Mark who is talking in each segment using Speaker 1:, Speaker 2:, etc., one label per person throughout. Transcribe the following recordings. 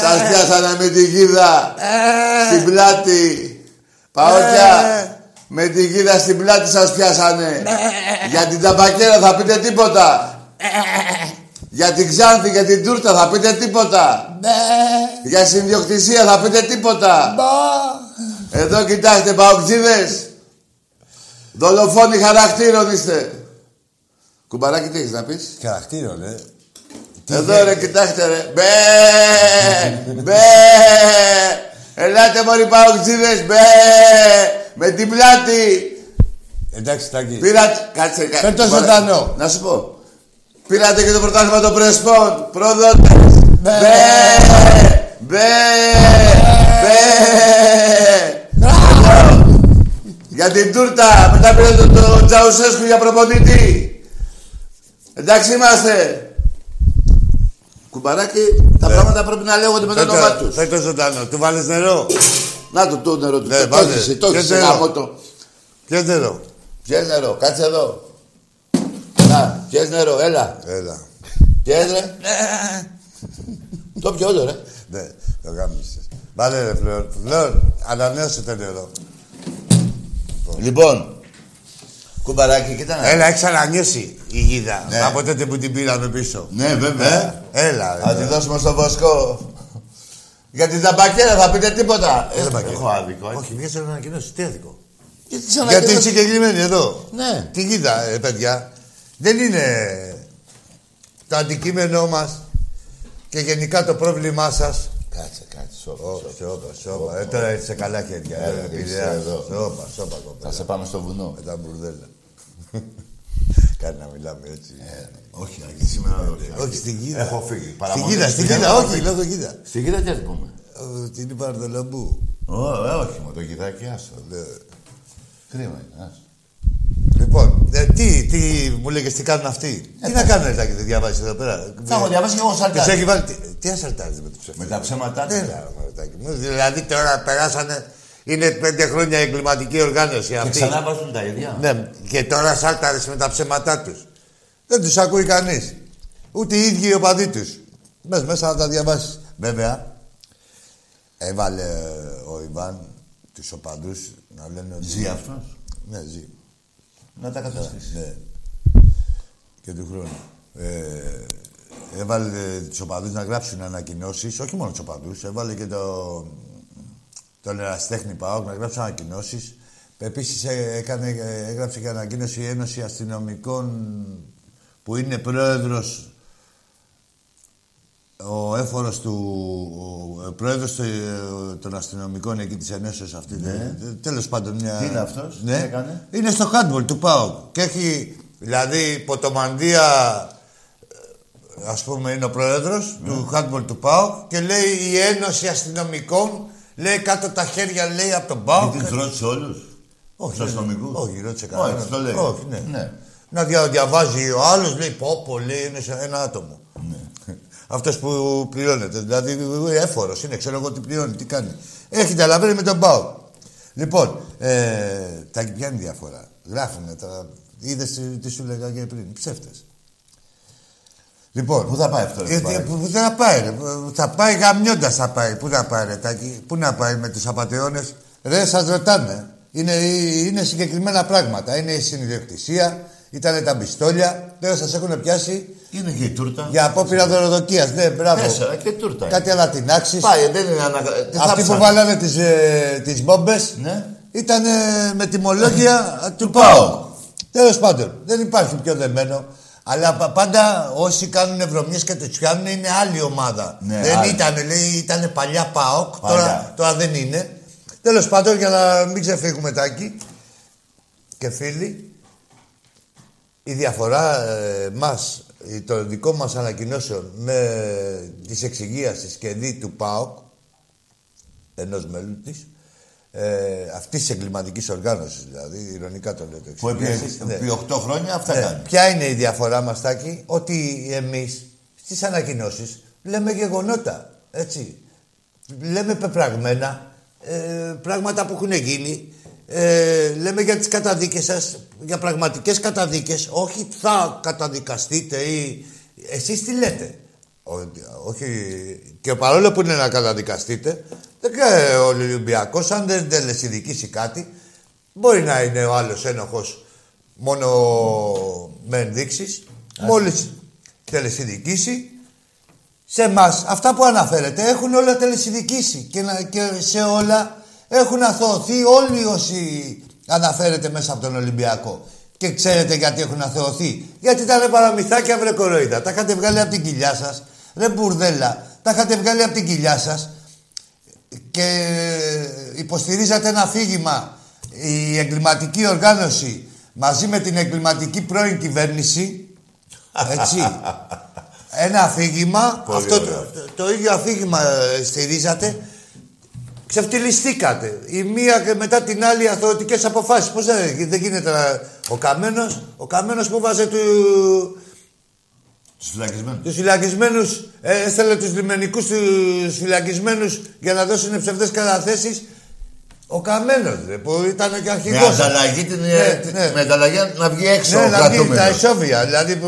Speaker 1: Σας πιάσανε με την κίδα στην πλάτη. Παόκια, με την κίδα στην πλάτη σας πιάσανε. Για την ταμπακέρα θα πείτε τίποτα. Για την Ξάνθη και την Τούρτα θα πείτε τίποτα. Για συνδιοκτησία θα πείτε τίποτα. Εδώ κοιτάξτε παοκτζίδες. Δολοφόνοι χαρακτήρων είστε. Κουμπαράκι τι έχεις να πεις.
Speaker 2: Χαρακτήριο, ρε. Τι
Speaker 1: Εδώ
Speaker 2: λέει.
Speaker 1: ρε, κοιτάξτε ρε. Μπε! Μπε! Ελάτε μόλι παοξίδες. Μπε! Με την πλάτη.
Speaker 2: Εντάξει, Τάκη.
Speaker 1: Πήρα... Κάτσε, κάτσε.
Speaker 2: Φέρ' το ζωντανό.
Speaker 1: Να σου πω. Πήρατε και το πρωτάθλημα των Πρεσπών. Προδότες. Μπε! Μπε! Μπε! Εδώ. Για την τούρτα. Μετά πήρατε το Τζαουσέσκου για προπονητή. Εντάξει είμαστε. Κουμπαράκι, τα πράγματα πρέπει να λέγονται με το όνομά τους.
Speaker 2: Φέρ' το ζωντανό. Του βάλες νερό.
Speaker 1: Να το το νερό του.
Speaker 2: Ναι,
Speaker 1: Το
Speaker 2: βάλε.
Speaker 1: έχισε, το
Speaker 2: Και
Speaker 1: έχισε,
Speaker 2: νερό.
Speaker 1: γάμο το.
Speaker 2: Ποιος νερό.
Speaker 1: Πιες νερό, κάτσε εδώ. Να, πιες νερό, έλα.
Speaker 2: Έλα.
Speaker 1: Πιες ρε. Το πιω όλο ρε.
Speaker 2: Ναι, το γάμισες. Βάλε ρε φλόρ. Φλόρ, ανανέωσε το νερό.
Speaker 1: Λοιπόν, κουμπαράκι, κοίτα να...
Speaker 2: Έλα, έχεις ανανιώσει η γίδα.
Speaker 1: Ναι.
Speaker 2: Από τότε που την πήραμε πίσω. Ε,
Speaker 1: Ναι, βέβαια.
Speaker 2: Έλα,
Speaker 1: Θα τη
Speaker 2: ρε.
Speaker 1: δώσουμε στο βοσκό. Για την ταμπακέρα θα πείτε τίποτα. Ε,
Speaker 2: ταμπακέρα.
Speaker 1: Έχω άδικο. ε.
Speaker 2: Όχι, βγες να ανακοινώσει. Τι άδικο.
Speaker 1: Γιατί τις ανακοινώ-
Speaker 2: Γιατί είσαι και κρυμμένη εδώ.
Speaker 1: Ναι.
Speaker 2: Την κοίτα, ε, παιδιά. Δεν είναι το αντικείμενό μας και γενικά το πρόβλημά σας.
Speaker 1: Κάτσε, κάτσε, σώπα,
Speaker 2: Ω,
Speaker 1: σώπα.
Speaker 2: Σώπα, σώπα. Ε, τώρα είσαι καλά χέρια.
Speaker 1: Έλα,
Speaker 2: Ε,
Speaker 1: γυρίστε
Speaker 2: Πειραιά.
Speaker 1: εδώ.
Speaker 2: Σώπα, σώπα,
Speaker 1: Θα
Speaker 2: κοπέλα.
Speaker 1: σε πάμε στο βουνό.
Speaker 2: Με τα μπουρδέλα. Κάνει να μιλάμε έτσι.
Speaker 1: Ε, Όχι, Άκη, σήμερα όχι.
Speaker 2: Όχι, στην κοίτα.
Speaker 1: Έχω φύγει.
Speaker 2: Στην
Speaker 1: Παραμονή
Speaker 2: κοίτα, στην κοίτα. Όχι, λέω το κοίτα.
Speaker 1: Στην κοίτα τι ας πούμε.
Speaker 2: Ε, Την είπα Αρδελαμπού.
Speaker 1: Ω, ε, όχι, μου το κοιτάκι, άστο. Κρίμα είναι, άστο.
Speaker 2: Λοιπόν, ε, τι, τι μου λέγες, τι κάνουν αυτοί. Τι να κάνουν, Ελτάκη, δεν διαβάζεις εδώ πέρα.
Speaker 1: Θα έχω διαβάσει και εγώ
Speaker 2: Τους
Speaker 1: σαρτάκι.
Speaker 2: έχει βάλει. Τι- Τι ασαρτάζει με τους ψεύτες.
Speaker 1: Με τα ψέματά του.
Speaker 2: Έλα, ρε μαλακάκι μου. Δηλαδή τώρα περάσανε. Είναι πέντε χρόνια η εγκληματική οργάνωση
Speaker 1: Και
Speaker 2: αυτή.
Speaker 1: ξανά βάζουν τα ίδια.
Speaker 2: Ναι, και τώρα σάλταρες με τα ψέματά τους. Δεν τους ακούει κανείς. Ούτε οι ίδιοι οι οπαδοί τους. Μπες μέσα να τα διαβάσεις. Βέβαια, έβαλε ο Ιβάν τους οπαδούς να λένε ότι.
Speaker 3: Ζει αυτός.
Speaker 2: Ναι, ζει.
Speaker 3: Να τα καταστήσεις.
Speaker 2: Ναι. Και του χρόνου. Ε, έβαλε του οπαδούς να γράψουν ανακοινώσεις, όχι μόνο τους οπαδούς, έβαλε και το, τον εραστέχνη ΠΑΟΚ να γράψουν ανακοινώσεις. Επίσης ε, έγραψε και ανακοίνωση η Ένωση Αστυνομικών που είναι πρόεδρος ο έφορος του, ο πρόεδρος του- των αστυνομικών εκεί της Ενέσεως αυτή, ναι. τέλος πάντων μια...
Speaker 3: Τι είναι αυτός,
Speaker 2: ναι.
Speaker 3: τι έκανε?
Speaker 2: Είναι στο handball του ΠΑΟΚ και έχει, δηλαδή, ποτομανδία, ε, ας πούμε είναι ο πρόεδρος
Speaker 3: Ναι.
Speaker 2: του handball του ΠΑΟΚ και λέει η Ένωση Αστυνομικών, λέει κάτω τα χέρια, λέει από τον ΠΑΟΚ.
Speaker 3: Μην τους ρώτησε όλους.
Speaker 2: Όχι,
Speaker 3: Στους
Speaker 2: δεν-
Speaker 3: αστυνομικούς.
Speaker 2: Όχι, ρώτησε κανέναν.
Speaker 3: Όχι, το λέει.
Speaker 2: Όχι, ναι.
Speaker 3: ναι.
Speaker 2: Να δια, διαβάζει ο άλλος, λέει πω, πω, λέει είναι σε ένα άτομο.
Speaker 3: Ναι.
Speaker 2: Αυτός που πληρώνεται. Δηλαδή έφορος είναι, ξέρω εγώ τι πληρώνει, τι κάνει. Έχει τα λαβέρι με τον Πάο. Λοιπόν, ε, τα ποια είναι η διαφορά. Γράφουμε τα. Είδες τι σου λέγα και πριν. Ψεύτες. Λοιπόν,
Speaker 3: Πού θα πάει αυτό, ρε,
Speaker 2: ε,
Speaker 3: το
Speaker 2: τι-
Speaker 3: παράκι?
Speaker 2: Πού θα πάει, ρε. Θα πάει γαμιώντα θα πάει. Πού θα πάει, ρε, Τάκη. Πού να πάει με τους απαταιώνες. Ρε, σας ρωτάνε. Είναι, είναι συγκεκριμένα πράγματα. Είναι η συνδιοκτησία, ήταν τα πιστόλια. Τώρα σα έχουν πιάσει
Speaker 3: Είναι και η τούρτα.
Speaker 2: για απόπειρα δωροδοκίας. Ναι, μπράβο.
Speaker 3: Τέσσερα και η τούρτα. είναι.
Speaker 2: Κάτι ανατινάξει.
Speaker 3: Πάει, δεν είναι αναγκαστικό. Τι θα
Speaker 2: Αυτοί που
Speaker 3: ψάχνει.
Speaker 2: βάλανε τις ε, τις μπόμπες
Speaker 3: Ναι.
Speaker 2: ήταν ε, με τιμολόγια του ΠΑΟ. Τέλος πάντων, δεν υπάρχει πιο δεμένο. Αλλά πα- πάντα όσοι κάνουν βρωμιές και τους πιάνουν είναι άλλη ομάδα.
Speaker 3: Ναι,
Speaker 2: δεν
Speaker 3: άλλη.
Speaker 2: ήταν, λέει, ήταν παλιά ΠΑΟΚ,
Speaker 3: Παλιά.
Speaker 2: τώρα, τώρα δεν είναι. Τέλος πάντων, για να μην ξεφύγουμε τάκι και φίλοι, η διαφορά ε, μας, ε, το δικό μας ανακοινώσεων με τις εξηγίασεις και δι του ΠΑΟΚ, ενός μέλου της, ε, αυτής της εγκληματικής οργάνωσης δηλαδή, ηρωνικά το λέω το
Speaker 3: Που επί,
Speaker 2: εξηγίασης, ναι.
Speaker 3: επί 8 χρόνια αυτά
Speaker 2: Ναι.
Speaker 3: κάνει.
Speaker 2: Ποια είναι η διαφορά μας, Τάκη, ότι εμείς στις ανακοινώσεις λέμε γεγονότα, έτσι. Λέμε πεπραγμένα, ε, πράγματα που έχουν γίνει. Ε, λέμε για τις καταδίκες σας, για πραγματικές καταδίκες, όχι θα καταδικαστείτε ή... Εσείς τι λέτε. Ό- όχι... Και παρόλο που είναι να καταδικαστείτε, δεν κα- ο Ολυμπιακός, αν δεν τελεσυνδικήσει κάτι, μπορεί να είναι ο άλλος ένοχος μόνο με ενδείξεις. Μόλις τελεσυνδικήσει, σε εμάς, αυτά που αναφέρετε έχουν όλα τελεσυνδικήσει και, να- και σε όλα έχουν αθωωθεί όλοι όσοι αναφέρετε μέσα από τον Ολυμπιακό. Και ξέρετε γιατί έχουν αθωωθεί. Γιατί ήταν παραμυθάκια βρε κοροϊδά. Τα είχατε βγάλει από την κοιλιά σας. Ρε μπουρδέλα. Τα είχατε βγάλει από την κοιλιά σας και υποστηρίζατε ένα αφήγημα η εγκληματική οργάνωση μαζί με την εγκληματική πρώην κυβέρνηση. Έτσι. ένα αφήγημα.
Speaker 3: Πολύ
Speaker 2: αυτό το,
Speaker 3: ωραίο.
Speaker 2: το, το ίδιο αφήγημα ε, στηρίζατε. Ξεφτυλιστήκατε. Η μία και μετά την άλλη αθωωτικές αποφάσεις. Πώς δεν, δεν γίνεται να... Ο Καμένος, ο Καμένος που βάζε του,
Speaker 3: Τους φυλακισμένους.
Speaker 2: τους φυλακισμένους, ε, έστελε τους λιμενικούς τους φυλακισμένους για να δώσουν ψευδές καταθέσεις. Ο Καμένος, ρε, που ήταν και
Speaker 3: Με
Speaker 2: αρχηγός.
Speaker 3: ανταλλαγή, την, ε,
Speaker 2: Ναι, ναι.
Speaker 3: με ανταλλαγή να βγει έξω
Speaker 2: ναι, να
Speaker 3: ο
Speaker 2: βγει τα
Speaker 3: κρατούμενος.
Speaker 2: ισόβια, δηλαδή που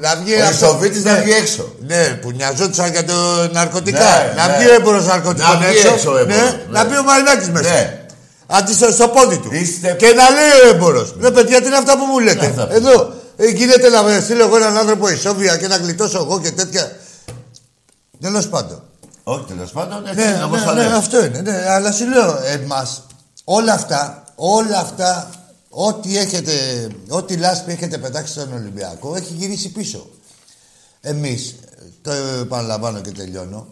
Speaker 2: να βγει...
Speaker 3: Ο
Speaker 2: αυτό-
Speaker 3: Ισοβίτης να
Speaker 2: ναι.
Speaker 3: βγει έξω.
Speaker 2: Ναι, που νοιαζόντουσαν για το ναρκωτικά.
Speaker 3: Ναι,
Speaker 2: να
Speaker 3: ναι.
Speaker 2: βγει ο έμπορος ναρκωτικών
Speaker 3: Να βγει έξω ο
Speaker 2: ναι,
Speaker 3: έμπορος, ναι.
Speaker 2: Να μπει ο Μαρινάκης μέσα.
Speaker 3: Ναι.
Speaker 2: Αντί στο, στο πόδι του.
Speaker 3: Είστε-
Speaker 2: Και να λέει ο έμπορος. Ναι, παιδιά, τι είναι αυτά που μου λέτε.
Speaker 3: Ναι, αυτά που-
Speaker 2: Εδώ ε, γίνεται να με στείλω εγώ έναν άνθρωπο ισόβια και να γλιτώσω εγώ και τέτοια. Τέλος πάντων.
Speaker 3: Όχι τέλος πάντων, έτσι
Speaker 2: Ναι,
Speaker 3: είναι όπως
Speaker 2: ναι,
Speaker 3: θα
Speaker 2: ναι,
Speaker 3: λέω.
Speaker 2: αυτό είναι. Ναι. Αλλά σου λέω εμάς, όλα αυτά, όλα αυτά, ό,τι έχετε, ό,τι λάσπη έχετε πετάξει στον Ολυμπιακό, έχει γυρίσει πίσω. Εμείς, το επαναλαμβάνω και τελειώνω,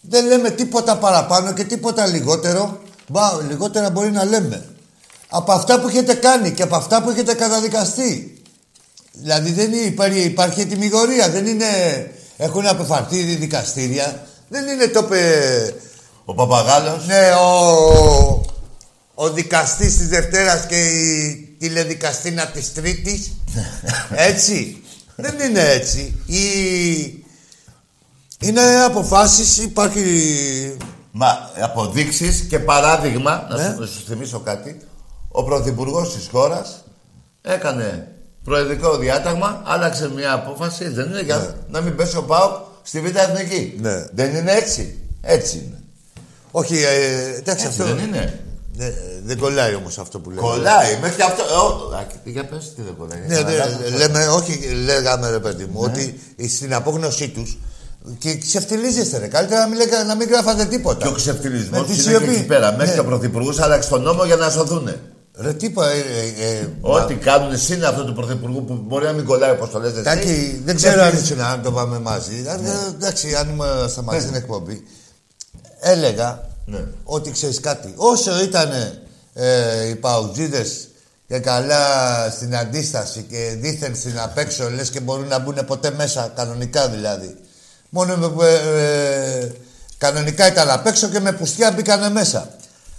Speaker 2: δεν λέμε τίποτα παραπάνω και τίποτα λιγότερο. Μπα, λιγότερα μπορεί να λέμε. Από αυτά που έχετε κάνει και από αυτά που έχετε καταδικαστεί. Δηλαδή δεν υπάρχει, υπάρχει ετοιμιγορία, δεν είναι... Έχουν απεφαρθεί δικαστήρια. Δεν είναι το πε...
Speaker 3: Ο Παπαγάλος.
Speaker 2: Ναι, ο, ο δικαστής της Δευτέρας και η τηλεδικαστήνα της Τρίτης. έτσι. Δεν είναι έτσι. Η... Είναι αποφάσεις, υπάρχει...
Speaker 3: Μα αποδείξεις και
Speaker 2: Ναι.
Speaker 3: παράδειγμα, να σου, να σου θυμίσω κάτι. Ο πρωθυπουργός της χώρας έκανε προεδρικό διάταγμα, άλλαξε μια απόφαση. Δεν είναι για να μην πέσει ο Πάοκ στη Β' Εθνική.
Speaker 2: Ναι.
Speaker 3: Δεν είναι έτσι. Έτσι είναι.
Speaker 2: Όχι, ε, εντάξει,
Speaker 3: Έτσι
Speaker 2: αυτό.
Speaker 3: δεν είναι.
Speaker 2: Ναι, δεν κολλάει όμως αυτό που λέμε.
Speaker 3: Κολλάει μέχρι και αυτό. ε, ο- Α, και- Για πες τι δεν κολλάει.
Speaker 2: Ναι, ναι,
Speaker 3: Αναγκάζομαι.
Speaker 2: λέμε, όχι, λέγαμε ρε παιδί
Speaker 3: Ναι.
Speaker 2: μου, ότι στην απόγνωσή τους και ξεφτιλίζεστε ρε. Καλύτερα να μην, λέγα- να μην γράφατε τίποτα.
Speaker 3: Και ο ξεφτυλισμός
Speaker 2: Με τη
Speaker 3: είναι και
Speaker 2: σιωπή.
Speaker 3: εκεί πέρα. Μέχρι
Speaker 2: Ναι.
Speaker 3: και ο Πρωθυπουργός άλλαξε τον νόμο για να σωθούνε.
Speaker 2: Ρε τίποτα. Ε, ε, ε,
Speaker 3: Ό,τι κάνουν εσύ είναι αυτό του Πρωθυπουργού που μπορεί να μην κολλάει όπως το λέτε.
Speaker 2: Τάκη, Ναι.
Speaker 3: εσύ.
Speaker 2: δεν ξέρω αν
Speaker 3: πειράζει.
Speaker 2: ήσουν, αν το πάμε μαζί. Αν- Εντάξει, αν ήμασταν μαζί στην εκπομπή. Έλεγα
Speaker 3: Ναι.
Speaker 2: ότι ξέρεις κάτι. Όσο ήταν οι παουτζίδες και καλά στην αντίσταση και δίθεν στην απέξω, λες και μπορούν να μπουν ποτέ μέσα, κανονικά δηλαδή. Μόνο με, ε, ε, κανονικά ήταν απ' έξω και με πουστιά μπήκανε μέσα.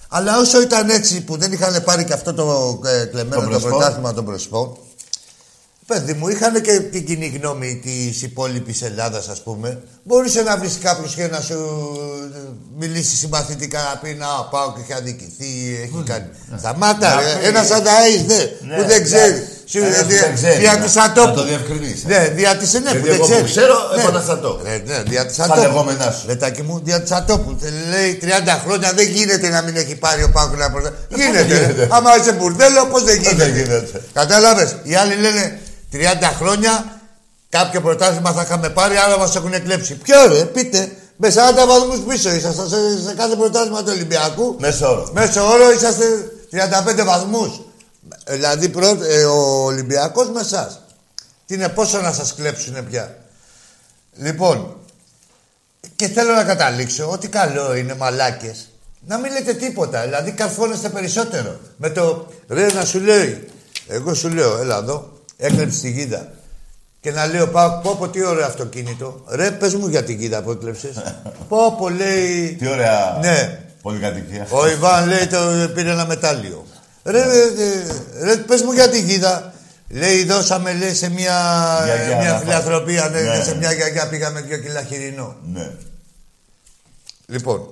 Speaker 2: Αλλά όσο ήταν έτσι που δεν είχαν πάρει και αυτό το ε, κλεμμένο το,
Speaker 3: Πρεσπό.
Speaker 2: πρωτάθλημα των Πρεσπών, Παιδί μου, είχαν και την κοινή γνώμη της υπόλοιπης Ελλάδας, ας πούμε. Μπορούσε να βρεις κάποιος και να σου ε, μιλήσει συμπαθητικά να πει Να πάω και έχει αδικηθεί, έχει κάνει. Σταμάτα,
Speaker 3: ναι. Να
Speaker 2: ρε.
Speaker 3: πει-
Speaker 2: Ένας ανταεί, ναι, που δεν ξέρει. Σου-
Speaker 3: Ένας που
Speaker 2: δια-
Speaker 3: δεν ξέρει, ναι.
Speaker 2: Δια
Speaker 3: να-
Speaker 2: τη
Speaker 3: Να το
Speaker 2: ατόπου.
Speaker 3: διευκρινίσει.
Speaker 2: Ναι, δια της ναι, που
Speaker 3: Γιατί
Speaker 2: δεν
Speaker 3: εγώ
Speaker 2: ξέρει.
Speaker 3: που ξέρω,
Speaker 2: Ναι.
Speaker 3: έχω ένα στρατό.
Speaker 2: Ρε, ναι, δια της
Speaker 3: Στα λεγόμενά σου.
Speaker 2: Λετάκι μου, δια της ατόπου. Τε- Λέει 30 χρόνια δεν γίνεται να μην έχει πάρει ο Πάκου να προστα... Γίνεται.
Speaker 3: Ε, γίνεται. Ε,
Speaker 2: ρε. Άμα είσαι μπουρδέλο, πώς δεν
Speaker 3: Δεν
Speaker 2: γίνεται.
Speaker 3: γίνεται.
Speaker 2: Κατάλαβες. Οι άλλοι λένε 30 χρόνια κάποιο πρωτάθλημα θα είχαμε πάρει, άρα μας έχουν εκλέψει. Ποιο ρε, πείτε. Με 40 βαθμούς πίσω ήσασταν σε, σε κάθε πρωτάθλημα του Ολυμπιακού.
Speaker 3: Μέσο όρο.
Speaker 2: Μέσο όρο είσαστε 35 βαθμούς. Δηλαδή πρω- ε, ο Ολυμπιακός με εσάς. Τι είναι πόσο να σας κλέψουν πια. Λοιπόν, και θέλω να καταλήξω ότι καλό είναι μαλάκες να μην λέτε τίποτα. Δηλαδή καρφώνεστε περισσότερο. Με το ρε να σου λέει. Εγώ σου λέω, έλα εδώ, έκλεψε τη γίδα. Και να λέω, πάω, πω, πω, τι ωραίο αυτοκίνητο. Ρε, πες μου για την γίδα που έκλεψες. πω, πω, λέει,
Speaker 3: Τι ωραία
Speaker 2: ναι,
Speaker 3: πολυκατοικία.
Speaker 2: ο Ιβάν λέει το πήρε ένα μετάλλιο. Ρε,
Speaker 3: Ναι.
Speaker 2: ρε, ρε, ρε, πες μου για την γίδα. Λέει, δώσαμε λέει, σε μια,
Speaker 3: Γιαγιά,
Speaker 2: μια
Speaker 3: να
Speaker 2: φιλανθρωπία, ναι,
Speaker 3: Ναι.
Speaker 2: σε μια γιαγιά πήγαμε δύο κιλά χοιρινό.
Speaker 3: Ναι.
Speaker 2: Λοιπόν.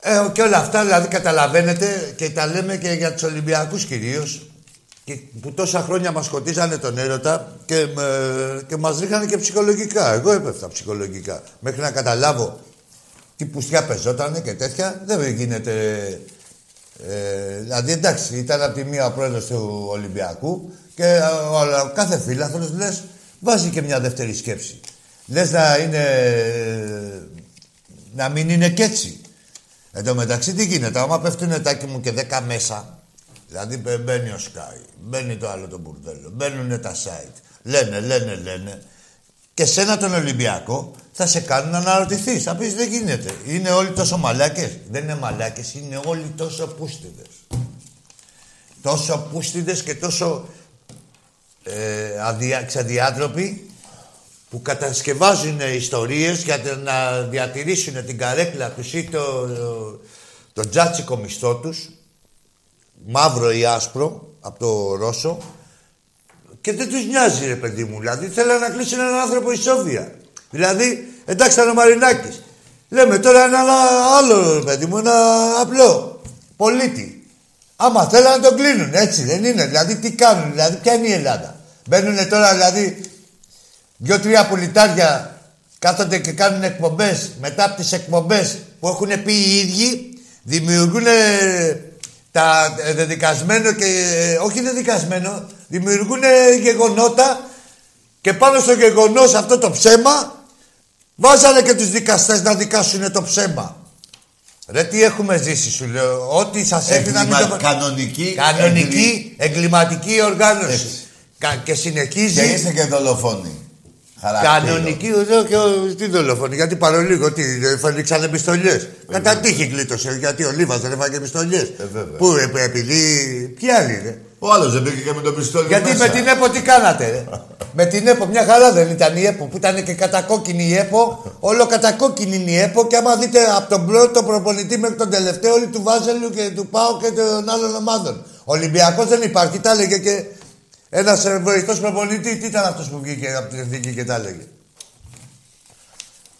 Speaker 2: Ε, και όλα αυτά δηλαδή καταλαβαίνετε και τα λέμε και για τους Ολυμπιακούς κυρίως. Που τόσα χρόνια μας σκοτίζανε τον έρωτα και, με- και μας ρίχνανε και ψυχολογικά. Εγώ έπεφτα ψυχολογικά. Μέχρι να καταλάβω τι πουστιά πεζότανε και τέτοια, δεν γίνεται. Ε, δηλαδή εντάξει, ήταν από τη μία ο πρόεδρος του Ολυμπιακού και ε, ο, ο κάθε φίλαθρος λες βάζει και μια δεύτερη σκέψη. Λες να είναι. ε, να μην είναι κι έτσι. Εν τω μεταξύ τι γίνεται, άμα πέφτουνε τάκι μου και 10 μέσα. Δηλαδή μπε- μπαίνει ο Sky, μπαίνει το άλλο το μπουρδέλο, μπαίνουν τα site. Λένε, λένε, λένε. Και σένα τον Ολυμπιακό θα σε κάνουν να αναρωτηθεί. Θα πεις δεν γίνεται. Είναι όλοι τόσο μαλάκες. Δεν είναι μαλάκες, είναι όλοι τόσο πούστιδες. Τόσο πούστιδες και τόσο ε, αδια, ξεδιάτροποι που κατασκευάζουν ιστορίες για τε- να διατηρήσουν την καρέκλα τους ή το, το τζάτσικο μισθό τους, μαύρο ή άσπρο, από το Ρώσο, και δεν τους νοιάζει ρε παιδί μου. Δηλαδή θέλανε να κλείσουν έναν άνθρωπο η Σόβια. Δηλαδή, εντάξει ήταν ο Μαρινάκης. Λέμε τώρα ένα άλλο ρε παιδί μου, ένα απλό πολίτη. Άμα θέλανε να τον κλείνουν, έτσι δεν είναι. Δηλαδή τι κάνουν, δηλαδή ποια είναι η Ελλάδα. Μπαίνουν τώρα δηλαδή Δυο-τρία πουλιτάρια κάθονται και κάνουν εκπομπές. Μετά από τις εκπομπές που έχουν πει οι ίδιοι, δημιουργούν τα ε, δεδικασμένο και. ε, όχι δεδικασμένο, δημιουργούν γεγονότα και πάνω στο γεγονός αυτό το ψέμα, βάζανε και τους δικαστές να δικάσουν το ψέμα. Ρε τι έχουμε ζήσει, σου λέω. Ό,τι σας έρθει να μην το...
Speaker 3: Εγκλημα- Κανονική. εγκλη-
Speaker 2: Κανονική εγκληματική οργάνωση.
Speaker 3: Έτσι.
Speaker 2: Κα- και συνεχίζει.
Speaker 3: Και είστε και δολοφόνοι. Χαρακτήρα.
Speaker 2: Κανονική οδό και ο- τι δολοφόνη. Γιατί παρολίγο τι, ε, φανήξανε
Speaker 3: Ε,
Speaker 2: πιστολιέ. Κατά τύχη γλίτωσε, γιατί ο Λίβας δεν έφαγε πιστολιές.
Speaker 3: βέβαια.
Speaker 2: Πού, επ- επειδή. Ποιοι άλλοι, ρε.
Speaker 3: Ο άλλος δεν μπήκε και με το πιστόλι.
Speaker 2: Γιατί
Speaker 3: μέσα.
Speaker 2: με την ΕΠΟ τι κάνατε, ρε. με την ΕΠΟ, μια χαρά δεν ήταν η ΕΠΟ που ήταν και κατακόκκινη η ΕΠΟ. Όλο κατακόκκινη είναι η ΕΠΟ και άμα δείτε από τον πρώτο προπονητή μέχρι τον τελευταίο, όλοι του Βάζελου και του Πάου και των άλλων ομάδων. Ολυμπιακός δεν υπάρχει, τα έλεγε και ένας βοηθό προπονητή. Τι ήταν αυτός που βγήκε από την εθνική και τα έλεγε.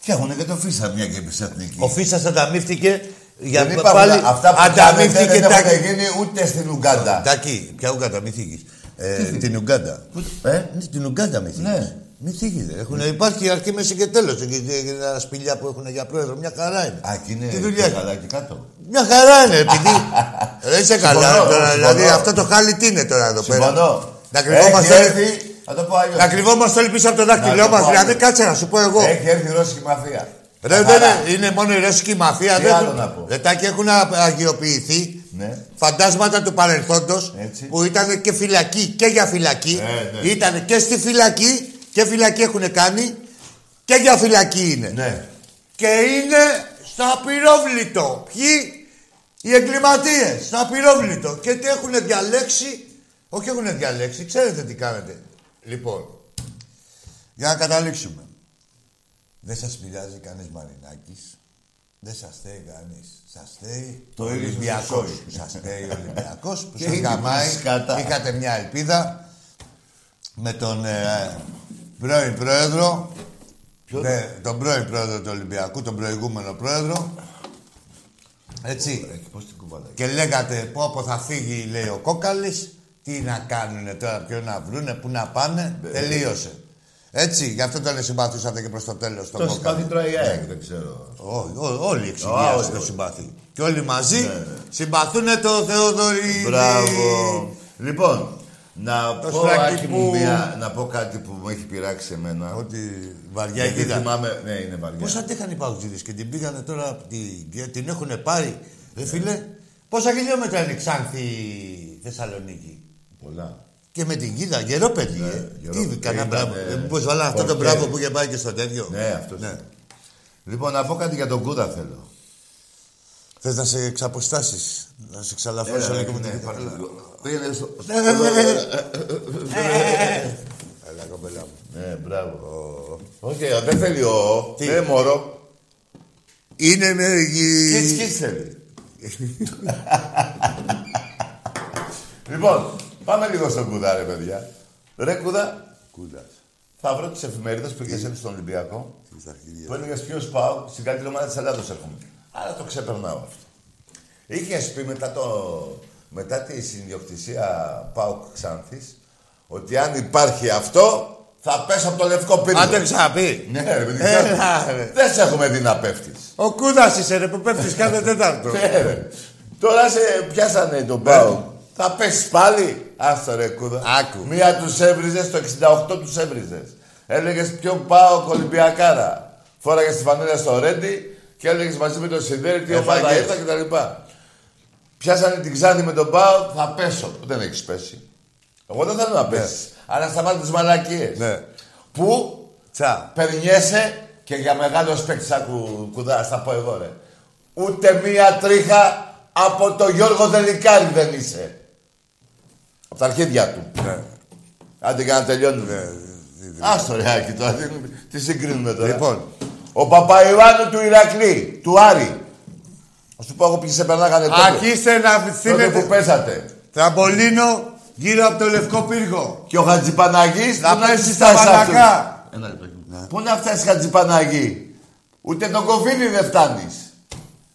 Speaker 3: Και έχουν και το φύσα μια και επισεθνική.
Speaker 2: Ο Φίσας ανταμείφθηκε για
Speaker 3: Δεν
Speaker 2: πα-
Speaker 3: υπάρχουν αυτά που κάνετε,
Speaker 2: ανταμείφθηκε
Speaker 3: δεν
Speaker 2: τα
Speaker 3: έχουν γίνει ούτε στην Ουγγάντα.
Speaker 2: Τάκι, πια ου καταμύθηκε. Ε, την Ουγκάντα.
Speaker 3: Ε?
Speaker 2: Ναι, την Ουγκάντα με θίγεις.
Speaker 3: Ναι.
Speaker 2: Μη θίγεις. Έχουν, υπάρχει αρχή, μέση και τέλος. Τα σπηλιά που έχουν για πρόεδρο, μια χαρά είναι.
Speaker 3: Α, και είναι
Speaker 2: Τι δουλειά
Speaker 3: και
Speaker 2: έχει.
Speaker 3: καλά και κάτω.
Speaker 2: Μια χαρά είναι, επειδή. Ρε είσαι καλά.
Speaker 3: Συμφωνώ,
Speaker 2: τώρα,
Speaker 3: συμφωνώ.
Speaker 2: δηλαδή αυτό το χάλι τι είναι τώρα εδώ πέρα.
Speaker 3: Συμφωνώ.
Speaker 2: Να κρυβόμαστε
Speaker 3: Έχει
Speaker 2: όλοι-
Speaker 3: έρθει, θα το πω αλλιώς.
Speaker 2: Να κρυβόμαστε όλοι πίσω από το
Speaker 3: Να
Speaker 2: δάχτυλό
Speaker 3: το Ε,
Speaker 2: μας.
Speaker 3: πω
Speaker 2: Δηλαδή
Speaker 3: άλλο.
Speaker 2: κάτσε να σου πω εγώ.
Speaker 3: Έχει έρθει η Ρώσικη μαφία.
Speaker 2: Ρε, δεν
Speaker 3: Καθαρά.
Speaker 2: είναι, είναι μόνο η ρωσική μαφία.
Speaker 3: Τι
Speaker 2: Δεν
Speaker 3: άλλο
Speaker 2: του-
Speaker 3: να πω.
Speaker 2: Ρε, τάκι έχουν α- αγιοποιηθεί.
Speaker 3: Ναι.
Speaker 2: Φαντάσματα του παρελθόντος
Speaker 3: Έτσι.
Speaker 2: που ήταν και φυλακή και για φυλακή.
Speaker 3: Ε, ναι.
Speaker 2: Ήταν και στη φυλακή και φυλακή έχουν κάνει και για φυλακή είναι.
Speaker 3: Ναι.
Speaker 2: Και είναι στο απειρόβλητο. Ποιοι οι εγκληματίες, στο απειρόβλητο. Και τι έχουν διαλέξει. Όχι έχουν διαλέξει, ξέρετε τι κάνετε. Λοιπόν, για να καταλήξουμε. Δεν σας πειράζει κανείς Μαρινάκης. Δεν σας θέλει κανείς. Σας θέλει
Speaker 3: Το
Speaker 2: ο
Speaker 3: ίδιο στους
Speaker 2: Ολυμπιακός.
Speaker 3: Ωσόρους.
Speaker 2: Σας θέλει ο Ολυμπιακός που
Speaker 3: Και
Speaker 2: σας
Speaker 3: είναι
Speaker 2: γαμάει.
Speaker 3: σκατά.
Speaker 2: Είχατε μια ελπίδα με τον ε, πρώην πρόεδρο. Ναι, τον πρώην πρόεδρο του Ολυμπιακού, τον προηγούμενο πρόεδρο. Έτσι.
Speaker 3: Ε, Πώς την κουβαλάει.
Speaker 2: Και λέγατε πω από θα φύγει, λέει ο Κόκαλης, τι να κάνουνε τώρα, ποιο να βρούνε, πού να πάνε,
Speaker 3: Ε,
Speaker 2: τελείωσε. Έτσι, γι' αυτό τον συμπαθούσατε και προς το τέλος τον
Speaker 3: Το
Speaker 2: Κόκαλη.
Speaker 3: συμπάθει τώρα η ΑΕΚ, δεν ξέρω.
Speaker 2: Ό- ό- Όλοι
Speaker 3: Α, Ναι.
Speaker 2: εξηγιάζουν
Speaker 3: όλοι,
Speaker 2: το
Speaker 3: όλοι.
Speaker 2: συμπαθή. Και όλοι μαζί συμπαθούν το Θεοδωρή.
Speaker 3: Μπράβο. Λοιπόν, να
Speaker 2: Το
Speaker 3: πω,
Speaker 2: σφράκι
Speaker 3: Άκη
Speaker 2: που-
Speaker 3: μου, μια, να πω κάτι που μου έχει πειράξει εμένα.
Speaker 2: Ότι βαριά η
Speaker 3: Γιατί
Speaker 2: κοίτα.
Speaker 3: θυμάμαι... Ναι, είναι βαριά.
Speaker 2: Πώς αντέχαν οι παγκοσμίδες και την πήγανε τώρα, απ' τη- και την έχουν πάρει. Ρε φίλε, πόσα χιλιόμετρα είναι η Ξάνθη Θεσσαλονίκη.
Speaker 3: Πολλά.
Speaker 2: Και με την κοίτα, γερό παιδί. ε.
Speaker 3: Ναι, γερό
Speaker 2: Τι
Speaker 3: παιδί,
Speaker 2: κανένα
Speaker 3: ήταν,
Speaker 2: μπράβο.
Speaker 3: ε,
Speaker 2: Δεν μου πως βάλα αυτό το
Speaker 3: πορτέρι.
Speaker 2: μπράβο που είχε πάει και στο τέτοιο.
Speaker 3: Ναι, αυτός.
Speaker 2: Ναι.
Speaker 3: Λοιπόν, να πω κάτι για τον Κούδα θέλω.
Speaker 2: Θες να σε εξαποστάσεις, να σε ξαλαφρώσω λίγο με την
Speaker 3: ναι,
Speaker 2: κοίτα.
Speaker 3: πάρε
Speaker 2: Έλα.
Speaker 3: λίγο. Πήγαινε στο-
Speaker 2: Έλα, κοπέλα μου.
Speaker 3: Ναι, μπράβο. Όχι, δεν θέλει ο... Δεν μωρό.
Speaker 2: Είναι ναι, μερικοί.
Speaker 3: Κίτς, κίτς θέλει. Λοιπόν, πάμε λίγο στον Κούδα, ρε παιδιά. Ρε Κούδα,
Speaker 2: Κούτα.
Speaker 3: θα βρω τις εφημερίδες που είχες έρθει στον Ολυμπιακό.
Speaker 2: Στα αρχίδια.
Speaker 3: Που έλεγες ποιος πάω, στην καλύτερη ομάδα της Ελλάδος έρχομαι. Άρα το ξεπερνάω αυτό. Είχες πει μετά, το, μετά τη συνδιοκτησία Πάουκ Ξάνθης ότι αν υπάρχει αυτό θα πέσω από το λευκό πύργο.
Speaker 2: Αν το ξαπεί.
Speaker 3: Ναι, ρε, παιδί,
Speaker 2: Έλα, ρε.
Speaker 3: δεν σε έχουμε δει να πέφτεις.
Speaker 2: Ο Κούδας είσαι ρε που πέφτεις κάθε τέταρτο.
Speaker 3: Ναι. Τώρα σε πιάσανε τον Πάουκ. Θα πέσεις πάλι. Άστο ρε κούδα.
Speaker 2: Άκου.
Speaker 3: Μία τους έβριζες, το 68 τους έβριζες. Έλεγες πιο Πάουκ Ολυμπιακάρα. Φόραγες τη φανέλα στο Ρέντι και έλεγες μαζί με τον Σιδέρι τι ομάδα
Speaker 2: Έφαγες.
Speaker 3: ήταν κτλ. Πιάσανε την ξάδη με τον Πάουκ, θα πέσω. Δεν έχεις πέσει. Εγώ δεν θέλω να πέσει. Αλλά σταμάτα τις μαλακίες.
Speaker 2: Ναι.
Speaker 3: Που
Speaker 2: Τσα.
Speaker 3: Περνιέσαι και για μεγάλο παίκτη, άκου κουδά, θα πω εγώ ρε. Ούτε μία τρίχα από το Γιώργο Δελικάρη δεν είσαι. Από τα αρχίδια του.
Speaker 2: Ναι.
Speaker 3: Άντε και να τελειώνουμε. Άστο ρε Άκη τώρα, τι, τι συγκρίνουμε τώρα.
Speaker 2: Λοιπόν.
Speaker 3: Ο Παπαϊωάννου του Ηρακλή, του Άρη. Ας σου πω εγώ ποιοι σε περνάγανε τότε.
Speaker 2: Αρχίστε να
Speaker 3: τότε που
Speaker 2: αφηθύνετε.
Speaker 3: πέσατε.
Speaker 2: Τραμπολίνο γύρω από το λευκό πύργο.
Speaker 3: Και ο Χατζιπαναγής
Speaker 2: Να
Speaker 3: που να
Speaker 2: πέσει
Speaker 3: εσύ
Speaker 2: στα
Speaker 3: στα
Speaker 2: μαλακά.
Speaker 3: Πού να φτάσεις Χατζιπαναγή. Ούτε τον κοφίνι δεν φτάνεις.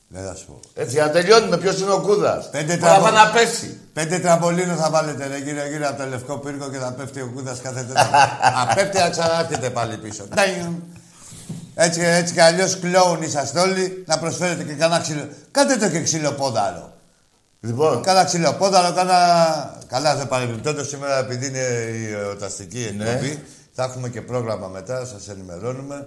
Speaker 3: Ναι,
Speaker 2: Δεν θα σου πω.
Speaker 3: Έτσι, για να τελειώνουμε, ποιος είναι ο Κούδας.
Speaker 2: Πέντε
Speaker 3: Τώρα
Speaker 2: τραγούδια.
Speaker 3: πάει να πέσει.
Speaker 2: Πέντε τραμπολίνο θα βάλετε ρε, γύρω γύρω από το λευκό πύργο και θα πέφτει ο κούδας κάθε τέταρτο. Απέφτει να ξανάρθετε πάλι πίσω. Τάιν. έτσι, έτσι κι αλλιώς κλόουν είσαστε όλοι να προσφέρετε και κανένα ξύλο. Κάντε το και ξυλοπόδαρο.
Speaker 3: Λοιπόν,
Speaker 2: Κάνα ξυλοπόδαρο, κάνα. Καλά, δεν παρεμπιπτόντως σήμερα επειδή είναι η εορταστική
Speaker 3: Ναι.
Speaker 2: εκπομπή. Θα έχουμε και πρόγραμμα μετά, σας ενημερώνουμε.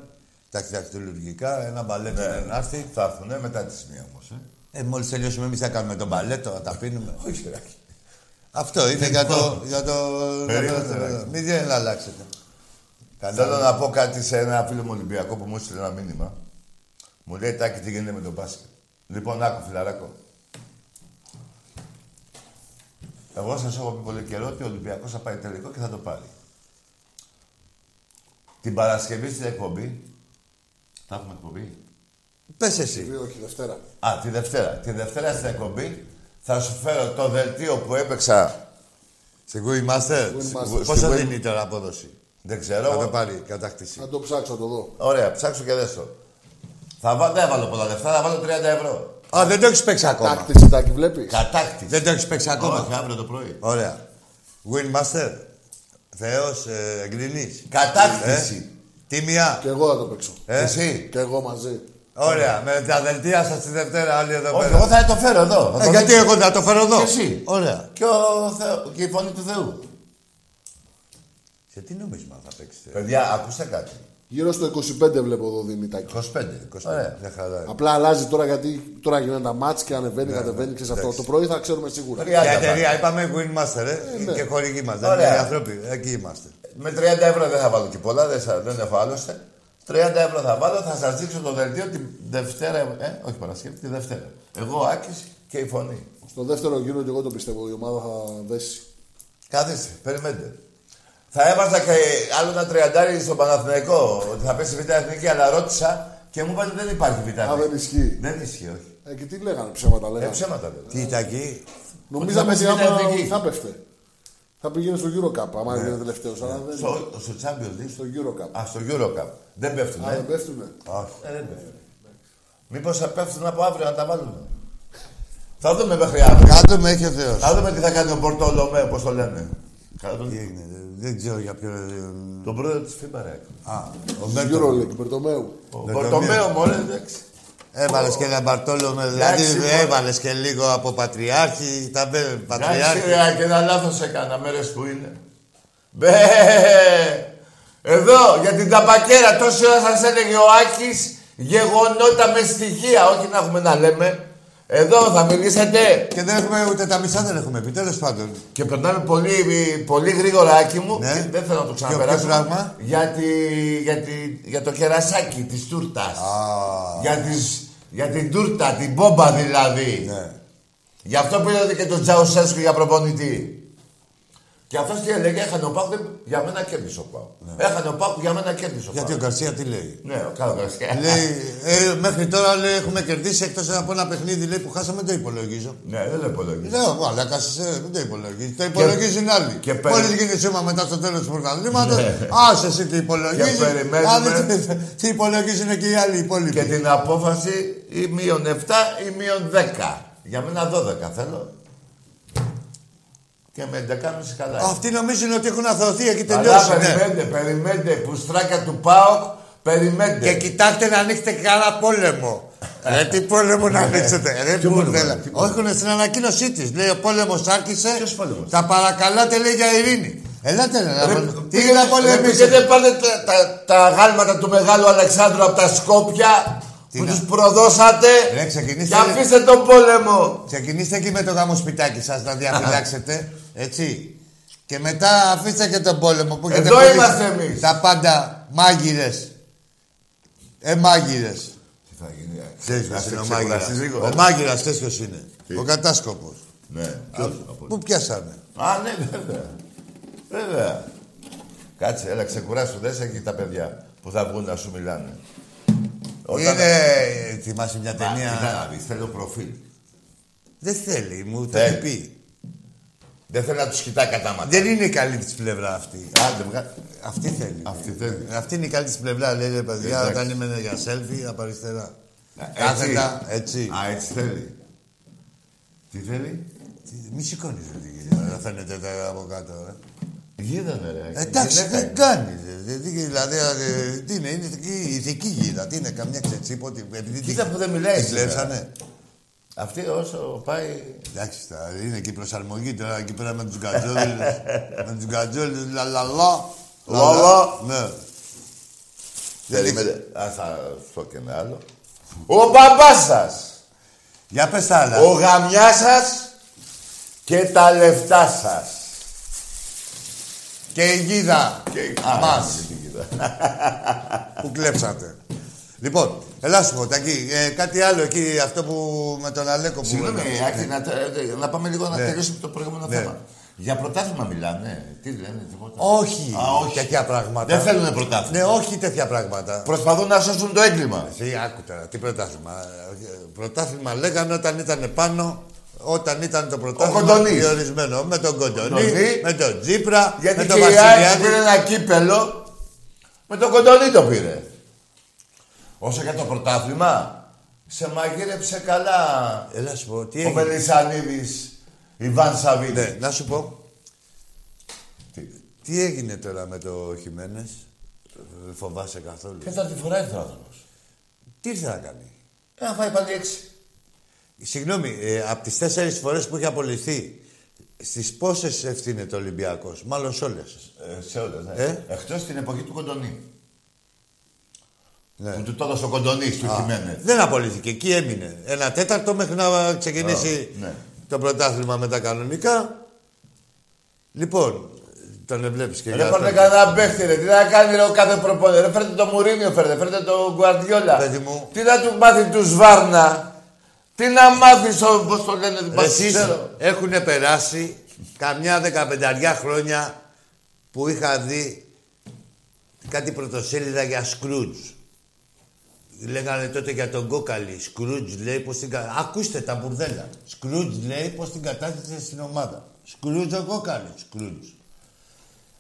Speaker 2: Ταχυδακτηλουργικά, ένα μπαλέτο ναι. να έρθει.
Speaker 3: θα έρθουν μετά τη μία όμως. Ε.
Speaker 2: Ε, Μόλις τελειώσουμε, εμείς θα κάνουμε τον μπαλέτο, θα τα πίνουμε.
Speaker 3: Όχι, ρε. Άκη.
Speaker 2: Αυτό είναι για το. Για το
Speaker 3: Περίμενε,
Speaker 2: για το-
Speaker 3: ρε.
Speaker 2: Μην δεν αλλάξετε.
Speaker 3: Ε, Θέλω να πω κάτι σε ένα φίλο μου Ολυμπιακό που μου έστειλε ένα μήνυμα. Μου λέει Τάκη, τι γίνεται με τον μπάσκετ. Λοιπόν, άκου φιλαράκο. Εγώ σας έχω πει πολύ καιρό ότι ο Ολυμπιακός θα πάει τελικό και θα το πάρει. Την Παρασκευή στην εκπομπή. Θα έχουμε εκπομπή.
Speaker 2: Πες εσύ.
Speaker 1: Όχι, Δευτέρα.
Speaker 3: Α, τη Δευτέρα. Τη Δευτέρα στην εκπομπή θα σου φέρω το δελτίο που έπαιξα.
Speaker 2: Στην Queen Master.
Speaker 1: Master.
Speaker 2: Πόσο
Speaker 3: Στην Queen-
Speaker 2: δίνει τώρα απόδοση.
Speaker 3: Δεν
Speaker 2: Θα το
Speaker 3: ξέρω.
Speaker 2: πάρει η κατάκτηση.
Speaker 1: Να το ψάξω, να το δω.
Speaker 3: Ωραία, ψάξω και δέσω. Θα βα... Δεν βάλω πολλά λεφτά, θα βάλω 30 ευρώ.
Speaker 2: Α, δεν το έχεις παίξει ακόμα.
Speaker 1: Τάκτη, τάκτη, βλέπεις.
Speaker 3: Κατάκτηση.
Speaker 2: Δεν το έχεις παίξει ακόμα.
Speaker 3: Όχι, αύριο το πρωί.
Speaker 2: Ωραία. Winmaster. Θεός ε, Εγκληνής.
Speaker 3: Κατάκτηση.
Speaker 2: Τίμια.
Speaker 1: Κι εγώ θα το παίξω.
Speaker 2: Ε.
Speaker 3: Εσύ.
Speaker 1: Κι εγώ μαζί.
Speaker 2: Ωραία. Με τα δελτία σας τη Δευτέρα όλοι εδώ
Speaker 3: Όχι,
Speaker 2: πέρα.
Speaker 3: εγώ θα το φέρω εδώ.
Speaker 2: Ε, γιατί εγώ να το φέρω εδώ.
Speaker 3: Και εσύ.
Speaker 2: Ωραία.
Speaker 3: Και, ο Θεό- και η φωνή του Θεού.
Speaker 2: Σε τι νόμισμα θα παίξετε.
Speaker 3: Παιδιά, ακούστε κάτι.
Speaker 1: Γύρω στο 25 βλέπω εδώ Δημητάκη.
Speaker 3: 25.
Speaker 2: 25.
Speaker 3: Ωραία.
Speaker 2: Μια χαρά.
Speaker 1: Απλά αλλάζει τώρα γιατί τώρα γίνανε τα μάτς και ανεβαίνει,
Speaker 3: Ναι,
Speaker 1: κατεβαίνει, ξέρεις αυτό. Το πρωί θα ξέρουμε σίγουρα.
Speaker 3: Τρία.
Speaker 2: Η
Speaker 3: Άντε,
Speaker 2: εταιρεία είπαμε Winmaster, ε.
Speaker 1: ναι.
Speaker 2: Και χορηγοί μας. Δεν
Speaker 3: Ωραία.
Speaker 2: είναι άνθρωποι.
Speaker 3: ε,
Speaker 2: Εκεί είμαστε.
Speaker 3: Με 30 ευρώ δεν θα βάλω και πολλά, δεν, σα- δεν έχω άλλωστε. 30 ευρώ θα βάλω, θα σας δείξω το δελτίο τη Δευτέρα. Ε, όχι Παρασκευή, τη Δευτέρα. Εγώ, Άκης και η φωνή.
Speaker 1: Στο δεύτερο γύρο και εγώ το πιστεύω η ομάδα θα δέσει.
Speaker 3: Κάθεστε, περιμένετε. Θα έβαζα και άλλο ένα τριαντάρι στον Παναθηναϊκό ότι θα πέσει β' εθνική, αλλά ρώτησα και μου είπατε δεν υπάρχει β'
Speaker 1: Α, δεν
Speaker 3: εθνική.
Speaker 1: ισχύει.
Speaker 3: Δεν ισχύει, όχι.
Speaker 1: Ε, και τι λέγανε, ψέματα
Speaker 3: Ε,
Speaker 1: λέγανε.
Speaker 3: ψέματα λέω.
Speaker 2: Τι ήταν εκεί.
Speaker 1: Νομίζαμε
Speaker 3: Ότι
Speaker 1: ότι
Speaker 3: θα
Speaker 1: άμα
Speaker 3: παίζει στην Εθνική.
Speaker 1: θα πέφτε. Θα πήγαινε στο Euro Cup,
Speaker 3: Ναι.
Speaker 1: άμα έγινε τελευταίος. Αλλά δεν είναι
Speaker 3: Στο, στο Champions League.
Speaker 1: στο Euro Cup.
Speaker 3: Α, στο Eurocup. Δεν πέφτουν,
Speaker 1: Α, δεν
Speaker 3: ε.
Speaker 1: πέφτουνε.
Speaker 3: Όχι, ε, δεν πέφτουν. Μήπως θα πέφτουν από αύριο να τα βάλουν. Θα δούμε μέχρι αύριο.
Speaker 2: Κάτω με έχει ο Θεός.
Speaker 3: Θα δούμε τι θα κάνει ο Μπορτολομέ, όπως το λένε. Θα δούμε.
Speaker 2: Τι έγινε, δε- δεν ξέρω για ποιο. ε,
Speaker 3: Τον πρόεδρο της FIBA, ρε.
Speaker 2: Α,
Speaker 1: Στο
Speaker 2: ο Μπέρτο.
Speaker 1: Euro League, Μπερτομέου.
Speaker 3: Ο Μπορτομέο, μωρέ, εντάξει.
Speaker 2: Έβαλες και ένα Μπαρτόλο, με-
Speaker 3: Εντάξει,
Speaker 2: δηλαδή
Speaker 3: μωρέ.
Speaker 2: έβαλες και λίγο από Πατριάρχη. Τα μπε-
Speaker 3: Εντάξει,
Speaker 2: Πατριάρχη.
Speaker 3: ρε, και ένα λάθος έκανα, μέρες που είναι. Μπε! Εδώ, για την ταπακέρα, τόση ώρα σας έλεγε ο Άκης γεγονότα με στοιχεία, όχι να έχουμε να λέμε. Εδώ θα μιλήσετε.
Speaker 2: Και δεν έχουμε ούτε τα μισά δεν έχουμε πει, τέλος πάντων.
Speaker 3: Και περνάμε πολύ, πολύ γρήγορα, Άκη μου.
Speaker 2: Ναι.
Speaker 3: και Δεν θέλω να το
Speaker 2: ποιο
Speaker 3: ξαναπεράσω.
Speaker 2: πράγμα?
Speaker 3: Για, τη- για, τη- για το κερασάκι της τούρτας. Για, τις- για την τούρτα, την μπόμπα δηλαδή.
Speaker 2: Ναι.
Speaker 3: Γι' αυτό πήρατε και τον Τζαουσέσκου για προπονητή. Και αυτός τι έλεγε, έχανε ο Πάκου, δεν- για μένα κέρδισε ο Πάκου. Έχανε ο Πάκου, για μένα κέρδισε ο
Speaker 2: Ναι. Γιατί ο
Speaker 3: Πάκου.
Speaker 2: Γκαρσία τι λέει.
Speaker 3: Ναι, ο Κάρος.
Speaker 2: λέει ε, μέχρι τώρα λέει, έχουμε κερδίσει εκτός από ένα παιχνίδι λέει, που χάσαμε, δεν το υπολογίζω.
Speaker 3: Ναι, δεν το υπολογίζει.
Speaker 2: Λέω, εγώ, αλλά κάτσε, δεν το υπολογίζει. Το υπολογίζουν άλλοι.
Speaker 3: και περι-
Speaker 2: Μόλις γίνει σήμα μετά στο τέλος του πρωταθλήματος,
Speaker 3: Ναι.
Speaker 2: άσε εσύ τι υπολογίζει.
Speaker 3: Και περιμένουμε.
Speaker 2: τι υπολογίζουν και οι άλλοι υπόλοιποι.
Speaker 3: Και την απόφαση ή μείον 7 ή μείον 10. Για μένα 12 θέλω. Και με 11,5 καλά. είναι.
Speaker 2: Αυτοί νομίζουν ότι έχουν αθωθεί εκεί
Speaker 3: Αλλά
Speaker 2: τελειώσει. ναι.
Speaker 3: περιμένετε, περιμένετε που στράκα του ΠΑΟΚ, περιμένετε.
Speaker 2: Και κοιτάξτε να ανοίξετε κανένα πόλεμο. Ρε τι πόλεμο να ανοίξετε. Ε, Ρε
Speaker 3: Ναι. Ποιο πόλεμο,
Speaker 2: μπουρδέλα.
Speaker 3: ρε, τι πόλεμο.
Speaker 2: Όχι, είναι στην ανακοίνωσή της. Λέει ο πόλεμος άρχισε.
Speaker 3: Ποιος πόλεμος?
Speaker 2: Τα παρακαλάτε λέει για ειρήνη. Ελάτε ρε, να
Speaker 3: Ρε,
Speaker 2: πολε- Τι
Speaker 3: πήγε
Speaker 2: να
Speaker 3: να πολεμήσει.
Speaker 2: πολεμήσετε.
Speaker 3: Δεν πάρτε τα, τα, τα γάλματα του μεγάλου Αλεξάνδρου από τα Σκόπια
Speaker 2: Τι
Speaker 3: που
Speaker 2: να-
Speaker 3: τους προδώσατε.
Speaker 2: Ρε, Ε, ξεκινήστε,
Speaker 3: Και
Speaker 2: ρε.
Speaker 3: αφήστε τον πόλεμο.
Speaker 2: Ξεκινήστε εκεί με το γάμο σπιτάκι σας να διαφυλάξετε. Έτσι. Και μετά αφήστε και τον πόλεμο που έχετε
Speaker 3: Εδώ
Speaker 2: πουλήσει
Speaker 3: είμαστε εμείς.
Speaker 2: Τα πάντα μάγειρες. Ε, μάγειρες.
Speaker 3: Τι θα γίνει, ε.
Speaker 2: Ξέρεις
Speaker 3: Να
Speaker 2: ποιο
Speaker 3: σε
Speaker 2: είναι ο
Speaker 3: ξεκουράσεις λίγο,
Speaker 2: μάγειρα. Ο
Speaker 3: ε.
Speaker 2: μάγειρας ξέρεις ποιος είναι. Ο κατάσκοπος.
Speaker 3: Ναι, ποιος, από-
Speaker 2: Πού πιάσανε.
Speaker 3: Α, ναι, βέβαια. Βέβαια. Κάτσε, έλα, ξεκουράσου. Δεν σε έχει τα παιδιά που θα βγουν να σου μιλάνε.
Speaker 2: Είναι, θυμάσαι μια
Speaker 3: Α, κοίτα
Speaker 2: ταινία.
Speaker 3: να δεις, θέλω προφίλ.
Speaker 2: Δεν θέλει, μου το
Speaker 3: Θέλει.
Speaker 2: έχει πει.
Speaker 3: Δεν θέλω να τους κοιτάει κατά μάτια.
Speaker 2: Δεν είναι η καλή της πλευρά αυτή.
Speaker 3: Άντε, βγα...
Speaker 2: Αυτή θέλει.
Speaker 3: Αυτή θέλει.
Speaker 2: Αυτή είναι η καλή της πλευρά, λέει ρε παιδιά,
Speaker 3: Εντάξει.
Speaker 2: όταν είμαι για selfie από αριστερά.
Speaker 3: Α, έτσι.
Speaker 2: Κάθετα, έτσι.
Speaker 3: Α, έτσι θέλει. Τι θέλει.
Speaker 2: Τι- Μη σηκώνεις την κυρία, να φαίνεται τα από κάτω. ε. ρε.
Speaker 3: Γίδανε, ρε.
Speaker 2: Ε, Εντάξει,
Speaker 3: Γυναίκα είναι.
Speaker 2: δεν κάνει. ρε. Δεν- τι- Δηλαδή, ε, τι είναι, είναι η ηθική γίδα. Τι είναι, καμιά ξετσίποτη. Επειδή την-
Speaker 3: Κοίτα που δεν μιλάει.
Speaker 2: την κλέψανε.
Speaker 3: Αυτή όσο πάει.
Speaker 2: Εντάξει, τα- είναι και η προσαρμογή τώρα εκεί πέρα με τους γκατζόλου. με τους γκατζόλου, λαλαλά.
Speaker 3: Λαλα.
Speaker 2: Ναι.
Speaker 3: Περίμενε. Α, θα στο και ένα άλλο. Ο μπαμπάς σας.
Speaker 2: Για πες τα άλλα.
Speaker 3: Ο γαμιάς σας και τα λεφτά σας.
Speaker 2: Και η γίδα μας.
Speaker 3: Μα.
Speaker 2: που κλέψατε. Λοιπόν, ελά σου πω, Τακί, ε, κάτι άλλο εκεί, αυτό που με τον Αλέκο που.
Speaker 3: Συγγνώμη, ε,
Speaker 2: Ναι.
Speaker 3: Άκη, να, τε- να πάμε λίγο να
Speaker 2: Ναι.
Speaker 3: τελειώσουμε το προηγούμενο
Speaker 2: Ναι.
Speaker 3: θέμα. Για πρωτάθλημα μιλάνε. ε, Τι λένε, τίποτα.
Speaker 2: Όχι,
Speaker 3: Α, όχι.
Speaker 2: τέτοια πράγματα.
Speaker 3: Δεν θέλουν πρωτάθλημα.
Speaker 2: Ναι, όχι τέτοια πράγματα.
Speaker 3: Προσπαθούν να σώσουν το έγκλημα.
Speaker 2: Τι άκου τώρα, τι πρωτάθλημα. Ε, Πρωτάθλημα λέγανε όταν ήταν πάνω, όταν ήταν το πρωτάθλημα.
Speaker 3: Κοντονής.
Speaker 2: διορισμένο. Με τον Κοντονή,
Speaker 3: Κοντονή.
Speaker 2: με τον Τζίπρα,
Speaker 3: Γιατί
Speaker 2: με
Speaker 3: και
Speaker 2: τον
Speaker 3: η Άρης πήρε
Speaker 2: Βασιλιάδη.
Speaker 3: ένα κύπελο με τον Κοντονή το πήρε. Όσο για το πρωτάθλημα, σε μαγείρεψε καλά
Speaker 2: Έλα Ε, σου πω, τι
Speaker 3: ο
Speaker 2: έγινε.
Speaker 3: Μελισανίδης, Ιβάν Σαββίδης.
Speaker 2: Ναι, να σου πω. Τι έγινε τώρα με το Χιμένες, φοβάσαι καθόλου.
Speaker 3: Τέταρτη φορά ήρθε ο άνθρωπος.
Speaker 2: Τι ήρθε να κάνει.
Speaker 3: Ένα φάει πάλι έξι.
Speaker 2: Συγγνώμη, ε, από τις τέσσερις φορές που έχει απολυθεί, στις πόσες ευθύνεται ο Ολυμπιακός, μάλλον σε όλες.
Speaker 3: Ε, σε όλες, ναι.
Speaker 2: Ε?
Speaker 3: Εκτός την εποχή του Κοντονή.
Speaker 2: Ναι.
Speaker 3: Που του το έδωσε ο Κοντονής του Χιμένε.
Speaker 2: Δεν απολύθηκε, εκεί έμεινε. Ένα τέταρτο μέχρι να ξεκινήσει
Speaker 3: Α, ναι.
Speaker 2: το πρωτάθλημα με τα κανονικά. Λοιπόν, τον βλέπει και
Speaker 3: Ρε
Speaker 2: για
Speaker 3: πάρτε
Speaker 2: τον-
Speaker 3: κανένα παίχτη, ρε. Τι να κάνει ρε, ο κάθε προπονητή. Ρε φέρτε το Μουρίνιο, φέρτε, φέρτε το Γκουαρδιόλα.
Speaker 2: Παιδί μου.
Speaker 3: Τι να του μάθει του Σβάρνα. Τι να μάθεις, στο- πώς το λένε, την
Speaker 2: Ρε, Εσείς
Speaker 3: Πασιστέρο.
Speaker 2: έχουν περάσει καμιά δεκαπενταριά χρόνια που είχα δει κάτι πρωτοσέλιδα για Σκρούτζ. Λέγανε τότε για τον Κόκαλη. Σκρούτζ λέει πως την κα- Ακούστε τα μπουρδέλα. Σκρούτζ λέει πως την κατάστησε στην ομάδα. Σκρούτζ ο Κόκαλης. Σκρούτζ.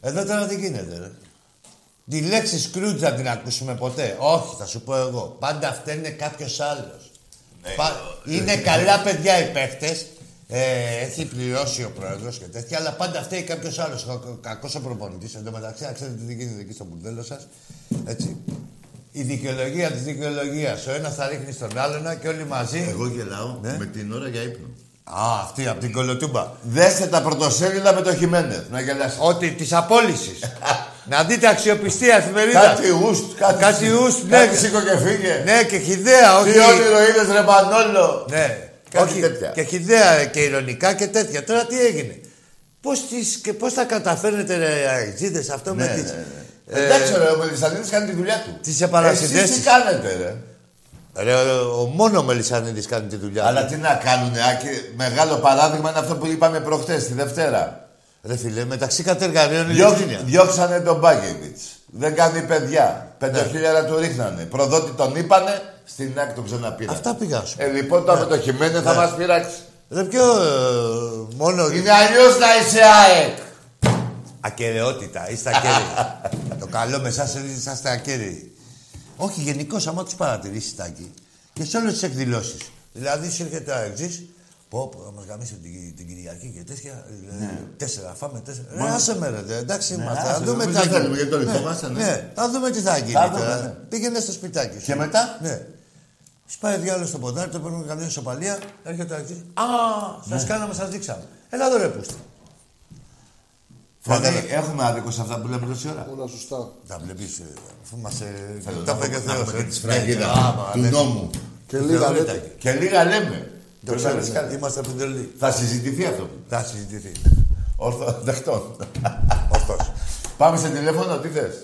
Speaker 2: Εδώ τώρα δεν γίνεται, ρε. Τη λέξη Σκρούτζ δεν την ακούσουμε ποτέ. Όχι, θα σου πω εγώ. Πάντα φταίνε κάποιος άλλος. Είναι καλά παιδιά οι παίχτες. Ε, έχει πληρώσει ο πρόεδρος και τέτοια, αλλά πάντα φταίει κάποιος άλλος. Κακός ο προπονητής. Εν τω μεταξύ, να ξέρετε τι γίνεται εκεί στο μπουρδέλο σας. Έτσι. Η δικαιολογία της δικαιολογίας. Ο ένας θα ρίχνει στον άλλον και όλοι μαζί.
Speaker 3: Εγώ γελάω με την ώρα για ύπνο.
Speaker 2: Α, αυτή από την κολοτούμπα.
Speaker 3: Δέστε τα πρωτοσέλιδα με το Χιμένεθ, να γελάσει.
Speaker 2: Ότι της απόλυσης. να δείτε αξιοπιστία εφημερίδα.
Speaker 3: Κάτι ουστ, κάτι,
Speaker 2: Κάτι ουστ, ναι.
Speaker 3: κάτι σήκω και φύγε.
Speaker 2: Ναι, και χιδέα, όχι.
Speaker 3: Τι όνειρο είδες ρε Μανόλο.
Speaker 2: Ναι,
Speaker 3: Κάτι
Speaker 2: όχι.
Speaker 3: τέτοια.
Speaker 2: Και χιδέα και ηρωνικά και τέτοια. Τώρα τι έγινε. Πώς, τις, και πώς τα καταφέρνετε ρε αεξίδες αυτό με τις...
Speaker 3: Ναι,
Speaker 2: ε,
Speaker 3: Εντάξει ρε, ο Μελισσανίδης κάνει τη δουλειά του.
Speaker 2: τις επανασυνδέσεις.
Speaker 3: Εσείς τι κάνετε ρε.
Speaker 2: Ρε, ο, ο μόνο Μελισανίδης κάνει τη δουλειά.
Speaker 3: Αλλά
Speaker 2: του.
Speaker 3: τι να κάνουνε, Άκη, μεγάλο παράδειγμα είναι αυτό που είπαμε προχτές, τη Δευτέρα.
Speaker 2: Ρε φίλε, μεταξύ κατεργαρίων είναι
Speaker 3: Διώξ,
Speaker 2: ειρήνια.
Speaker 3: διώξανε τον Μπάκεβιτς. Δεν κάνει παιδιά. Πέντε χιλιάρα του ρίχνανε. Προδότη τον είπανε, στην άκρη τον ξαναπήραν.
Speaker 2: Αυτά πήγα σου.
Speaker 3: Ε, λοιπόν, τώρα με το χειμένο θα μας πειράξει.
Speaker 2: Ρε ποιο ε, μόνο...
Speaker 3: Είναι αλλιώς να είσαι ΑΕΚ.
Speaker 2: Ακαιρεότητα, είστε ακέραιοι. το καλό με εσάς είναι ότι είσαστε ακέραιοι. Όχι, γενικώς, άμα του παρατηρήσει τάκι και σε όλες τις εκδηλώσεις. Δηλαδή, σου έρχεται ο Αεξή, πω, πω, θα μας γαμίσουν την, την Κυριακή και τέτοια. Δηλαδή, Τέσσερα, φάμε τέσσερα. Ρε, άσε με, ρε, εντάξει είμαστε.
Speaker 3: Ναι. άσε
Speaker 2: Θα
Speaker 3: με,
Speaker 2: δούμε τι
Speaker 3: μην
Speaker 2: θα
Speaker 3: το
Speaker 2: γίνει.
Speaker 3: θέλουμε, γιατί το
Speaker 2: Ναι,
Speaker 3: λυπόμαστε, ναι.
Speaker 2: Ναι, θα δούμε τι θα γίνει.
Speaker 3: Θα δούμε,
Speaker 2: τώρα.
Speaker 3: ναι.
Speaker 2: Πήγαινε στο σπιτάκι σου.
Speaker 3: Και μετά?
Speaker 2: Ναι. Σπάει διάλογος στο ποδάρι, το παίρνουμε καμιά σοπαλία, έρχεται ο Αεξή. Α, σας
Speaker 3: Ναι.
Speaker 2: κάναμε, σας δείξαμε. Έλα εδώ ρε, πούστε.
Speaker 3: Φωνή,
Speaker 2: Φωνή.
Speaker 3: έχουμε άδικο σε αυτά που λέμε τόση ώρα.
Speaker 4: Όλα σωστά.
Speaker 2: Τα βλέπεις, ε, αφού μας... ε,
Speaker 3: Θέλω
Speaker 2: Τα
Speaker 3: να
Speaker 2: είπε και ο
Speaker 3: έχουμε- να
Speaker 2: Θεός,
Speaker 3: έχουμε
Speaker 2: ε.
Speaker 3: τη
Speaker 2: Ναι,
Speaker 3: σφραγίδα
Speaker 2: άμα,
Speaker 3: του
Speaker 2: ναι.
Speaker 3: νόμου.
Speaker 4: Και λίγα
Speaker 2: Θεωρείτε.
Speaker 4: λέτε.
Speaker 3: Και λίγα λέμε.
Speaker 2: Το
Speaker 3: Πρέπει να
Speaker 2: ξέρεις,
Speaker 3: λες κάτι.
Speaker 2: Είμαστε πεντολοί.
Speaker 3: Θα συζητηθεί αυτό.
Speaker 2: Θα συζητηθεί.
Speaker 3: Ορθο δεχτών.
Speaker 2: Ορθώς.
Speaker 3: Πάμε σε τηλέφωνο, τι θες.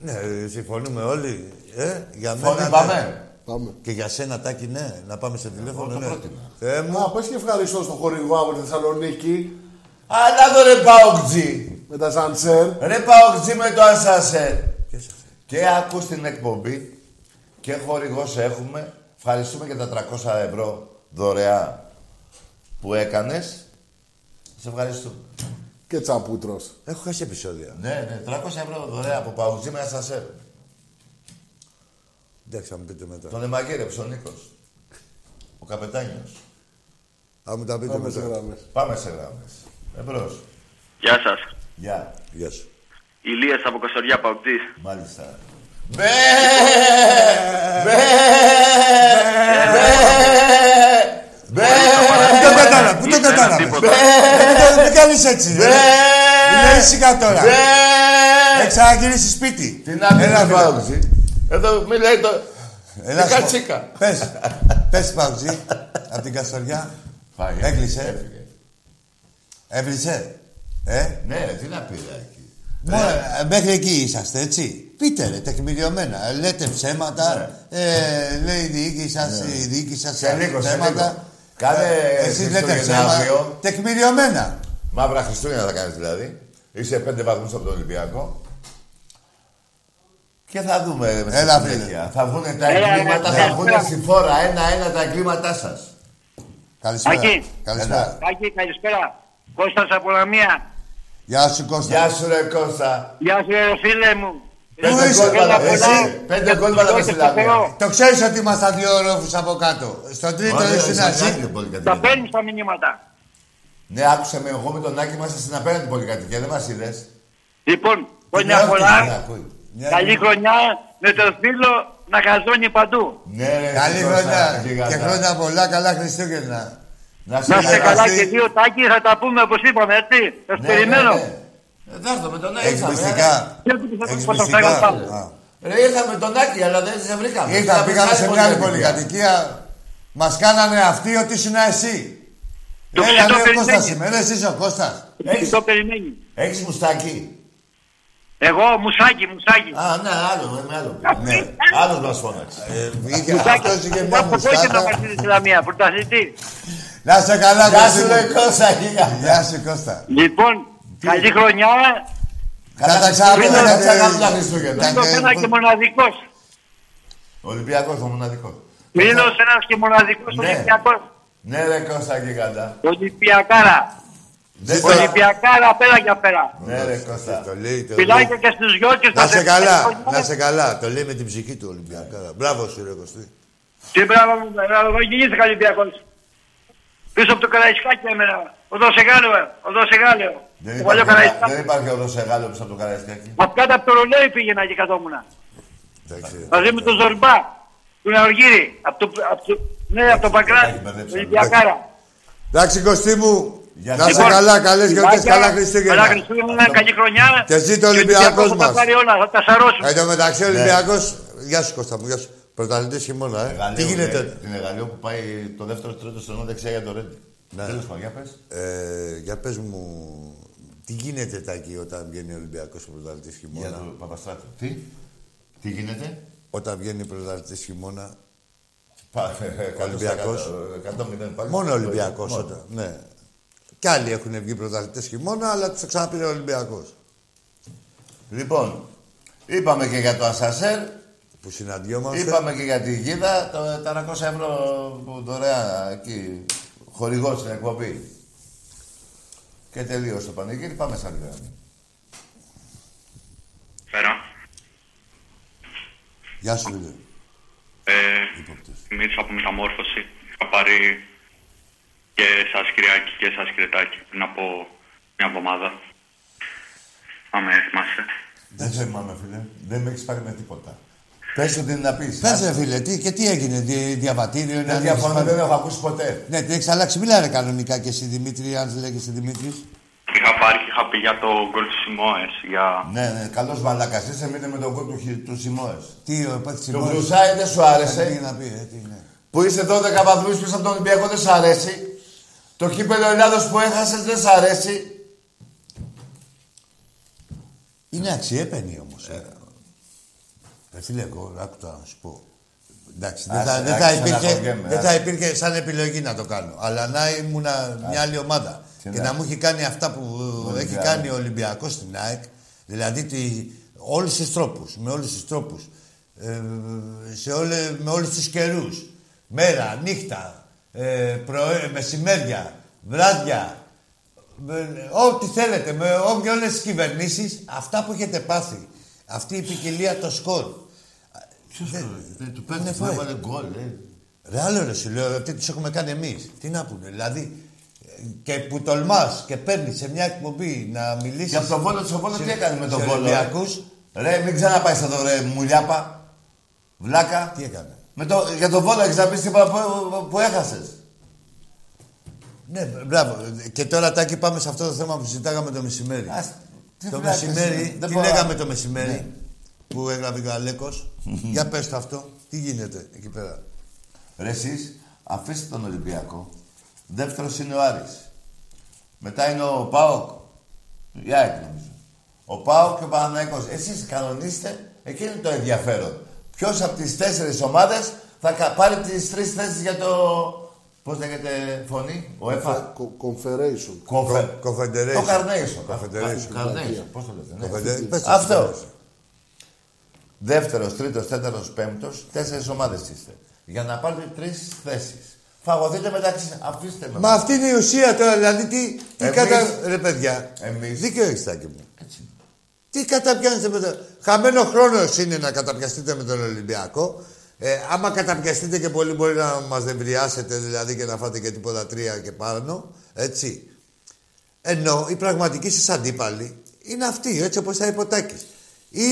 Speaker 2: Ναι, ε, συμφωνούμε όλοι. Ε, για μένα,
Speaker 3: Φωνή
Speaker 2: ναι.
Speaker 3: πάμε.
Speaker 4: Πάμε.
Speaker 2: Και για σένα, Τάκη, ναι. Να πάμε σε τηλέφωνο,
Speaker 3: το
Speaker 2: ναι.
Speaker 3: πρότεινα.
Speaker 2: Θεέ μου.
Speaker 4: Να πες και ευχαριστώ στον χορηγό από τη Θεσσαλονίκη
Speaker 3: Αλλά εδώ ρε Παοκτζή.
Speaker 4: με τα Σαντσέρ.
Speaker 3: Ρε Παοκτζή με το Ασάσερ.
Speaker 2: Ποιος αυτό.
Speaker 3: Και ακούς την εκπομπή και χορηγός έχουμε. Ευχαριστούμε για τα 300 ευρώ δωρεά που έκανες. Σε ευχαριστούμε.
Speaker 4: και τσαπούτρος.
Speaker 2: Έχω χάσει επεισόδια.
Speaker 3: Ναι, ναι, 300 ευρώ δωρεά από Παοκτζή με Ασάσερ.
Speaker 2: Εντάξει, θα μου πείτε μετά.
Speaker 3: Τον εμαγείρεψε ο Νίκος. Ο καπετάνιος.
Speaker 2: Θα μου τα πείτε
Speaker 4: Πάμε σε
Speaker 2: μετά.
Speaker 4: γραμμές.
Speaker 3: Πάμε σε γράμμες. Εμπρός.
Speaker 5: Γεια σας.
Speaker 3: Γεια.
Speaker 2: Γεια σου.
Speaker 5: Ηλίας από Καστοριά Παοκτή.
Speaker 3: Ε, Μάλιστα. Μπε! Μπε! Μπε! Μπε! ε,
Speaker 2: Πού το κατάλαβα, πού το κατάλαβα. Δεν κάνεις έτσι, ρε. Είναι ήσυχα τώρα. Έχει ξαναγυρίσεις σπίτι.
Speaker 3: Τι να πει
Speaker 2: Έλα,
Speaker 3: να
Speaker 2: φίλε.
Speaker 3: παύξει. Εδώ μιλάει το...
Speaker 2: Έλα,
Speaker 3: Έλα τσίκα.
Speaker 2: Πες, πες Παουτζή, από την Καστοριά.
Speaker 3: Φάει.
Speaker 2: Έκλεισε.
Speaker 3: Έφυγε.
Speaker 2: Έβρισε. Ε,
Speaker 3: Ναι, τι να πει ρε, εκεί.
Speaker 2: μόνο, ε, μέχρι εκεί είσαστε, έτσι. Πείτε ρε, τεκμηριωμένα. Ε, Λέτε ψέματα. Ε, λέει η διοίκηση σας, η διοίκηση σας
Speaker 3: Ναι. Σε λίγο, σε λίγο.
Speaker 2: ψέματα.
Speaker 3: Κάνε
Speaker 2: Ε, Εσείς λέτε ψέματα.
Speaker 3: Χριστουγεννιάτιο.
Speaker 2: Τεκμηριωμένα.
Speaker 3: Μαύρα Χριστούγεννα θα κάνεις δηλαδή. Είσαι πέντε βαθμούς από τον Ολυμπιακό. Και θα δούμε με τη
Speaker 2: Έλα,
Speaker 3: συνέχεια.
Speaker 2: φίλε.
Speaker 3: Θα βγουν τα
Speaker 5: Έλα,
Speaker 3: εγκλήματα,
Speaker 5: έλα,
Speaker 3: θα βγουν
Speaker 5: έλα.
Speaker 3: στη φόρα ένα-ένα τα εγκλήματά σας.
Speaker 2: Καλησπέρα.
Speaker 5: Άκη.
Speaker 2: Καλησπέρα.
Speaker 5: Τάκη, καλησπέρα. Κώστας από Λαμία.
Speaker 2: Γεια σου Κώστα.
Speaker 3: Γεια σου ρε Κώστα.
Speaker 5: Γεια σου, ρε φίλε μου.
Speaker 3: Πέντε
Speaker 2: είσαι,
Speaker 3: γκολ
Speaker 2: έλα,
Speaker 3: βάλαμε.
Speaker 5: πολλά.
Speaker 3: Πέντε γκολ βάλαμε στη
Speaker 5: Δόξα τω
Speaker 3: Λαμία.
Speaker 5: Θεώ.
Speaker 2: Το ξέρεις ότι ήμασταν δύο ορόφους από κάτω. Στον τρίτο
Speaker 3: Ωραία,
Speaker 2: ήσουν
Speaker 3: ήσασταν
Speaker 2: εσύ.
Speaker 3: άκρη πολυκατοικία.
Speaker 5: Τα παίρνεις τα μηνύματα.
Speaker 3: Ναι, άκουσα με εγώ με τον Άκη είμαστε στην απέναντι πολυκατοικία, δεν μας είδες.
Speaker 5: Λοιπόν, χρόνια
Speaker 3: Την άκουσα, την
Speaker 5: πολλά.
Speaker 3: ακούει.
Speaker 2: Μια
Speaker 5: Καλή χρονιά με το φίλο να χαζώνει παντού.
Speaker 3: Ναι, ρε,
Speaker 2: Καλή
Speaker 3: Κώστα,
Speaker 2: χρονιά
Speaker 3: γιγαντά.
Speaker 2: και χρόνια πολλά, καλά Χριστούγεννα.
Speaker 3: Να σε
Speaker 5: Να είστε καλά
Speaker 2: Εσύ.
Speaker 5: και δύο τάκι, θα τα πούμε όπως είπαμε, έτσι. Σας
Speaker 3: Ναι,
Speaker 5: περιμένω.
Speaker 3: ναι, ναι. Ε, Δάστο με τον ε. Άκη. ήρθαμε,
Speaker 2: Εκμυστικά.
Speaker 5: Δεν ξέρω πώς θα- πώς θα
Speaker 2: Εκμυστικά.
Speaker 5: φέρω πάλι.
Speaker 2: Α.
Speaker 3: ε. Ρε, ήρθαμε με τον Άκη, αλλά δεν σε βρήκαμε.
Speaker 2: Ήρθα, πήγαμε σε
Speaker 3: άλλη
Speaker 2: μια άλλη
Speaker 3: πολυκατοικία.
Speaker 2: πολυκατοικία. Μας κάνανε αυτοί ότι ήσουν εσύ.
Speaker 5: Το
Speaker 2: Έλα,
Speaker 5: ψητό
Speaker 2: λέει ο Κώστας
Speaker 5: περιμένει.
Speaker 2: σήμερα, εσύ είσαι ο Κώστας.
Speaker 3: Έχεις-
Speaker 5: Το περιμένει.
Speaker 3: Έχεις μουστάκι.
Speaker 5: Εγώ, μουσάκι, μουσάκι.
Speaker 3: Α, ναι, άλλο, με άλλο. πήρα. Ναι, άλλος μας φώναξε.
Speaker 2: Ε, βγήκε-
Speaker 5: Μουσάκι,
Speaker 2: Αυτός είχε μια
Speaker 5: από κόκκινο
Speaker 2: μουστάκα.
Speaker 5: μαζί της Ισλαμία, πρωταθλητής.
Speaker 2: Να σε καλά,
Speaker 3: Γεια
Speaker 2: Κώστα.
Speaker 3: σου, ρε Κώστα, γίγαντα.
Speaker 2: Γεια σου, Κώστα.
Speaker 5: Λοιπόν, καλή χρονιά,
Speaker 2: Καλά τα
Speaker 3: Πριν
Speaker 2: ξαναπούμε.
Speaker 3: να τα
Speaker 2: ήταν-
Speaker 3: ξανακάνουμε τα Χριστούγεννα.
Speaker 2: ήταν-
Speaker 5: Μήλος
Speaker 2: ε,
Speaker 5: ένας και μοναδικός.
Speaker 3: Ολυμπιακός, ο μοναδικός.
Speaker 5: Μήλος ένας και μοναδικός
Speaker 3: Ναι.
Speaker 5: Ολυμπιακός.
Speaker 3: Ναι, ρε Κώστα, γίγαντα.
Speaker 5: Ολυμπιακάρα.
Speaker 3: Δεν το-
Speaker 5: Ολυμπιακάρα πέρα για πέρα.
Speaker 3: Ναι, ρε Κώστα.
Speaker 2: Το λέει, το λέει.
Speaker 5: Φιλάκια και στους γιο και
Speaker 2: Να
Speaker 5: στα
Speaker 2: σε
Speaker 5: παιδιά.
Speaker 2: καλά, να σε καλά. Το λέει με την ψυχή του Ολυμπιακά. Μπράβο σου, ρε Κωστή.
Speaker 5: Τι μπράβο μου, μπράβο, εγώ γεννήθηκα Ολυμπιακός. Πίσω από το Καραϊσκάκι έμενα. Οδό σε Γάλλο, οδό σε Γάλλο.
Speaker 2: Ναι,
Speaker 3: Δεν
Speaker 5: Ο παλιό
Speaker 3: υπάρχει-
Speaker 5: Καραϊσκάκι.
Speaker 3: Δεν υπάρχει οδός σε Γάλλος πίσω από το Καραϊσκάκι.
Speaker 5: Απ' κάτω από το ρολόι πήγαινα και καθόμουν.
Speaker 2: Εντάξει.
Speaker 5: Μαζί με τον Ζορμπά, τον Αργύρι. Απ' το, απ' το, ναι, από τον
Speaker 3: τα έχει
Speaker 5: Παγκράτη.
Speaker 3: μπερδέψει.
Speaker 5: Ολυμπιακάρα.
Speaker 2: Εντάξει, Κωστή μου.
Speaker 3: Γεια
Speaker 2: Να
Speaker 3: σας.
Speaker 2: σε
Speaker 5: Λοιπόν,
Speaker 2: καλά, καλές γιορτές,
Speaker 5: φιλάκια,
Speaker 2: καλά
Speaker 5: Καλά
Speaker 2: Χριστούγεννα.
Speaker 5: Χριστούγεννα, καλή χρονιά.
Speaker 2: Και ζήτω ο
Speaker 5: ο
Speaker 2: Ολυμπιακός
Speaker 5: θα τα
Speaker 2: μας.
Speaker 5: πάρει όλα, θα τα σαρώσουμε.
Speaker 2: Εν τω μεταξύ, ο Ολυμπιακός... Γεια σου, Κώστα μου, γεια σου. Πρωταθλητής χειμώνα, ε. Τι
Speaker 3: Γαλλίου, ρε,
Speaker 2: γίνεται.
Speaker 3: Την εργαλείο που πάει το δεύτερο τρίτο στον δεξιά για το Ρέντι.
Speaker 2: Ναι.
Speaker 3: Τέλος πάντων, για πες.
Speaker 2: Ε, Για πες μου, τι γίνεται τάκι όταν βγαίνει ο Ολυμπιακός ο πρωταθλητής
Speaker 3: Για
Speaker 2: χειμώνα.
Speaker 3: τον Παπαστράτο. Τι, τι γίνεται.
Speaker 2: Όταν βγαίνει ο πρωταθλητής χειμώνα, Ολυμπιακός.
Speaker 3: ε, Ολυμπιακός. 100-0 πάλι.
Speaker 2: Μόνο Ολυμπιακός
Speaker 3: Μόνο.
Speaker 2: όταν. Ναι. Κι άλλοι έχουν βγει πρωταθλητές χειμώνα, αλλά τους ξαναπήρε ο Ολυμπιακός.
Speaker 3: Λοιπόν, είπαμε και για το Ασασέρ,
Speaker 2: Που συναντιόμαστε.
Speaker 3: είπαμε και για τη Γίδα, το, τα 400 ευρώ που δωρεά εκεί, χορηγός στην εκπομπή. Και τελείωσε το πανηγύρι, πάμε σαν γραμμή.
Speaker 6: Πέρα.
Speaker 2: Γεια σου, Βίλε.
Speaker 6: Ε, Μίλησα από μεταμόρφωση. Είχα πάρει και σας Κυριακή και σας Κρετάκι πριν από μια εβδομάδα. Πάμε, θυμάστε.
Speaker 3: Δεν θυμάμαι, φίλε. Δεν με έχεις πάρει με τίποτα. Πες ότι είναι να πεις.
Speaker 2: Πες ρε φίλε, τι, και τι έγινε, δι, διαβατήριο, είναι
Speaker 3: Δεν διαφωνώ, δεν έχω ακούσει ποτέ.
Speaker 2: Ναι, τι έχεις αλλάξει, μιλά ρε κανονικά και στη Δημήτρη, αν λέγεσαι Δημήτρης.
Speaker 6: Είχα πάρει και είχα πει για το γκολ του Σιμόες, για...
Speaker 3: Ναι, ναι, καλός μαλακας Είσαι μείνε με τον κόλ του, χι- του Σιμόες.
Speaker 2: Τι, ο Πέτση
Speaker 3: Το μπλουσάι δεν σου άρεσε.
Speaker 2: Τι να πει, ε, τι, ναι.
Speaker 3: που είσαι 12 βαθμούς πίσω από τον Ολυμπιακό δεν σ' αρέσει. Το κύπελο Ελλάδος που έχασες δεν σ' αρέσει.
Speaker 2: Είναι αξιέπαινη όμως. Ναι. Ε. Ρε φίλε, Ε, εγώ άκου τώρα να σου πω. Εντάξει, δεν,
Speaker 3: Άσε,
Speaker 2: θα, δεν, θα
Speaker 3: άρχισε να
Speaker 2: υπήρχε,
Speaker 3: χωριέμαι,
Speaker 2: δεν θα
Speaker 3: άσε.
Speaker 2: υπήρχε σαν επιλογή να το κάνω. Αλλά να ήμουν μια άλλη ομάδα.
Speaker 3: Τι
Speaker 2: και
Speaker 3: να-
Speaker 2: να μου έχει κάνει αυτά που έχει
Speaker 3: Ολυμπιακός.
Speaker 2: κάνει ο Ολυμπιακός στην ΑΕΚ. Δηλαδή τη, όλους τους τρόπους, με όλους τους τρόπους. Ε, σε όλε, με όλους τους καιρούς. Μέρα, νύχτα, ε, πρωί, μεσημέρια, βράδια, με- Ό,τι θέλετε, με ό- με όλες τις κυβερνήσεις, αυτά που έχετε πάθει. Αυτή η ποικιλία το σκορ.
Speaker 3: Ε, Του
Speaker 2: παίρνεις, του έβαλε ε.
Speaker 3: γκολ,
Speaker 2: Ρε άλλο ρε σου λέω, τι τους έχουμε κάνει εμείς. Τι να πούνε, δηλαδή. ε, Και που τολμάς και παίρνεις σε μια εκπομπή να μιλήσεις...
Speaker 3: Και από τον Βόλο, στον Βόλο τι έκανε με τον
Speaker 2: σε
Speaker 3: Βόλο. ε?
Speaker 2: Ολυμπιακούς,
Speaker 3: Ρε, μην ξαναπάεις εδώ, ρε, μουλιάπα. Βλάκα.
Speaker 2: τι έκανε.
Speaker 3: Με το, για τον Βόλο έχεις να πεις τίποτα που, που έχασες.
Speaker 2: Ναι, μπράβο. Και τώρα τάκι πάμε σε αυτό το θέμα που συζητάγαμε το μεσημέρι.
Speaker 3: Ας, τι
Speaker 2: το
Speaker 3: βλάκες είναι,
Speaker 2: μεσημέρι,
Speaker 3: δεν
Speaker 2: τι
Speaker 3: μπορώ. Ναι.
Speaker 2: λέγαμε το μεσημέρι που έγραφε και ο Αλέκος. Για πες το αυτό, τι γίνεται εκεί πέρα.
Speaker 3: Ρε εσείς, αφήστε τον Ολυμπιακό. Δεύτερος είναι ο Άρης. Μετά είναι ο ΠΑΟΚ. Η ΑΕΚ νομίζω. Ο ΠΑΟΚ και ο Παναναϊκός. Εσείς κανονίστε, εκεί είναι το ενδιαφέρον. Ποιος από τις τέσσερις ομάδες θα κα- πάρει τις τρεις θέσεις για το... Πώς λέγεται φωνή, ο ΕΦΑ.
Speaker 4: Κο- Confederation.
Speaker 3: Κόφε.
Speaker 2: Κο- Confederation.
Speaker 3: Το Καρνέισο.
Speaker 2: Confederation.
Speaker 3: Καρνέισο. Πώς το λέτε, ναι.
Speaker 2: Κοφεντέρη, πες το
Speaker 3: Αυτό.
Speaker 2: Κοφεντέρη.
Speaker 3: Δεύτερος, τρίτος, τέταρτος, πέμπτος, τέσσερις ομάδες είστε. Για να πάρετε τρεις θέσεις. Φαγωθείτε μεταξύ σα. Αφήστε με.
Speaker 2: Μα αυτή είναι η ουσία τώρα, δηλαδή τι, τι
Speaker 3: Εμείς-
Speaker 2: κατα... Ρε παιδιά,
Speaker 3: εμείς-
Speaker 2: δίκαιο έχεις τάκι μου. Τι καταπιάνεστε με τον... Χαμένο χρόνος είναι να καταπιαστείτε με τον Ολυμπιακό. Ε, άμα καταπιαστείτε και πολύ μπορεί να μας δεμβριάσετε δηλαδή και να φάτε και τίποτα τρία και πάνω, έτσι. Ενώ οι πραγματικοί σας αντίπαλοι είναι αυτή, έτσι όπως τα είπε ο Τάκης. Ή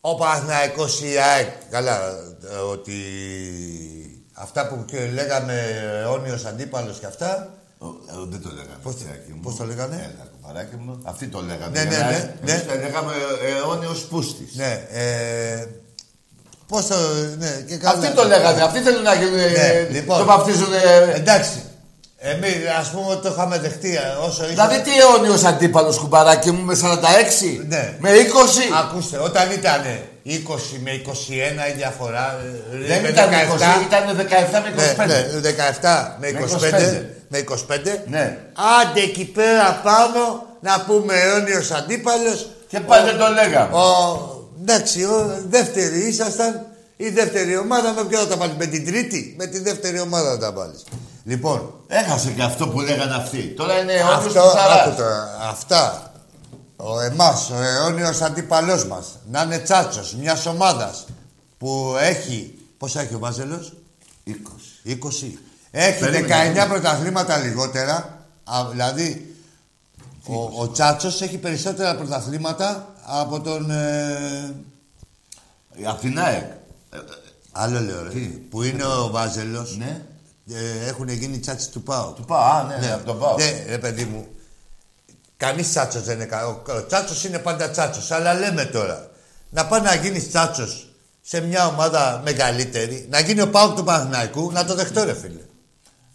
Speaker 2: ο Παναθηναϊκός ή η ΑΕΚ, καλά, ε, ότι αυτά που και λέγαμε αιώνιος αντίπαλος και αυτά,
Speaker 3: Ε, ε, Δεν το λέγαμε.
Speaker 2: Πώς το-
Speaker 3: Σάκη μου.
Speaker 2: πώς το λέγανε?
Speaker 3: Έλα, κουμπαράκι μου. Αυτοί το λέγανε.
Speaker 2: Ναι, ναι,
Speaker 3: Εμείς-
Speaker 2: ναι, ναι.
Speaker 3: εμείς Τα λέγαμε ε, αιώνιος πούστης.
Speaker 2: ναι, ε, πώς το, ναι, και καλά.
Speaker 3: Αυτοί το λέγανε. Αυτοί θέλουν να γίνουν. ε,
Speaker 2: λοιπόν.
Speaker 3: Το βαφτίζουν. ε,
Speaker 2: Εντάξει, εμείς ας πούμε ότι το είχαμε δεχτεί ε, όσο ήρθε.
Speaker 3: Δηλαδή τι αιώνιος αντίπαλος κουμπαράκι μου με 46,
Speaker 2: Ναι.
Speaker 3: με 20.
Speaker 2: Ακούστε, όταν ήταν 20 με 21 η διαφορά. ε,
Speaker 3: Δεν ήταν 20, ήταν 17 με 25.
Speaker 2: 25. Ναι, 17 με 25.
Speaker 3: 25.
Speaker 2: Με 25.
Speaker 3: Ναι.
Speaker 2: Άντε εκεί πέρα πάνω να πούμε αιώνιος αντίπαλος.
Speaker 3: Και πάλι δεν το λέγαμε.
Speaker 2: Ο, εντάξει, ο, δεύτερη ήσασταν η δεύτερη ομάδα με ποιο θα τα βάλεις, με την τρίτη, με τη δεύτερη ομάδα θα τα βάλεις. Λοιπόν,
Speaker 3: Έχασε και αυτό που λέγανε αυτοί. Τώρα είναι αιώνιος
Speaker 2: αυτό,
Speaker 3: του
Speaker 2: άκου
Speaker 3: 40.
Speaker 2: τώρα, αυτά. Ο εμάς, ο αιώνιος αντίπαλός μας, να είναι τσάτσος μιας ομάδας που έχει, πόσα έχει ο Βάζελος,
Speaker 3: 20.
Speaker 2: 20. Έχει
Speaker 3: Περίμενε,
Speaker 2: 19 πρωταθλήματα λιγότερα, α, δηλαδή ο, ο Τσάτσος έχει περισσότερα πρωταθλήματα από τον... Ε,
Speaker 3: Απ' την ΑΕΚ. Ε,
Speaker 2: άλλο λέω ρε, που είναι ο Βάζελος,
Speaker 3: Ναι.
Speaker 2: ε, έχουν γίνει τσάτσι του ΠΑΟΚ.
Speaker 3: Του πάω, α, ναι, ναι, από τον πάω.
Speaker 2: Ναι, ρε παιδί μου. Κανείς τσάτσος δεν είναι καλό. Ο τσάτσος είναι πάντα τσάτσος. Αλλά λέμε τώρα. Να πάει να γίνεις τσάτσος σε μια ομάδα μεγαλύτερη, να γίνει ο πάγκο του Παναθηναϊκού, να το δεχτώ, ρε φίλε.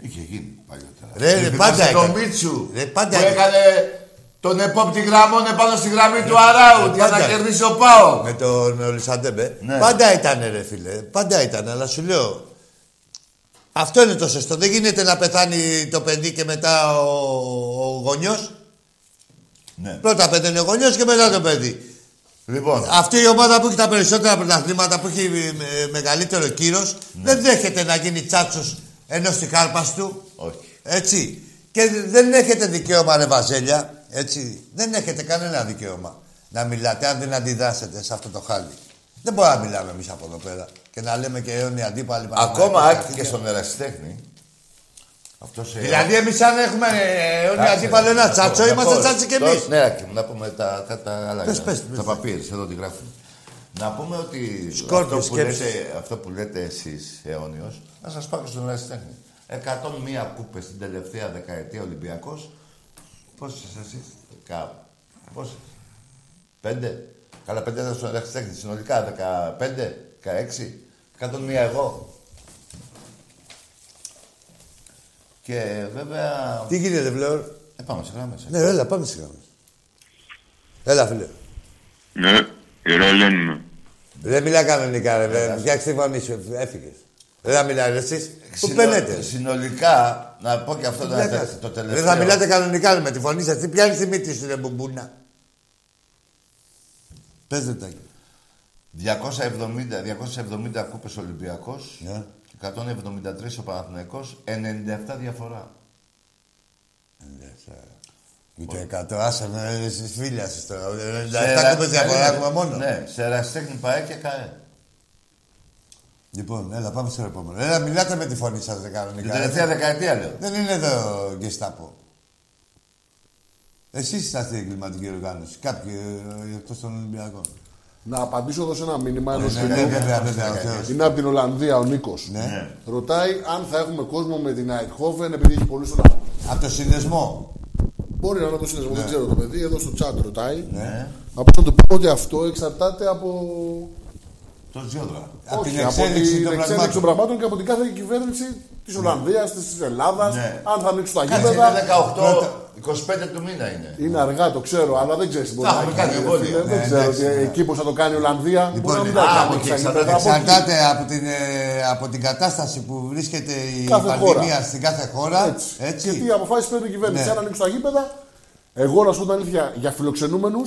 Speaker 3: Είχε γίνει παλιότερα.
Speaker 2: Ρε, ρε,
Speaker 3: Θυμάσαι
Speaker 2: πάντα
Speaker 3: τον
Speaker 2: έκανε.
Speaker 3: Μίτσου
Speaker 2: Ρε, πάντα
Speaker 3: που
Speaker 2: έκανε.
Speaker 3: έκανε τον επόπτη γραμμών επάνω στη γραμμή του Αράου για να
Speaker 2: πάντα.
Speaker 3: κερδίσει ο Πάο.
Speaker 2: Με τον Ολυσαντέμπε.
Speaker 3: Ναι.
Speaker 2: Πάντα ήταν, ρε φίλε. Πάντα ήταν, αλλά σου λέω. Αυτό είναι το σωστό. Δεν γίνεται να πεθάνει το παιδί και μετά ο, ο γονιός.
Speaker 3: Ναι.
Speaker 2: Πρώτα πεθαίνει ο γονιός και μετά το παιδί.
Speaker 3: Λοιπόν,
Speaker 2: Αυτή η ομάδα που έχει τα περισσότερα πρωταθλήματα, που έχει ε, με- μεγαλύτερο κύρος,
Speaker 3: Ναι.
Speaker 2: δεν δέχεται να γίνει τσάτσος ενό τη κάρπα του.
Speaker 3: όχι.
Speaker 2: Έτσι. Και δεν έχετε δικαίωμα, ρε Βαζέλια. Έτσι. Δεν έχετε κανένα δικαίωμα να μιλάτε, αν δεν αντιδράσετε σε αυτό το χάλι. Δεν μπορούμε να μιλάμε εμείς από εδώ πέρα και να λέμε και αιώνιοι αντίπαλοι.
Speaker 3: Ακόμα
Speaker 2: Παναθηναϊκοί,
Speaker 3: άκουγε στον ερασιτέχνη. ε, Αυτό σε.
Speaker 2: Δηλαδή, εμείς αν έχουμε αιώνιο αντίπαλο ένα τσάτσο, είμαστε τσάτσι κι εμείς.
Speaker 3: Ναι, Άκη μου, να πούμε τα, τα, τα άλλα.
Speaker 2: Πες, πες, πες.
Speaker 3: τα παπύρε, εδώ τη γράφουμε. Να πούμε ότι
Speaker 2: Σκόρπιος,
Speaker 3: αυτό που,
Speaker 2: σκέψεις.
Speaker 3: λέτε, αυτό που λέτε εσείς αιώνιος, να σας πάω και στον ερασιτέχνη. 101 κούπες την τελευταία δεκαετία Ολυμπιακός. Πόσες εσείς, κάπου. Πόσες. Πέντε. Καλά, πέντε ήταν στον ερασιτέχνη. Συνολικά 15, 16, 101 εγώ. Και βέβαια...
Speaker 2: Τι γίνεται, βλέπω.
Speaker 3: Ε, πάμε σε γράμμες. ε.
Speaker 2: Ναι, έλα, πάμε σιγά. Έλα, φίλε.
Speaker 6: Ναι, η Ρόλεν είμαι.
Speaker 2: Δεν μιλά κανονικά, ρε. Φτιάξτε τη φωνή σου, έφυγες. Δεν θα μιλάει, ρε, εσείς. Πού
Speaker 3: Συνο-
Speaker 2: πένετε.
Speaker 3: Συνολικά, να πω και αυτό το,
Speaker 2: Δεν
Speaker 3: το, το τελευταίο.
Speaker 2: Δεν θα μιλάτε κανονικά ρε, με τη φωνή σας. Τι πιάνεις τη μύτη σου, ρε μπουμπούνα. Πες ρε Τάκη.
Speaker 3: 270, 270 κούπες Ολυμπιακός,
Speaker 2: Ναι.
Speaker 3: 173 ο Παναθηναϊκός, 97 διαφορά.
Speaker 2: Ή το 100, άσε με ρε, στις φίλιας σας τώρα. Ε,
Speaker 3: Σε
Speaker 2: 97
Speaker 3: ερα-
Speaker 2: κούπες διαφορά
Speaker 3: περίμενε.
Speaker 2: έχουμε μόνο.
Speaker 3: Ε, Ναι, σε ερασιτέχνη ΠΑΕ και ΚΑΕ.
Speaker 2: Λοιπόν, έλα πάμε στο επόμενο. Έλα μιλάτε με τη φωνή σας ρε,
Speaker 3: Την
Speaker 2: κανονικά.
Speaker 3: τελευταία δεκαετία λέω.
Speaker 2: Δεν είναι εδώ γκεστάπο. Εσείς είσαστε η εγκληματική οργάνωση. Κάποιοι ε, εκτός των Ολυμπιακών.
Speaker 4: Να απαντήσω εδώ σε ένα μήνυμα ενό
Speaker 2: Ναι, ναι, βέβαια, βέβαια, ο Θεός.
Speaker 4: Είναι από την Ολλανδία ο Νίκος.
Speaker 2: Ναι.
Speaker 4: Ρωτάει αν θα έχουμε κόσμο με την Αιτχόβεν επειδή έχει πολλούς Ολλανδούς.
Speaker 2: Από το συνδεσμό.
Speaker 4: Μπορεί να είναι το σύνδεσμο,
Speaker 2: Ναι.
Speaker 4: δεν ξέρω το παιδί, εδώ στο chat ρωτάει.
Speaker 2: Ε,
Speaker 3: Ναι.
Speaker 4: Από να του πω ότι αυτό εξαρτάται από
Speaker 3: Το Τζιόδρα.
Speaker 2: Από την
Speaker 4: Όχι, από
Speaker 2: εξέλιξη
Speaker 4: την
Speaker 2: των
Speaker 4: εξέλιξη των
Speaker 2: πραγμάτων. Ναι.
Speaker 4: πραγμάτων και από την κάθε κυβέρνηση της Ολλανδίας, της Ελλάδας.
Speaker 3: Ναι.
Speaker 4: Αν θα ανοίξουν τα
Speaker 3: Κάτσε
Speaker 4: γήπεδα.
Speaker 3: είναι 18, 25 του μήνα είναι.
Speaker 4: Είναι αργά, το ξέρω, αλλά δεν ξέρεις. Μπορεί
Speaker 3: Θα
Speaker 4: να
Speaker 3: έχουμε κάνει
Speaker 4: έχει, ρε
Speaker 3: εμβόλια.
Speaker 4: φίλε,
Speaker 2: Ναι,
Speaker 4: Δεν ξέρω
Speaker 2: εντάξει,
Speaker 4: ότι
Speaker 2: ναι.
Speaker 4: εκεί πώ θα το κάνει η Ολλανδία.
Speaker 2: Λοιπόν,
Speaker 4: Μπορεί να μην τα
Speaker 2: α,
Speaker 4: κάνει
Speaker 3: όχι,
Speaker 4: τα
Speaker 3: εξαρτάται,
Speaker 4: γήπεδα. Από εκεί.
Speaker 2: Εξαρτάται από την, ε, από την κατάσταση που βρίσκεται η
Speaker 4: Κάθε
Speaker 2: πανδημία
Speaker 4: χώρα.
Speaker 2: στην κάθε χώρα.
Speaker 4: Έτσι.
Speaker 2: Έτσι.
Speaker 4: Και τι αποφάσεις παίρνει η κυβέρνηση.
Speaker 2: Ναι.
Speaker 4: Αν ανοίξουν τα γήπεδα, εγώ να σου πω την αλήθεια, για φιλοξενούμενους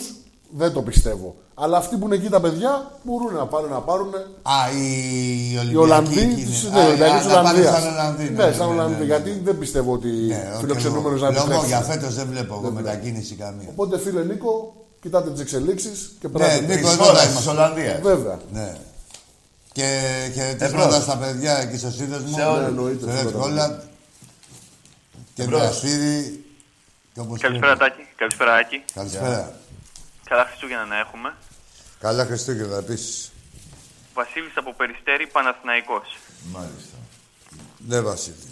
Speaker 4: δεν το πιστεύω. Αλλά αυτοί που είναι εκεί τα παιδιά μπορούν να πάρουν να πάρουν.
Speaker 2: Α, οι, οι
Speaker 4: Οι
Speaker 2: Ολυμπιακοί.
Speaker 4: Ολλανδοί
Speaker 2: Ναι,
Speaker 4: ναι,
Speaker 2: εκεί είναι.
Speaker 4: τη
Speaker 2: Α, α,
Speaker 4: Ολλανδία.
Speaker 2: να πάνε σαν Ολλανδοί.
Speaker 4: Ναι, σαν Ολλανδοί. Γιατί δεν πιστεύω ότι
Speaker 2: Ναι,
Speaker 4: φιλοξενούμενο να
Speaker 2: Λόγω
Speaker 4: επιστρέψει.
Speaker 2: για φέτος δεν βλέπω εγώ μετακίνηση καμία.
Speaker 4: Οπότε φίλε Νίκο, κοιτάτε τις εξελίξεις και
Speaker 2: Ναι,
Speaker 4: πράτε.
Speaker 2: Νίκο,
Speaker 3: Της
Speaker 2: εδώ θα
Speaker 3: χώρας, της
Speaker 2: είμαστε.
Speaker 3: Ολλανδίας.
Speaker 4: Βέβαια.
Speaker 2: Ναι. Και
Speaker 3: Εμπρός.
Speaker 2: χαιρετίσματα στα παιδιά εκεί στο σύνδεσμο.
Speaker 3: Σε όλους.
Speaker 4: Ναι, εννοείται,
Speaker 2: Στο Red
Speaker 4: τίποτα.
Speaker 2: Holland. Και
Speaker 3: Εμπρός.
Speaker 2: Βραστήρι. και όπως
Speaker 5: Καλησπέρα
Speaker 2: είναι.
Speaker 5: Τάκη.
Speaker 7: Καλησπέρα, Άκη.
Speaker 2: Καλησπέρα.
Speaker 7: Καλά Χριστούγεννα να έχουμε.
Speaker 3: Καλά Χριστούγεννα επίσης.
Speaker 7: Βασίλης από Περιστέρη, Παναθηναϊκός.
Speaker 3: Μάλιστα. Ναι, Βασίλη.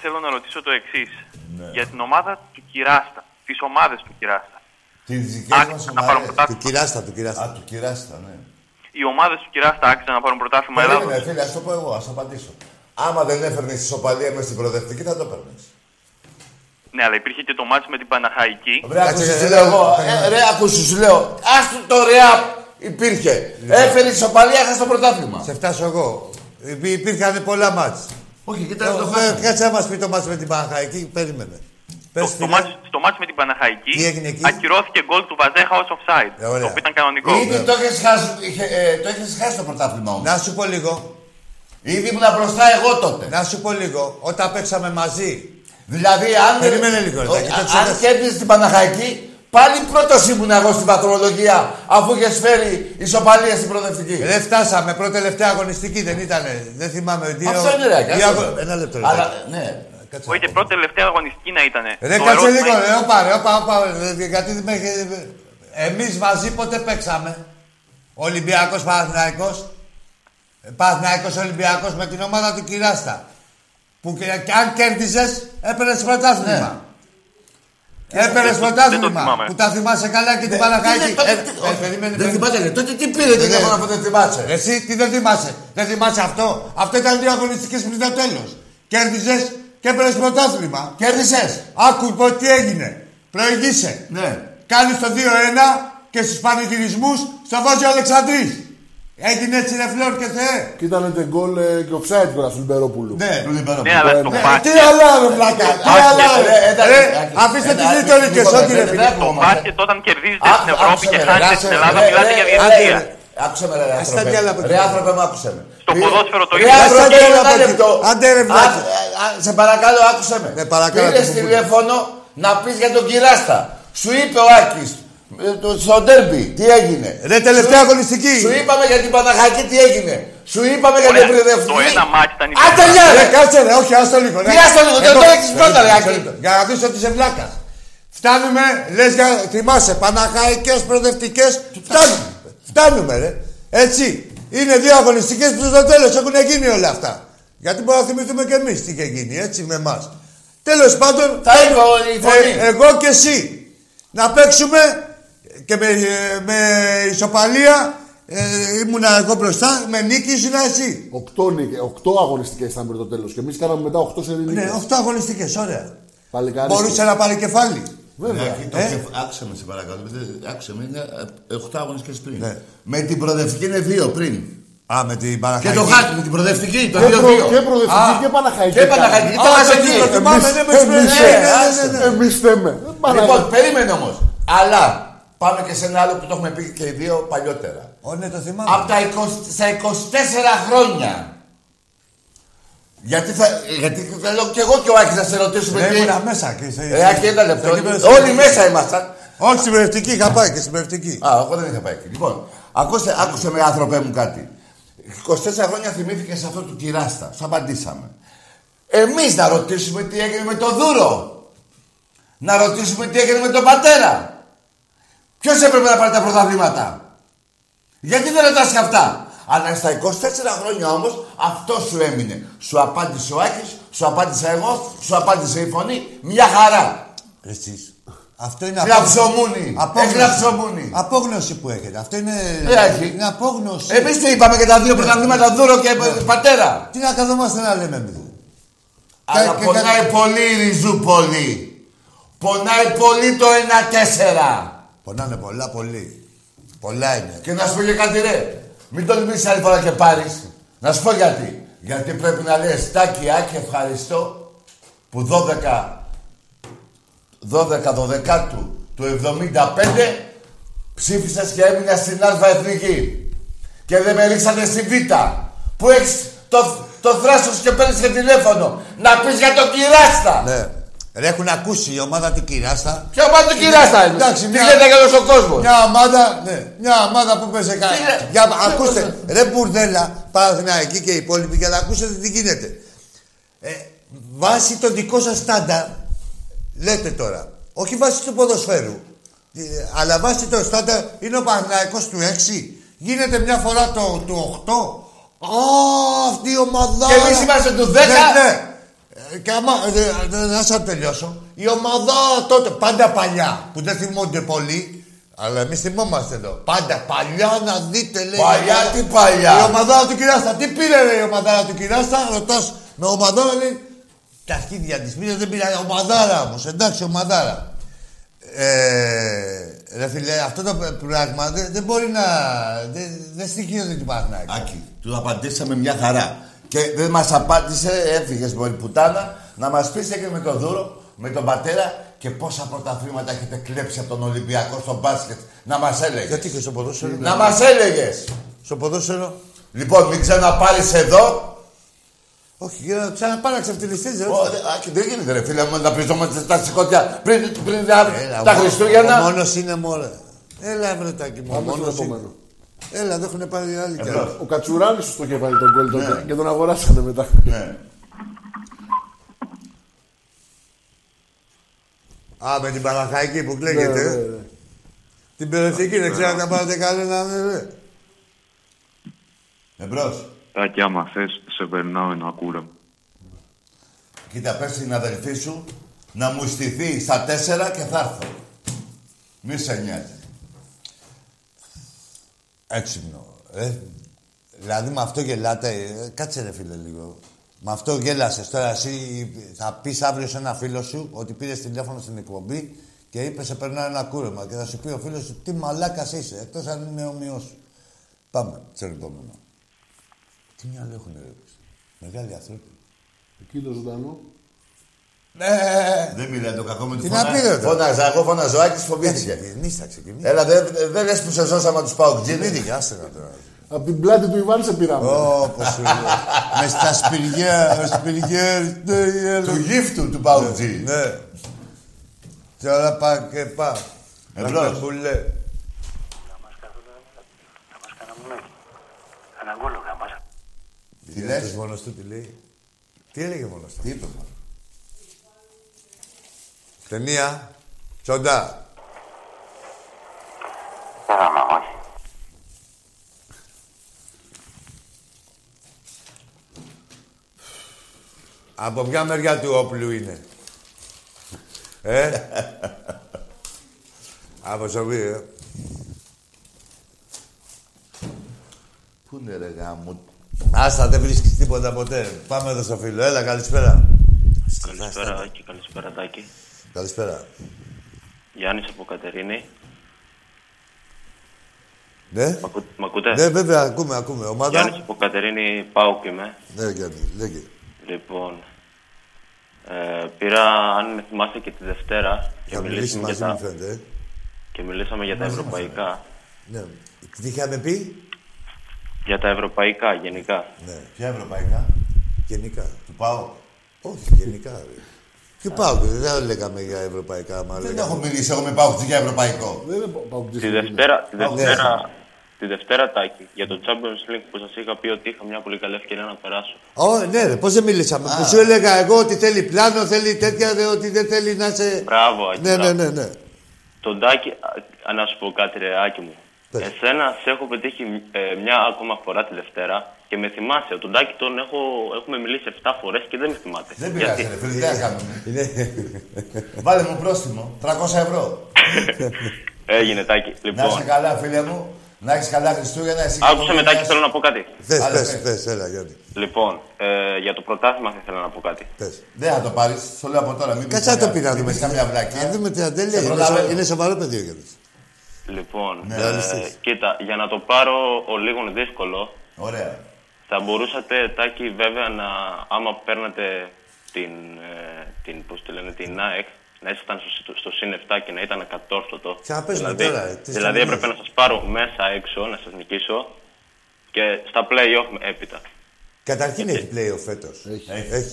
Speaker 7: Θέλω να ρωτήσω το εξής.
Speaker 2: Ναι.
Speaker 7: Για την ομάδα του Κυράστα. Τις ομάδες του Κυράστα.
Speaker 3: Τις δικές
Speaker 7: Άξιζε να
Speaker 3: μα
Speaker 7: πάρουν
Speaker 3: ομάδες.
Speaker 2: Του
Speaker 7: πρωτάθλημα.
Speaker 2: κυράστα, του κυράστα.
Speaker 3: Α, του κυράστα, ναι.
Speaker 7: Οι ομάδες του Κυράστα άξιζαν να πάρουν πρωτάθλημα
Speaker 3: Περίμενε,
Speaker 7: Ελλάδα.
Speaker 3: φίλε, ας το πω εγώ, ας απαντήσω. Άμα δεν έφερνες ισοπαλία μες στην προοδευτική, θα το παίρνει.
Speaker 7: Ναι, αλλά υπήρχε και το μάτι με την Παναχαϊκή.
Speaker 3: Βρε,
Speaker 2: Κάτσε,
Speaker 3: άκουσε,
Speaker 2: ρε,
Speaker 3: σου
Speaker 2: ρε,
Speaker 3: λέω εγώ.
Speaker 2: ρε,
Speaker 3: Ε, Ρε, άκουσε, σου λέω. Άστο το ρεάπ υπήρχε.
Speaker 2: Ναι.
Speaker 3: Έφερε ισοπαλία, χάσε το πρωτάθλημα.
Speaker 2: Σε φτάσω εγώ. Υπή- Υπήρχαν πολλά μάτς.
Speaker 3: Όχι, κοίτα, το
Speaker 2: Ε,
Speaker 3: χάσαμε.
Speaker 2: Κάτσε να μας πει το μάτς με την Παναχαϊκή. Περίμενε.
Speaker 7: Το,
Speaker 2: Πες
Speaker 7: στο,
Speaker 2: φίλε.
Speaker 7: μάτς, στο μάτς με την
Speaker 2: Τι
Speaker 7: Παναχαϊκή
Speaker 2: έγινε εκεί?
Speaker 7: ακυρώθηκε γκολ του Βαζέχα ως offside.
Speaker 2: Ε, ωραία.
Speaker 7: το οποίο ήταν κανονικό.
Speaker 3: Ήδη το έχεις χάσει, είχε, ε, το έχεις χάσει το πρωτάθλημα όμως.
Speaker 2: Να σου πω λίγο.
Speaker 3: Ήδη ήμουν μπροστά εγώ τότε.
Speaker 2: Να σου πω λίγο. Όταν παίξαμε μαζί.
Speaker 3: Δηλαδή, αν.
Speaker 2: Περίμενε λίγο,
Speaker 3: Ο-
Speaker 2: Ρετάκη, το
Speaker 3: αν
Speaker 2: ξέρεις.
Speaker 3: κέρδισε την Παναχαϊκή, πάλι πρώτος ήμουν εγώ στην βαθμολογία, αφού είχες φέρει ισοπαλία στην προοδευτική.
Speaker 2: Δεν φτάσαμε. Πρώτη τελευταία αγωνιστική δεν ήτανε. Δεν θυμάμαι. Δύο,
Speaker 3: Αυτό είναι ρε,
Speaker 2: δύο
Speaker 3: κάτσε.
Speaker 2: αγω- Ένα λεπτό. ρε, Ρετάκη.
Speaker 3: Αλλά, ναι.
Speaker 2: Κάτσε
Speaker 7: Όχι
Speaker 2: να
Speaker 7: και
Speaker 2: πω.
Speaker 7: πρώτη τελευταία αγωνιστική να ήταν.
Speaker 2: Ρε κάτσε λίγο, ρε, όπα, ρε, όπα, όπα, ρε, γιατί δεν με... Εμείς μαζί ποτέ παίξαμε. Ολυμπιακός, Παναθηναϊκός. Ε, Παναθηναϊκός, Ολυμπιακός με την ομάδα του Κυράστα. Που και, και αν κέρδιζες, έπαιρνες πρωτάθλημα. Έπαιρνες
Speaker 3: Ναι.
Speaker 7: Δεν το- δεν το
Speaker 2: πρωτάθλημα.
Speaker 7: θυμάμαι.
Speaker 2: Που τα θυμάσαι καλά και την
Speaker 3: Ε,
Speaker 2: Ε, Παναχάκη.
Speaker 3: τότε, τι- όχι, Δεν θυμάται, ρε. τότε τι πήρε
Speaker 2: Ναι.
Speaker 3: τηλέφωνο που δεν θυμάσαι.
Speaker 2: Εσύ τι δεν θυμάσαι. Δεν θυμάσαι αυτό. Αυτό ήταν δύο αγωνιστικές πριν το τέλος. Κέρδιζες και έπαιρνες πρωτάθλημα.
Speaker 3: Κέρδισες.
Speaker 2: Άκου πω τι έγινε. Προηγήσε.
Speaker 3: Ναι.
Speaker 2: Κάνεις το 2-1 και στους πανηγυρισμούς στο βάζει ο Αλεξανδρής. Έγινε έτσι ρε φλόρ και θεέ.
Speaker 4: Και ήταν και γκολ ε, και offside κιόλας του Λιμπερόπουλου.
Speaker 2: Ναι.
Speaker 7: Ναι, αλλά στο
Speaker 4: Ναι,
Speaker 2: Ε,
Speaker 7: μπάσκετ.
Speaker 2: Τι άλλο ρε πλάκα. Τι
Speaker 3: ε,
Speaker 2: άλλο ρε. ρε. Ε, Αφήστε τις ρητορικές ό,τι ρε φίλε.
Speaker 7: Το μπάσκετ όταν κερδίζετε στην Ευρώπη και χάνετε στην Ελλάδα,
Speaker 3: ρε,
Speaker 7: μιλάτε
Speaker 3: ρε,
Speaker 7: για
Speaker 3: ρε,
Speaker 7: διαιτησία.
Speaker 3: ρε. Ε, Άκουσε με ρε άνθρωπε.
Speaker 2: τι άλλα από
Speaker 3: Ρε
Speaker 2: εκεί.
Speaker 3: άνθρωπε μου άκουσε με.
Speaker 7: Στο
Speaker 3: Ρε,
Speaker 7: ποδόσφαιρο το
Speaker 3: ρε,
Speaker 7: ίδιο.
Speaker 2: Άντε,
Speaker 3: άνθρωπε,
Speaker 2: ρε,
Speaker 3: ένα
Speaker 2: βλάκα.
Speaker 3: λεπτό.
Speaker 2: Άντε, ρε,
Speaker 3: Α,
Speaker 2: βλάκα.
Speaker 3: α, α, Σε παρακαλώ άκουσε με.
Speaker 2: Ναι, παρακαλώ,
Speaker 3: Πήρες
Speaker 2: το κουμπούλι.
Speaker 3: τηλέφωνο να πεις για τον Κυράστα. Σου είπε ο Άκης ε, το- στο ντέρμπι τι έγινε.
Speaker 2: Ρε τελευταία
Speaker 3: Σου-
Speaker 2: αγωνιστική.
Speaker 3: Σου είπαμε για την Παναχάκη τι έγινε. Σου είπαμε για
Speaker 7: Ωραία,
Speaker 3: τον Πριδευτή.
Speaker 7: το ένα μάτς ήταν η
Speaker 3: Άντε
Speaker 7: Παναχάκη.
Speaker 3: γεια
Speaker 2: Ρε
Speaker 3: ρε.
Speaker 2: Ναι, κάτσε ρε, όχι άστο λίγο. ναι. Ε, ρε.
Speaker 3: Τι άστο λίγο, δεν
Speaker 2: Εγώ-
Speaker 3: το έχεις
Speaker 2: Μισό
Speaker 3: πρώτα, ρε,
Speaker 2: λεπτό,
Speaker 3: Άκη.
Speaker 2: μισό λεπτό. Για να δεις ότι είσαι βλάκας. Φτάνουμε, λες για, θυμάσαι, παναχαϊκές, προοδευτικές, φτάνουμε. Φτάνουμε ρε. Έτσι. Είναι δύο αγωνιστικές που στο τέλος έχουν γίνει όλα αυτά. Γιατί μπορούμε να θυμηθούμε και εμείς τι είχε γίνει, έτσι με εμάς. Τέλος πάντων,
Speaker 3: Θα έχω η φωνή.
Speaker 2: ε, εγώ και εσύ. Να παίξουμε και με, ε, με ισοπαλία. Ε, ήμουνα εγώ μπροστά, με νίκη ήσουν εσύ.
Speaker 4: Οκτώ, νίκε- οκτώ αγωνιστικές ήταν πριν το τέλος. Και εμείς κάναμε μετά οκτώ σε
Speaker 2: Ναι,
Speaker 4: νίκες.
Speaker 2: 8 αγωνιστικές, ωραία.
Speaker 4: Παλικάρι.
Speaker 2: Μπορούσε να πάρει κεφάλι.
Speaker 4: Βέβαια.
Speaker 3: Ναι, το
Speaker 2: Ε.
Speaker 3: ξεφ- Άκουσε με, σε παρακαλώ. δεν- Άκουσε με, είναι ε, 8 αγωνιστικές πριν.
Speaker 2: Ναι.
Speaker 3: Με την προοδευτική είναι 2 πριν.
Speaker 2: Α, με την
Speaker 3: Και
Speaker 2: Παναχαϊκή.
Speaker 3: το χάτι με την προοδευτική, το
Speaker 4: Και, προ,
Speaker 3: 2-2.
Speaker 4: και προοδευτική και παναχαϊκή.
Speaker 3: Και Παναχαϊκή.
Speaker 2: Α,
Speaker 3: Ήταν
Speaker 2: το
Speaker 3: εκεί. Λοιπόν,
Speaker 2: κύκλο, θυμάμαι, ναι, με τις
Speaker 4: Εμεί
Speaker 2: προηγούμενες.
Speaker 3: ε,
Speaker 2: Ναι, ναι, ναι, ναι.
Speaker 4: θέμε.
Speaker 3: Λοιπόν, περίμενε όμως. Αλλά πάμε και σε ένα άλλο που το έχουμε πει και οι δύο παλιότερα.
Speaker 2: Ω, ναι, το
Speaker 3: Από
Speaker 2: θυμάμαι.
Speaker 3: τα 20, στα 24 χρόνια. Γιατί, θα, γιατί θέλω και εγώ και ο Άκης να σε ρωτήσουμε
Speaker 2: Δεν
Speaker 3: τι.
Speaker 2: ήμουν Ναι, μέσα. και σε-
Speaker 3: Ρε Άκη, Ε, ένα λεπτό.
Speaker 2: στο κύπελο στην
Speaker 3: Όλοι
Speaker 2: Πρευτική.
Speaker 3: μέσα ήμασταν.
Speaker 2: Όχι στην Πρευτική, είχα πάει και στην Πρευτική.
Speaker 3: Α, εγώ δεν είχα πάει εκεί. Λοιπόν, ακούστε, άκουσε με άνθρωπέ μου κάτι. 24 χρόνια θυμήθηκε σε αυτό του κυράστα. Σου απαντήσαμε. Εμείς να ρωτήσουμε τι έγινε με τον Δούρο. Να ρωτήσουμε τι έγινε με τον πατέρα. Ποιος έπρεπε να πάρει τα πρωταβλήματα. Γιατί δεν ρωτάς και αυτά. Αλλά στα 24 χρόνια όμως αυτός σου έμεινε. Σου απάντησε ο Άκης, σου απάντησα εγώ, σου απάντησε η φωνή. Μια χαρά.
Speaker 2: Εσείς. Αυτό είναι
Speaker 3: Γλαψομούνι.
Speaker 2: απόγνωση.
Speaker 3: Εγλαψομούνι.
Speaker 2: Απόγνωση που έχετε. Αυτό είναι.
Speaker 3: Ρε, Ε, Άκη. Ε,
Speaker 2: Είναι απόγνωση.
Speaker 3: Εμείς το είπαμε και τα δύο πρωταθλήματα, δούρο και πατέρα.
Speaker 2: Τι να καθόμαστε να λέμε εμείς.
Speaker 3: Αλλά
Speaker 2: και- και-
Speaker 3: πονάει πολύ η Ριζούπολη. Πονάει πολύ το 1-4.
Speaker 2: Πονάνε πολλά, πολύ. Πολλά είναι.
Speaker 3: Και να σου πω και κάτι ρε. Μην τολμήσεις άλλη φορά και πάρεις. Να σου πω γιατί. Γιατί πρέπει να λες τάκι, άκι, ευχαριστώ που 12 12 Δωδεκάτου του 75 ψήφισες και έμεινα στην Α Εθνική. Και δεν με ρίξατε στη Β. Που έχεις το, το θράσος και παίρνεις και τηλέφωνο. Να πεις για τον Κυράστα.
Speaker 2: Ναι. Ρε, έχουν ακούσει η ομάδα την Κυράστα.
Speaker 3: Ποια ομάδα του Κυράστα είναι.
Speaker 2: Εντάξει,
Speaker 3: Τι
Speaker 2: μια-
Speaker 3: λέτε για όλος ο κόσμος.
Speaker 2: Μια ομάδα, ναι, μια ομάδα που παίζει καλά.
Speaker 3: Τι λέ-
Speaker 2: Για,
Speaker 3: τι ε?
Speaker 2: ακούστε, ρε μπουρδέλα, Παναθηναϊκή και οι υπόλοιποι, για να ακούσετε τι γίνεται. Ε, βάσει το δικό σας στάνταρ, λέτε τώρα, όχι βάσει του ποδοσφαίρου, ε, αλλά βάσει το στάνταρ, είναι ο Παναθηναϊκός του 6. Γίνεται μια φορά το, του 8. Α, αυτή η ομάδα.
Speaker 3: Και εμείς είμαστε του 10.
Speaker 2: Ναι, ναι. Ε, Και άμα, ε, ε, να σας τελειώσω. Η ομάδα τότε, πάντα παλιά, που δεν θυμούνται πολύ, αλλά εμείς θυμόμαστε εδώ. Πάντα παλιά να δείτε, λέει.
Speaker 3: Παλιά,
Speaker 2: η ομάδα-
Speaker 3: τι παλιά.
Speaker 2: Η ομαδάρα του Κυράστα. Τι πήρε, ρε, η ομαδάρα του Κυράστα, ρωτάς με ομαδάρα, λέει. Τα αρχίδια της πήρε, δεν πήρε ομαδάρα όμως. Εντάξει, ομαδάρα. Ε, ρε φίλε, αυτό το πράγμα δεν, δεν μπορεί να. Δεν, δεν στοιχείωται του Παναθηναϊκού.
Speaker 3: Άκη, του απαντήσαμε μια χαρά. Και δεν μας απάντησε, έφυγε μόλι πουτάνα, να μας πείτε και με τον Δούρο, με τον πατέρα και πόσα πρωταθλήματα έχετε κλέψει από τον Ολυμπιακό στο μπάσκετ. Να μας έλεγες.
Speaker 2: Γιατί και στο ποδόσφαιρο.
Speaker 3: Να μας έλεγες.
Speaker 2: Στο ποδόσφαιρο.
Speaker 3: Λοιπόν, μην ξαναπάρεις εδώ.
Speaker 2: Όχι, για να ξαναπάραξε αυτή τη ληστή, ρε.
Speaker 3: Ω, δε- Άκη, δεν γίνεται, ρε φίλε μου, να πριζόμαστε τα σηκώτια πριν, πριν τα-
Speaker 2: Έλα,
Speaker 3: τα
Speaker 2: ο μόνος- Ο
Speaker 3: Χριστούγεννα.
Speaker 2: μόνος είναι μόνο. Έλα, βρετάκι μου. ο
Speaker 4: Πάμε στον
Speaker 2: μόνος είναι.
Speaker 4: επόμενο.
Speaker 2: Έλα, δεν έχουν πάρει άλλη κι άλλοι.
Speaker 3: Εδώ.
Speaker 4: Ο Κατσουράνης σου το είχε βάλει τον κόλ
Speaker 2: Ναι.
Speaker 4: τότε και τον αγοράσανε μετά.
Speaker 3: Ναι.
Speaker 2: Α, με την Παλαχαϊκή που κλαίγεται.
Speaker 4: Ναι,
Speaker 2: ε.
Speaker 4: ναι, ναι.
Speaker 2: Την περιοχική δεν ξέρω αν θα πάρετε κανένα. ναι, ναι.
Speaker 3: Εμπρός.
Speaker 6: Τάκη, άμα θες, σε περνάω ένα κούρα.
Speaker 3: Κοίτα, πες στην αδελφή σου να μου στηθεί στα τέσσερα και θα έρθω. Μη σε νοιάζει.
Speaker 2: Έξυπνο. Ε, δηλαδή με αυτό γελάτε. ε, Κάτσε ρε φίλε λίγο. Με αυτό γέλασες. Τώρα εσύ θα πεις αύριο σε ένα φίλο σου ότι πήρες τηλέφωνο στην εκπομπή και είπες σε περνάω ένα κούρεμα. Και θα σου πει ο φίλος σου τι μαλάκας είσαι. Εκτός αν είναι ομοιό σου. Πάμε, ξέρω επόμενο. Τι μυαλό έχουν ρε. Μεγάλοι άνθρωποι.
Speaker 4: Εκεί το ζωντανό.
Speaker 3: Δεν μιλάει το κακό με τη
Speaker 2: Τι
Speaker 3: φωνά.
Speaker 2: να πει, ρε, τώρα.
Speaker 3: Φώναζα, εγώ φώναζα, ο Άκης φοβήθηκε.
Speaker 2: Εμεί θα ξεκινήσουμε.
Speaker 3: Έλα, δεν δε λες που σε σώσαμε τους
Speaker 1: Ε,
Speaker 2: Δεν
Speaker 3: Παοκτζίδη.
Speaker 2: δικιάστε να τώρα.
Speaker 4: Απ' την πλάτη του Ιβάν σε πήραμε.
Speaker 2: Όπως σου λέω. Με στα σπηριά, σπηριά, ναι, έλα.
Speaker 3: Του γύφτου του Παοκτζίδη.
Speaker 2: Ναι. Τώρα πά και πά.
Speaker 3: Εμπρός.
Speaker 2: Αυτά που λέει.
Speaker 3: Τι
Speaker 2: Τους
Speaker 3: λες,
Speaker 2: μόνος του τι λέει. Τι έλεγε μόνος του.
Speaker 3: τι είπε.
Speaker 2: Ταινία. Τσοντά. Από ποια μεριά του όπλου είναι. Ε. Από σοβή, ε.
Speaker 3: Πού είναι ρε γάμου.
Speaker 2: Άστα, δεν βρίσκεις τίποτα ποτέ. Πάμε εδώ στο φίλο. Έλα, καλησπέρα.
Speaker 8: Καλησπέρα Άκη, καλησπέρα Τάκη.
Speaker 2: Καλησπέρα.
Speaker 8: Γιάννης από Κατερίνη.
Speaker 2: Ναι.
Speaker 8: Μ' ακού- μ' ακούτε?
Speaker 2: Ναι, βέβαια, ακούμε, ακούμε.
Speaker 8: Γιάννης
Speaker 2: Ομάδα.
Speaker 8: από Κατερίνη, πάω και είμαι.
Speaker 2: Ναι, Γιάννη, λέγε.
Speaker 8: Λοιπόν, ε, πήρα, αν με θυμάστε και τη Δευτέρα, και
Speaker 2: Θα μιλήσει
Speaker 8: μιλήσαμε για,
Speaker 2: μαζί μου,
Speaker 8: τα,
Speaker 2: φαίνεται. ε.
Speaker 8: και μιλήσαμε για τα ευρωπαϊκά.
Speaker 2: Ναι. Τι είχαμε πει,
Speaker 8: Για τα ευρωπαϊκά γενικά.
Speaker 3: Ναι. Ποια ευρωπαϊκά,
Speaker 2: γενικά.
Speaker 3: του πάω.
Speaker 2: Όχι, γενικά. Ρε. Και πάω, δεν λέγαμε για ευρωπαϊκά, μα
Speaker 3: Δεν
Speaker 2: λέγαμε.
Speaker 3: έχω μιλήσει εγώ με Παοκτζή για ευρωπαϊκό.
Speaker 4: Δεν είναι πα- παουτζής.
Speaker 8: Τη Δευτέρα, τη Δευτέρα, τη Δευτέρα Τάκη, για το Champions League που σας είχα πει ότι είχα μια πολύ καλή ευκαιρία να περάσω.
Speaker 2: Ω, ναι, ρε, πώς δεν μιλήσαμε. Που σου έλεγα εγώ ότι θέλει πλάνο, θέλει τέτοια, δε, ότι δεν θέλει να σε.
Speaker 8: Μπράβο, Άκη.
Speaker 2: Ναι, ναι,
Speaker 8: μπράβο.
Speaker 2: ναι, ναι.
Speaker 8: Τον Τάκη, α, α, να σου πω κάτι ρε Άκη μου.
Speaker 2: Πες.
Speaker 8: Εσένα σε έχω πετύχει ε, μια ακόμα φορά τη Δευτέρα και με θυμάσαι. Τον Τάκη τον έχω, έχουμε μιλήσει 7 φορές και δεν με θυμάται.
Speaker 3: Δεν
Speaker 8: Γιατί?
Speaker 3: πειράζει, ρε φίλε, τι να κάνουμε. Βάλε μου πρόστιμο, 300 ευρώ.
Speaker 8: Έγινε Τάκη.
Speaker 3: Να είσαι
Speaker 8: Λοιπόν,
Speaker 3: καλά, φίλε μου. Να έχεις καλά Χριστούγεννα, εσύ και
Speaker 8: άκουσε
Speaker 3: η
Speaker 8: μετά και
Speaker 3: οικογένειά
Speaker 8: θέλω να πω κάτι.
Speaker 2: Θε,
Speaker 3: Άλλα
Speaker 2: πες,
Speaker 3: πες.
Speaker 2: πες, έλα, Γιάννη.
Speaker 8: Λοιπόν, ε, για το πρωτάθλημα θα ήθελα να πω κάτι.
Speaker 2: Πες.
Speaker 3: Δεν θα το πάρεις, το λέω από τώρα. Μην πεις
Speaker 2: Κάτσε να το
Speaker 3: καμιά-
Speaker 2: πει να
Speaker 3: μην
Speaker 2: δούμε.
Speaker 3: πεις καμιά βλακία.
Speaker 2: Να δούμε τι αν δεν λέει.
Speaker 3: Σε
Speaker 2: Είναι
Speaker 3: προλαβαίνω.
Speaker 2: σο- Είναι σοβαρό παιδί ο Γιάννης.
Speaker 8: Λοιπόν,
Speaker 2: αλήθεια.
Speaker 8: ε, κοίτα, για να το πάρω ο λίγο δύσκολο,
Speaker 3: Ωραία.
Speaker 8: θα μπορούσατε, Τάκη, βέβαια, να, άμα παίρνατε την, ε, την, πώς τη λένε, την ΑΕΚ, να ήσασταν στο, στο συν 7 και να ήταν κατόρθωτο.
Speaker 2: Ξαναπέζουμε
Speaker 8: δηλαδή,
Speaker 2: τώρα, ε, τις
Speaker 8: δηλαδή
Speaker 2: στιγμές.
Speaker 8: έπρεπε να σας πάρω μέσα έξω, να σας νικήσω και στα play-off έπειτα.
Speaker 2: Καταρχήν έχει playoff φέτος. Έχει,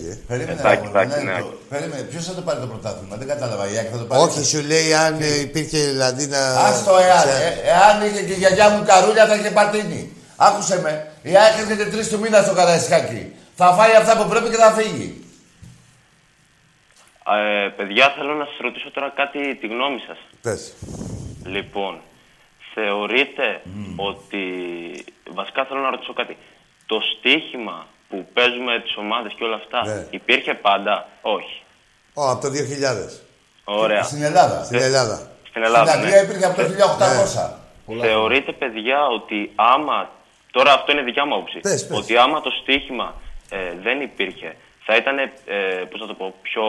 Speaker 2: ε.
Speaker 3: Περίμενε.
Speaker 8: Εντάξει,
Speaker 3: αγόρι μου,
Speaker 8: εντάξει,
Speaker 3: ναι,
Speaker 8: ναι.
Speaker 3: το- Περίμενε. Ποιος θα το πάρει το πρωτάθλημα, δεν κατάλαβα. Η Άκη θα το πάρει.
Speaker 2: Όχι, σου λέει αν ε, υπήρχε δηλαδή να.
Speaker 3: Ας το εάν.
Speaker 2: σε-
Speaker 3: Ε, εάν είχε και η γιαγιά μου καρούλια θα είχε πατίνει. Άκουσε με. Η Άκη έρχεται τρεις του μήνα στο Καραϊσκάκι. Θα φάει αυτά που πρέπει και θα φύγει.
Speaker 8: Ε, παιδιά, θέλω να σας ρωτήσω τώρα κάτι τη γνώμη σας.
Speaker 3: Πες.
Speaker 8: Λοιπόν, θεωρείτε ότι. Βασικά θέλω να ρωτήσω κάτι. Το στοίχημα που παίζουμε τις ομάδες και όλα αυτά
Speaker 2: Ναι.
Speaker 8: υπήρχε πάντα. Όχι.
Speaker 2: Ω, από το 2000.
Speaker 8: Ωραία.
Speaker 3: Στην Ελλάδα.
Speaker 2: Στην Ελλάδα.
Speaker 8: Στην Ελλάδα.
Speaker 3: Στην
Speaker 8: ναι.
Speaker 3: Αγγλία υπήρχε από
Speaker 2: Ε,
Speaker 3: το 1800.
Speaker 8: Θεωρείτε, παιδιά, ότι άμα. Τώρα αυτό είναι δικιά μου άποψη.
Speaker 2: Πες, πες.
Speaker 8: Ότι άμα το στοίχημα ε, δεν υπήρχε, θα ήταν. Ε, πώς να το πω, πιο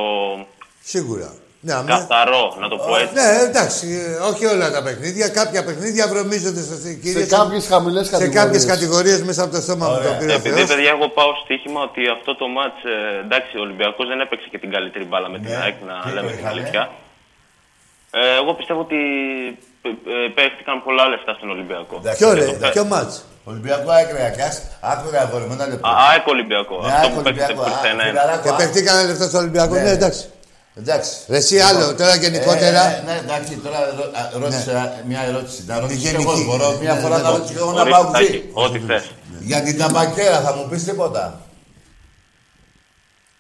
Speaker 2: Σίγουρα. Ναι, αμέ.
Speaker 8: καθαρό, να το πω έτσι.
Speaker 2: Ναι, εντάξει, ε, όχι όλα τα παιχνίδια. Κάποια παιχνίδια βρωμίζονται στο
Speaker 4: Σε
Speaker 2: κύριε.
Speaker 4: κάποιες χαμηλές
Speaker 2: σε
Speaker 4: κατηγορίες.
Speaker 2: κάποιες κατηγορίες μέσα από το στόμα μου το πήρε ο
Speaker 8: Ναι, Επειδή,
Speaker 3: ε,
Speaker 2: Θεός.
Speaker 8: παιδιά, εγώ πάω στοίχημα ότι αυτό το μάτς, ε, εντάξει, ο Ολυμπιακός δεν έπαιξε και την καλύτερη μπάλα με
Speaker 3: Ναι,
Speaker 8: την ΑΕΚ, να λέμε την αλήθεια. Ε, εγώ πιστεύω ότι ε, ε, παίχτηκαν πολλά λεφτά στον Ολυμπιακό.
Speaker 2: Ποιο
Speaker 8: Και το
Speaker 2: ρε,
Speaker 8: πέ-
Speaker 2: ποιο μάτς.
Speaker 3: Ολυμπιακό Ακριακά. Άκου ρε αγόρι μου, ένα λεπτό.
Speaker 8: Α, ΑΕΚ Ολυμπιακό.
Speaker 3: Ναι,
Speaker 8: αυτό
Speaker 3: άκου,
Speaker 8: που παίξετε
Speaker 3: Ολυμπιακό.
Speaker 8: πριν
Speaker 3: Α,
Speaker 8: ένα ένα.
Speaker 3: φιλαράκο,
Speaker 2: Και Ε,
Speaker 3: α.
Speaker 2: παιχτήκανε λεφτό στο Ολυμπιακό.
Speaker 3: Ε, Ναι.
Speaker 2: Ναι, εντάξει.
Speaker 3: Εντάξει.
Speaker 2: Ρε εσύ άλλο, τώρα γενικότερα.
Speaker 3: Ε, ναι, εντάξει, τώρα ρω- α, ρώτησε α, μια ερώτηση. Να ρωτήσω και
Speaker 2: γενική.
Speaker 3: εγώ, μπορώ μια
Speaker 2: Ναι,
Speaker 3: φορά
Speaker 2: ναι,
Speaker 3: να
Speaker 2: ναι.
Speaker 3: ρωτήσω και εγώ να
Speaker 8: Ορίστε,
Speaker 3: πάω Ναι.
Speaker 8: Τάκη, Ό,τι θες.
Speaker 3: Για την ταμπακέρα θα μου πεις τίποτα.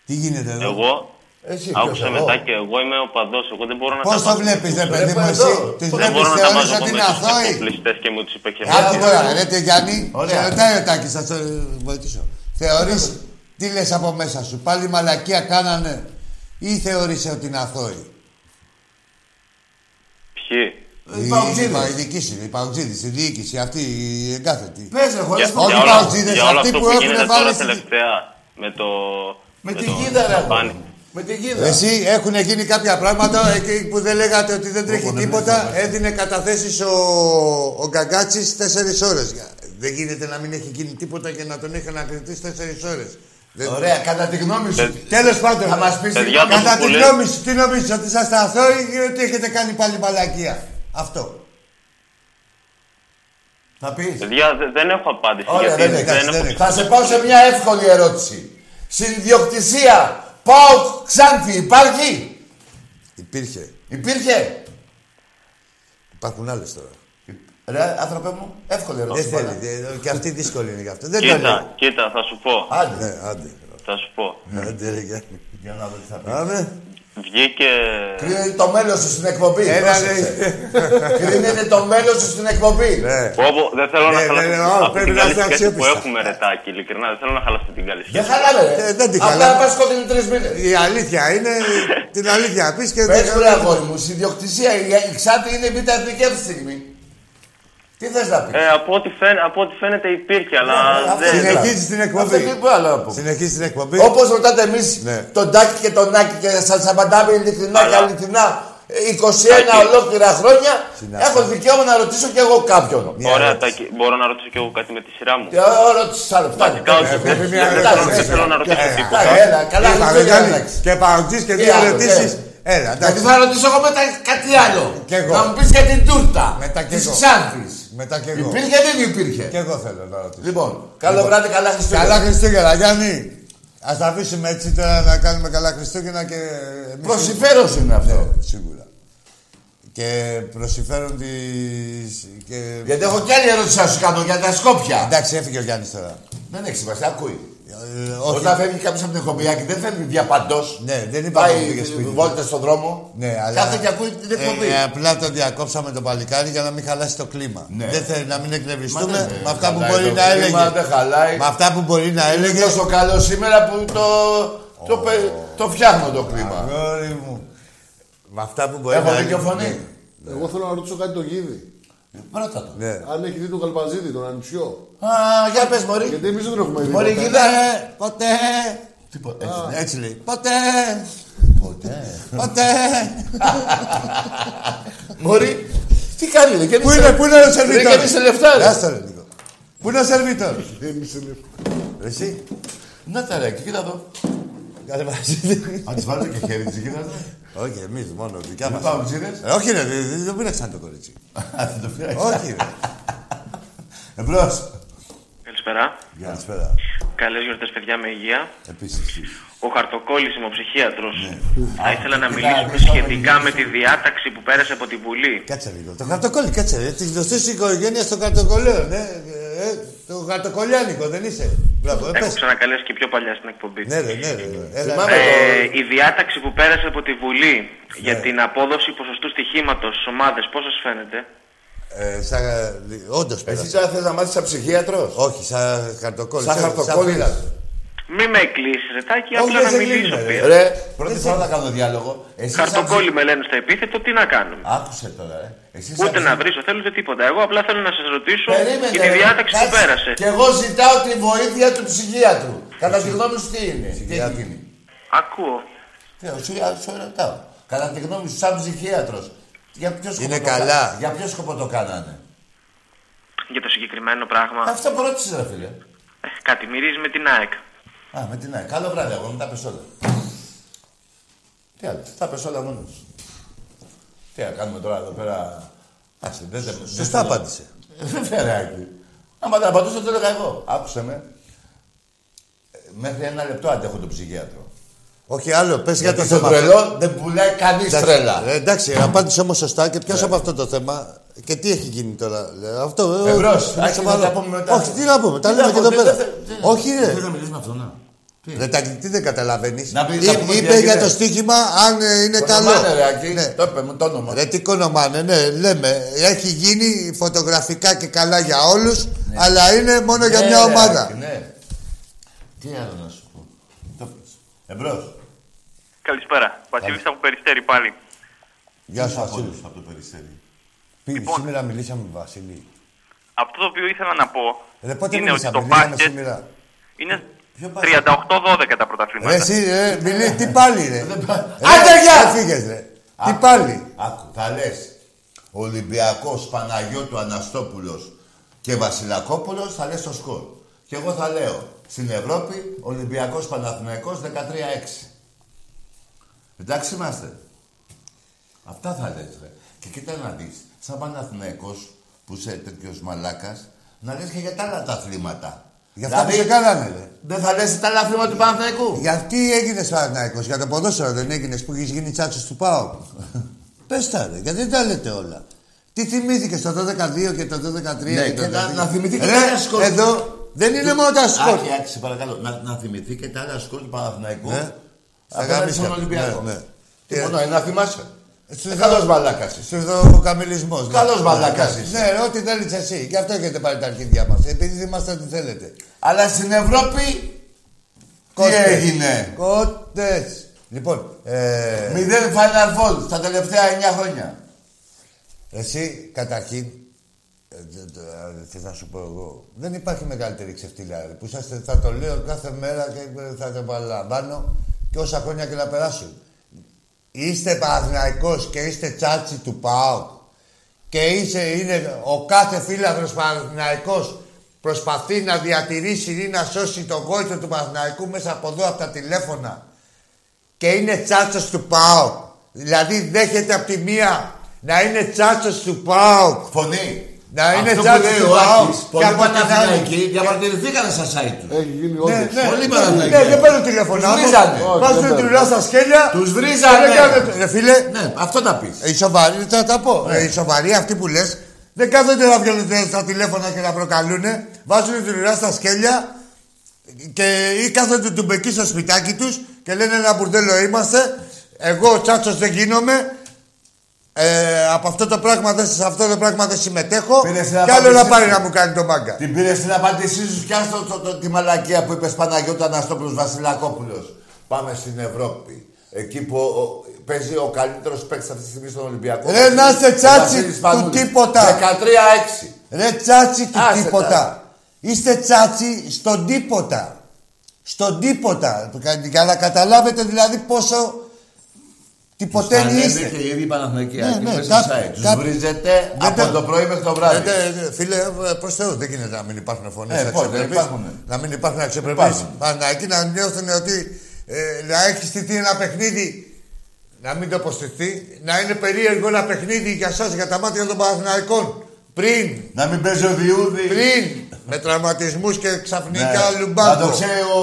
Speaker 2: Τι γίνεται εδώ.
Speaker 8: Εγώ
Speaker 3: Εσύ,
Speaker 8: άκουσα
Speaker 3: Ναι. ποιος, εγώ?
Speaker 8: μετά και εγώ είμαι οπαδός. Εγώ δεν μπορώ να
Speaker 2: Πώς
Speaker 8: τα
Speaker 2: το
Speaker 8: βάζω-
Speaker 2: βλέπεις, ρε παιδί μου,
Speaker 3: Ρε,
Speaker 2: εσύ.
Speaker 3: εδώ.
Speaker 2: Τη
Speaker 8: Δεν
Speaker 2: βλέπεις
Speaker 8: μπορώ να τα βάζω
Speaker 2: θεωρεί
Speaker 8: εγώ
Speaker 2: ότι είναι
Speaker 8: μέσα στους
Speaker 2: αθώοι.
Speaker 8: αποκλειστές και μου τους
Speaker 2: Άκου
Speaker 8: υπεχαιρετώ.
Speaker 2: τώρα, ρε τε Γιάννη,
Speaker 3: Ωραία.
Speaker 2: σε ρωτάει ο Τάκης, θα σε βοηθήσω. Θεωρείς, τι λες από μέσα σου, πάλι μαλακία κάνανε ή θεωρείς ότι είναι αθώοι.
Speaker 8: Ποιοι.
Speaker 3: Οι
Speaker 2: Η-
Speaker 3: παουτζίδες.
Speaker 2: Η δική σου, η παουτζίδες, η διοίκηση, αυτή η εγκάθετη.
Speaker 3: Πες ρε, χωρίς
Speaker 8: για,
Speaker 2: Όχι
Speaker 8: για,
Speaker 2: οι
Speaker 8: όλα,
Speaker 2: παουτζίδες,
Speaker 8: για όλο
Speaker 2: αυτοί
Speaker 8: αυτό
Speaker 2: που
Speaker 8: που,
Speaker 2: έχουν
Speaker 8: γίνεται
Speaker 2: βάλει
Speaker 8: τώρα
Speaker 2: στη-
Speaker 8: τελευταία με το.
Speaker 3: Με τη
Speaker 8: το
Speaker 3: γίδα ρε.
Speaker 8: Σαμπάνι.
Speaker 3: αγόρι. Με τη γίδα.
Speaker 2: Εσύ έχουν γίνει κάποια πράγματα εκεί που δεν λέγατε ότι δεν τρέχει
Speaker 3: Όπου δεν
Speaker 2: τίποτα.
Speaker 3: ήρθε,
Speaker 2: Έδινε καταθέσεις ο, ο Γκαγκάτσης 4 ώρε. Δεν γίνεται να μην έχει γίνει τίποτα και να τον είχαν ανακριτήσει 4 ώρε.
Speaker 3: Ωραία, κατά τη γνώμη σου.
Speaker 2: Τέλος πάντων,
Speaker 3: Θα μας πεις λοιπόν
Speaker 8: Παιδιά, το
Speaker 2: κατά
Speaker 8: που
Speaker 2: τη
Speaker 8: λες-
Speaker 2: γνώμη σου, τι νομίζεις, ότι είσαστε αθώοι ή ότι έχετε κάνει πάλι μαλακία. Αυτό.
Speaker 3: Θα πεις.
Speaker 8: Παιδιά, δε- δεν έχω απάντηση.
Speaker 3: Ωραία,
Speaker 8: γιατί
Speaker 3: δεν έχεις,
Speaker 2: δεν
Speaker 8: έχω-
Speaker 2: έχεις.
Speaker 3: Θα σε πάω σε μια εύκολη ερώτηση. Συνδιοκτησία ΠΑΟΚ Ξάνθη υπάρχει.
Speaker 2: Υπήρχε.
Speaker 3: Υπήρχε.
Speaker 2: Υπάρχουν άλλες τώρα.
Speaker 3: Ρε, άνθρωπε μου, εύκολη
Speaker 2: Δεν
Speaker 3: ερώτηση.
Speaker 2: θέλει.
Speaker 3: μάνα.
Speaker 2: δε- Και αυτή δύσκολη είναι γι' αυτό. Δεν το
Speaker 8: Κοίτα,
Speaker 2: λέω.
Speaker 8: κοίτα, θα σου πω.
Speaker 3: Άντε. Ναι.
Speaker 2: Ναι, άντε.
Speaker 8: Θα σου πω.
Speaker 2: Άντε, ρε, Γιάννη.
Speaker 3: Για να δω τι θα πει.
Speaker 2: Πάμε.
Speaker 8: Βγήκε.
Speaker 3: Κρίνει το μέλος σου στην εκπομπή.
Speaker 2: Ένα,
Speaker 3: πρόσεξε.
Speaker 2: ναι.
Speaker 3: Κρίνεται το μέλος σου στην εκπομπή.
Speaker 2: Ναι.
Speaker 8: Πόπο, δεν θέλω να
Speaker 2: Ναι, ναι, ναι,
Speaker 8: χαλάσω
Speaker 2: α,
Speaker 8: αυτή
Speaker 2: πρέπει
Speaker 8: την
Speaker 2: να
Speaker 8: καλή
Speaker 2: είστε
Speaker 8: σχέση που
Speaker 2: αξιόπιστα.
Speaker 8: έχουμε, ρετάκι. Ειλικρινά, δεν θέλω να χαλάσω την καλή
Speaker 3: Δεν
Speaker 8: σχέση.
Speaker 3: χαλάμε, ρε.
Speaker 2: Ε, δεν την
Speaker 3: Αυτά
Speaker 2: χαλάμε.
Speaker 3: πας σκοτεινή τρεις μήνες.
Speaker 2: Η αλήθεια είναι την αλήθεια. Πεις και
Speaker 3: Πες
Speaker 2: δεν.
Speaker 3: μου, ρε αγόρι μου, συνδιοκτησία. Η η Ξάντη είναι β' εθνική αυτή τη στιγμή. Τι θες να πεις.
Speaker 8: Ε, από, ό,τι φαίν- από ό,τι φαίνεται υπήρχε, αλλά
Speaker 3: Ναι,
Speaker 8: Ε, δεν.
Speaker 3: αυτό
Speaker 2: Συνεχίζεις την
Speaker 3: Αυτό τι
Speaker 2: εκπομπή.
Speaker 3: που άλλο να πω.
Speaker 2: Συνεχίζεις την εκπομπή.
Speaker 3: Όπως ρωτάτε εμείς
Speaker 2: Ναι.
Speaker 3: τον Τάκη και τον Νάκη και σας απαντάμε ειλικρινά και
Speaker 8: Αλλά-
Speaker 3: αληθινά ε, 21
Speaker 8: Τάκη.
Speaker 3: ολόκληρα χρόνια,
Speaker 2: Συνάφη.
Speaker 3: έχω δικαίωμα να ρωτήσω κι εγώ κάποιον.
Speaker 2: Μια
Speaker 8: Ωραία,
Speaker 2: ερώτηση.
Speaker 8: Τάκη, μπορώ να ρωτήσω κι εγώ κάτι με τη σειρά μου.
Speaker 3: Και ο- ρώτησες άλλο. Φτάνει.
Speaker 8: Βασικά, όχι,
Speaker 2: Ε,
Speaker 8: δεν
Speaker 2: πρέπει μια
Speaker 8: δεν
Speaker 2: ερώτηση.
Speaker 8: θέλω- δεν θέλω να ρωτήσω
Speaker 2: Ε,
Speaker 8: τίποτα.
Speaker 3: Φτάνει, Έλα, καλά.
Speaker 2: Είπαμε,
Speaker 3: δεν
Speaker 2: Γιάννη,
Speaker 3: αλλάξεις.
Speaker 2: Και παουτζή και δύο
Speaker 3: άλλο,
Speaker 2: ερωτήσεις. Έλα,
Speaker 3: Γιατί
Speaker 2: εντάξει.
Speaker 3: θα ρωτήσω εγώ μετά κάτι άλλο.
Speaker 2: Κι εγώ.
Speaker 3: Να μου πεις για την τούρτα.
Speaker 2: Μετά κι
Speaker 3: της
Speaker 2: εγώ.
Speaker 3: Ξάνθης.
Speaker 2: Μετά και εγώ.
Speaker 3: Υπήρχε ή δεν υπήρχε.
Speaker 2: Και εγώ θέλω να ρωτήσω.
Speaker 3: Λοιπόν, καλό βράδυ, καλά Χριστούγεννα.
Speaker 2: Καλά Χριστούγεννα, Γιάννη. Ας τα αφήσουμε έτσι τώρα να κάνουμε καλά Χριστούγεννα και. εμείς-
Speaker 3: Προς συμφέρον είναι αυτό.
Speaker 2: Ναι, σίγουρα. Και προσυφέρον τη. Και...
Speaker 3: Γιατί έχω κι άλλη ερώτηση να σου κάνω για τα Σκόπια.
Speaker 2: Εντάξει, έφυγε ο Γιάννης τώρα.
Speaker 3: Δεν έχει σημασία, ακούει.
Speaker 2: Ε, όχι.
Speaker 3: Όταν φεύγει κάποιος από την εκπομπή, δεν φεύγει διαπαντό.
Speaker 2: Ναι, δεν είπα ότι
Speaker 3: Πάει
Speaker 2: πήγε σπίτι.
Speaker 3: βόλτα στον δρόμο.
Speaker 2: Ναι, αλλά...
Speaker 3: Κάθε και ακούει την εκπομπή.
Speaker 2: Ε, απλά το διακόψαμε το παλικάρι για να μην χαλάσει το κλίμα.
Speaker 3: Ναι.
Speaker 2: Δεν θέλει να μην εκνευριστούμε
Speaker 3: Μα ναι, ναι,
Speaker 2: με αυτά που
Speaker 3: χαλάει
Speaker 2: μπορεί
Speaker 3: το
Speaker 2: να
Speaker 3: κλίμα,
Speaker 2: έλεγε.
Speaker 3: δεν χαλάει.
Speaker 2: Με αυτά που μπορεί να
Speaker 3: Είναι
Speaker 2: έλεγε.
Speaker 3: τόσο καλό σήμερα που το, το, πε- το φτιάχνω το κλίμα.
Speaker 2: Αγόρι μου. Με αυτά που μπορεί
Speaker 3: Έχω
Speaker 2: να
Speaker 3: δικαιοφωνή.
Speaker 4: Εγώ θέλω να ρωτήσω κάτι τον Γίδη.
Speaker 3: Πρώτα το.
Speaker 2: Ναι.
Speaker 4: Αν έχει δει τον Καλπαζίδη, τον Ανιψιό.
Speaker 3: Α, για πες μωρή.
Speaker 4: Γιατί εμείς δεν τον έχουμε δει.
Speaker 3: Μωρή
Speaker 4: ποτέ.
Speaker 3: γίδα.
Speaker 2: Ποτέ.
Speaker 3: Τίποτα.
Speaker 2: Α,
Speaker 3: έτσι, ναι.
Speaker 2: Έτσι λέει. Ποτέ.
Speaker 3: Ποτέ.
Speaker 2: Ποτέ.
Speaker 3: Μωρή. Ε, Τι κάνει, λέει.
Speaker 2: Πού είναι, πού είναι ο
Speaker 3: Λέει
Speaker 2: σερβιτόρ.
Speaker 3: και σε λεφτά, ρε.
Speaker 2: Άστο ρε λίγο. Πού είναι ο σερβιτόρ. Εσύ.
Speaker 3: Να τα ρε, κοίτα εδώ.
Speaker 2: Κάτσε μαζί.
Speaker 3: Αν τις βάλετε και χέρι της κοίτα εδώ.
Speaker 2: Όχι, εμείς μόνο δικιά
Speaker 3: Δεν
Speaker 2: μας.
Speaker 3: πάω ψήνες.
Speaker 2: Όχι, ρε, δε- δε- δεν πήραξαν το κορίτσι.
Speaker 3: Α, δεν το πειράζει.
Speaker 2: Όχι, ρε.
Speaker 3: Εμπρός.
Speaker 9: Καλησπέρα.
Speaker 2: Καλησπέρα.
Speaker 9: Καλές γιορτές, παιδιά με υγεία.
Speaker 3: Επίσης.
Speaker 9: Ο Χαρτοκόλλης είμαι ο ψυχίατρο.
Speaker 2: Ναι.
Speaker 9: Θα ήθελα να
Speaker 3: Κοίτα,
Speaker 9: μιλήσουμε
Speaker 3: δεν θα
Speaker 9: σχετικά
Speaker 3: μιλήσουμε.
Speaker 9: με τη διάταξη που πέρασε από τη Βουλή.
Speaker 2: Κάτσε λίγο. Το χαρτοκόλλι, κάτσε. Τη γνωστή οικογένεια των χαρτοκολλέων. Ε, ε, το ε, χαρτοκολλιάνικο, δεν είσαι. Μπράβο, ε,
Speaker 9: Έχω
Speaker 2: πες.
Speaker 9: ξανακαλέσει και πιο παλιά στην εκπομπή.
Speaker 2: Ναι, ρε, ναι, ρε. Έλα,
Speaker 3: Θυμάμαι
Speaker 9: Ε,
Speaker 3: το...
Speaker 9: η διάταξη που πέρασε από τη Βουλή
Speaker 3: Ναι.
Speaker 9: για την απόδοση ποσοστού στοιχήματος στις ομάδες, πώς σας φαίνεται.
Speaker 2: Ε, σαν, ε, όντως
Speaker 3: Εσύ
Speaker 2: πέρασε.
Speaker 3: τώρα θες να μάθεις σαν ψυχίατρος.
Speaker 2: Όχι, ε, σαν χαρτοκόλλη.
Speaker 3: Σαν χαρτοκόλληλα.
Speaker 9: Μη με εκκλείσει, ρετάκι, απλά
Speaker 2: δεν
Speaker 9: να
Speaker 2: σε
Speaker 9: μιλήσω.
Speaker 2: κλείνω,
Speaker 9: πια.
Speaker 3: Ρε, ε, πρώτη φορά να κάνω διάλογο. Εσύ σαν
Speaker 9: Χαρτοκόλλη με λένε στο επίθετο, τι να κάνουμε.
Speaker 3: ψυχ- Άκουσε τώρα, ε. ρε. Εσύ σαν
Speaker 9: Ούτε να
Speaker 3: ψυχ-
Speaker 9: βρίσω, θέλω ούτε τίποτα. Εγώ απλά θέλω να σας ρωτήσω
Speaker 3: Περίμενε,
Speaker 9: για τη
Speaker 3: ρε.
Speaker 9: διάταξη που
Speaker 3: Κάτσε.
Speaker 9: πέρασε.
Speaker 3: Και εγώ ζητάω τη βοήθεια του ψυχίατρου. Κατά τη γνώμη σου τι είναι. Τι έχει γίνει.
Speaker 9: Ακούω.
Speaker 3: Τι, Σου, σου ρωτάω. Κατά τη γνώμη σου, σαν ψυχίατρος, για ποιο σκοπό,
Speaker 2: Είναι
Speaker 3: το
Speaker 2: καλά.
Speaker 3: κάνανε. Για ποιο σκοπό το κάνανε.
Speaker 9: Για το συγκεκριμένο πράγμα.
Speaker 3: Αυτό που ρώτησες, ρε φίλε.
Speaker 9: Ε, Κάτι μυρίζει με την ΑΕΚ.
Speaker 3: Α, με την ΑΕΚ. Καλό βράδυ, εγώ τα πες όλα. Τι άλλο, τα πες όλα μόνος σου. Τι να κάνουμε τώρα εδώ πέρα. Άσε, δεν δεν-
Speaker 2: Σωστά
Speaker 3: δεν-
Speaker 2: απάντησε.
Speaker 3: Δεν φεράκι. Άμα τα απαντούσα, το έλεγα εγώ. Άκουσε με. Ε, Μέχρι ένα λεπτό αντέχω τον ψυχίατρο.
Speaker 2: Όχι άλλο, πες για το
Speaker 3: Γιατί
Speaker 2: θέμα.
Speaker 3: στο τρελό δεν πουλάει κανείς
Speaker 2: Εντάξει,
Speaker 3: τρέλα.
Speaker 2: ε, Εντάξει, απάντησε όμως σωστά και ποιο από αυτό το θέμα και τι έχει γίνει τώρα. ε, Αυτό. ε,
Speaker 3: Εμπρός,
Speaker 2: όχι,
Speaker 3: εντάξει,
Speaker 2: σοβαρό.
Speaker 3: θα τα πούμε μετά.
Speaker 2: Όχι, τι να πούμε, τα
Speaker 3: Τι
Speaker 2: λέμε
Speaker 3: να
Speaker 2: και εδώ
Speaker 3: πούμε,
Speaker 2: πέρα.
Speaker 3: δεν θε- τι-
Speaker 2: Όχι, ρε.
Speaker 3: Θέλει να μιλήσει με αυτόν, ναι.
Speaker 2: Ρετάκι, τι δεν καταλαβαίνεις.
Speaker 3: Να πει- να πούμε τι
Speaker 2: Είπε
Speaker 3: έγινε.
Speaker 2: για το στοίχημα αν ε, είναι
Speaker 3: Το
Speaker 2: καλό.
Speaker 3: όνομα είναι, ρε, Άκη.
Speaker 2: Ναι.
Speaker 3: Το είπε μου το όνομα.
Speaker 2: Ρε τι κονομάνε, ναι, λέμε. Έχει γίνει φωτογραφικά και καλά για όλους, αλλά είναι μόνο Ε, για
Speaker 3: Ναι,
Speaker 2: μια
Speaker 3: ρε, Άκη,
Speaker 2: ομάδα.
Speaker 3: Ναι. Τι άλλο να σου πω. Το πες. Εμπρός.
Speaker 7: Καλησπέρα. Βασίλης από Περιστέρη πάλι.
Speaker 2: Γεια σου,
Speaker 3: Από
Speaker 2: Βασίλη.
Speaker 3: όλους, από το περιστέρι.
Speaker 2: Σήμερα μιλήσαμε με Βασίλη.
Speaker 7: Αυτό το οποίο ήθελα να πω
Speaker 2: Ρε πότε
Speaker 7: είναι ότι
Speaker 2: μιλήσαμε,
Speaker 7: το
Speaker 2: μιλήσαμε
Speaker 7: μπάσκετ
Speaker 2: σήμερα.
Speaker 7: είναι
Speaker 3: μπάσκετ?
Speaker 7: 38-12 τα
Speaker 2: Ρε
Speaker 7: πρωταθλήματα.
Speaker 2: εσύ, ρε, μιλή, τι πάλι ρε. Ε,
Speaker 3: Άντε, γεια!
Speaker 2: Φύγες ρε. Τι
Speaker 3: Άκου,
Speaker 2: πάλι.
Speaker 3: Άκου, θα λες. Ολυμπιακός Παναγιώτου Αναστόπουλος και Βασιλακόπουλος θα λες το σκορ. Και εγώ θα λέω στην Ευρώπη Ολυμπιακός Παναθηναϊκός 13-6. Εντάξει είμαστε. Αυτά θα λες, ρε. Και κοίτα να δεις, σαν Παναθηναϊκός, που είσαι τέτοιος μαλάκας, να λες και για τα άλλα τα αθλήματα.
Speaker 2: Για αυτά που σε κάνανε ρε.
Speaker 3: Δηλαδή- δεν θα λες τα άλλα αθλήματα του Παναθηναϊκού.
Speaker 2: Γιατί έγινε Παναγιώτο, για το ποδόσφαιρο δεν έγινες που έχει γίνει τσάτσος του Πάου. Πες τα ρε, γιατί δεν τα λέτε όλα. Τι θυμήθηκες το 12-2 και το 12-3
Speaker 3: Ναι,
Speaker 2: και
Speaker 3: και
Speaker 2: το
Speaker 3: να-
Speaker 2: 12.
Speaker 3: να θυμηθεί και
Speaker 2: Ρε,
Speaker 3: τα άλλα σκορ.
Speaker 2: Εδώ δεν είναι μόνο τα σκορ.
Speaker 3: Άκη, άκη, σε παρακαλώ. Να, να θυμηθεί και τα άλλα σκορ του Παναθηναϊκού.
Speaker 2: Ναι. Στα
Speaker 3: Απέναντι
Speaker 2: γάμισια.
Speaker 3: στον Ολυμπιακό.
Speaker 2: Ναι, ναι.
Speaker 3: Τι μόνο είναι να θυμάσαι.
Speaker 2: Στους
Speaker 3: Ε, Καλός μαλάκας είσαι.
Speaker 2: Σουρδοκαμιλισμό.
Speaker 3: Καλός μαλάκας είσαι.
Speaker 2: Ναι, ρε, ό,τι θέλεις εσύ. Γι' αυτό έχετε πάρει τα αρχίδια μας. Επειδή θυμάστε τι θέλετε.
Speaker 3: Αλλά στην Ευρώπη τι έγινε.
Speaker 2: Κότες. Λοιπόν, ε,
Speaker 3: Μηδέν Final Four τα τελευταία 9 χρόνια.
Speaker 2: Εσύ καταρχήν. ε, τε- τε- ε, Τι θα σου πω εγώ. Δεν υπάρχει μεγαλύτερη ξεφτιλιά. ρε, Που είσαστε, θα το λέω κάθε μέρα και ε, θα το παραλαμβάνω και όσα χρόνια και να περάσουν. Είστε Παναθηναϊκός και είστε τσάτσι του ΠΑΟΚ και είσαι, είναι ο κάθε φίλαθρος Παναθηναϊκός προσπαθεί να διατηρήσει ή να σώσει τον γόητο του Παναθηναϊκού μέσα από εδώ από τα τηλέφωνα και είναι τσάτσος του ΠΑΟΚ. Δηλαδή δέχεται από τη μία να είναι τσάτσος του ΠΑΟΚ.
Speaker 3: Φωνή.
Speaker 2: Να είναι
Speaker 3: Αυτό
Speaker 2: τζάμπι
Speaker 3: που λέει
Speaker 2: τους
Speaker 3: ο
Speaker 2: λαού.
Speaker 3: Άκης,
Speaker 2: Και
Speaker 3: πολλοί
Speaker 2: από την
Speaker 3: Παναθηναϊκοί
Speaker 2: άλλη.
Speaker 3: διαμαρτυρηθήκανε στα site τους.
Speaker 4: Έχει γίνει όντως.
Speaker 3: Πολύ
Speaker 2: ναι,
Speaker 3: Παναθηναϊκοί.
Speaker 2: δεν παίρνω τηλέφωνο.
Speaker 3: Τους βρίζανε.
Speaker 4: Όχι, δεν
Speaker 2: Βάζουν τη
Speaker 4: παίρνω.
Speaker 2: δουλειά στα σχέδια.
Speaker 3: Τους βρίζανε.
Speaker 2: Ρε φίλε,
Speaker 3: Ναι, αυτό τα πεις. Ναι.
Speaker 2: οι σοβαροί, θα τα πω. Ε, Οι σοβαροί αυτοί που λες, δεν κάθονται να βγαίνουν ε, στα τηλέφωνα και να προκαλούν. Βάζουν τη δουλειά στα σχέδια και ή κάθονται του μπεκί στο σπιτάκι τους και λένε ένα μπουρδέλο είμαστε. Εγώ ο τσάτσος δεν γίνομαι. Ε, από αυτό το πράγμα δεν, σε αυτό το πράγμα δεν συμμετέχω.
Speaker 3: Πήρες ένα
Speaker 2: Κι άλλο να
Speaker 3: παππούτσι.
Speaker 2: πάρει να μου κάνει το μάγκα.
Speaker 3: Την πήρε στην απάντησή σου και άστο το, το, τη μαλακία που είπες Παναγιώτα Αναστόπουλος Βασιλακόπουλος. Πάμε στην Ευρώπη. Εκεί που ο, ο, παίζει ο καλύτερος παίκτης αυτή τη στιγμή στον Ολυμπιακό.
Speaker 2: Ρε, να είστε
Speaker 3: Ο
Speaker 2: τσάτσι
Speaker 3: Βασίλης
Speaker 2: του
Speaker 3: Πανούλης.
Speaker 2: τίποτα.
Speaker 3: 13-6.
Speaker 2: Ρε τσάτσι του
Speaker 3: Άσε τα.
Speaker 2: τίποτα. Είστε τσάτσι στον τίποτα. Στον τίποτα. Κα- Για να καταλάβετε δηλαδή πόσο
Speaker 3: Τα
Speaker 2: τυποτέλη
Speaker 3: λένε
Speaker 2: είστε.
Speaker 3: και οι ίδιοι Παναθηναϊκοί.
Speaker 2: Ναι,
Speaker 3: Ναι,
Speaker 2: ναι,
Speaker 3: ναι,
Speaker 2: κάποιοι,
Speaker 3: Του
Speaker 2: κάποιοι.
Speaker 3: βρίζετε
Speaker 2: Δεν
Speaker 3: από
Speaker 2: τα-
Speaker 3: το πρωί μέχρι το
Speaker 2: Ε,
Speaker 3: βράδυ.
Speaker 2: ναι, ναι, Φίλε, ε, προς Θεού, δεν γίνεται να μην υπάρχουν φωνές
Speaker 3: Ε,
Speaker 2: να
Speaker 3: πώς, δεν
Speaker 2: ξεπρεπείς.
Speaker 3: υπάρχουν.
Speaker 2: Να μην υπάρχουν αξιοπρεπείς.
Speaker 3: Υπάρχουν.
Speaker 2: Παναγική να νιώθουν ότι ε, να έχει στηθεί ένα παιχνίδι να μην το αποστηθεί, να είναι περίεργο ένα παιχνίδι για σας, για τα μάτια των Παναθηναϊκών. Πριν,
Speaker 3: Να μην παίζει ο Διούδης.
Speaker 2: πριν, με τραυματισμούς και
Speaker 3: Ναι.
Speaker 2: ξαφνικά
Speaker 3: Να
Speaker 2: λουμπάκο.
Speaker 3: το ξέρει ο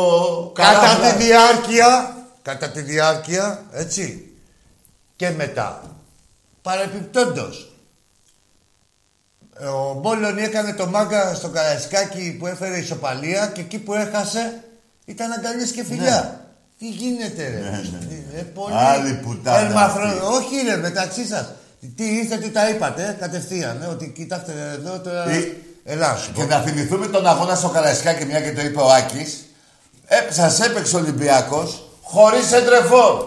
Speaker 3: ε.
Speaker 2: Κατά
Speaker 3: Καράβλας.
Speaker 2: τη διάρκεια, κατά τη διάρκεια, έτσι, και μετά. Παρεπιπτόντως, Ε, Ο Μπόλωνη έκανε το μάγκα στο Καραϊσκάκι που έφερε ισοπαλία και εκεί που έχασε ήταν αγκαλιές και φιλιά.
Speaker 3: Ναι.
Speaker 2: Τι γίνεται ρε. Ε, πολύ...
Speaker 3: Άλλη πουτάνα
Speaker 2: Ερμαφρο-
Speaker 3: αυτή.
Speaker 2: Όχι ρε μεταξύ σας. Τι ήρθε, τι τα είπατε ε, κατευθείαν. ε, ότι κοιτάξτε εδώ τώρα...
Speaker 3: Ε,
Speaker 2: Ελά, σου πω.
Speaker 3: Και να θυμηθούμε τον αγώνα στο Καραϊσκάκι, μια και το είπε ο Άκης. Ε, σας έπαιξε ο Ολυμπιακός χωρίς εντρεφόρ.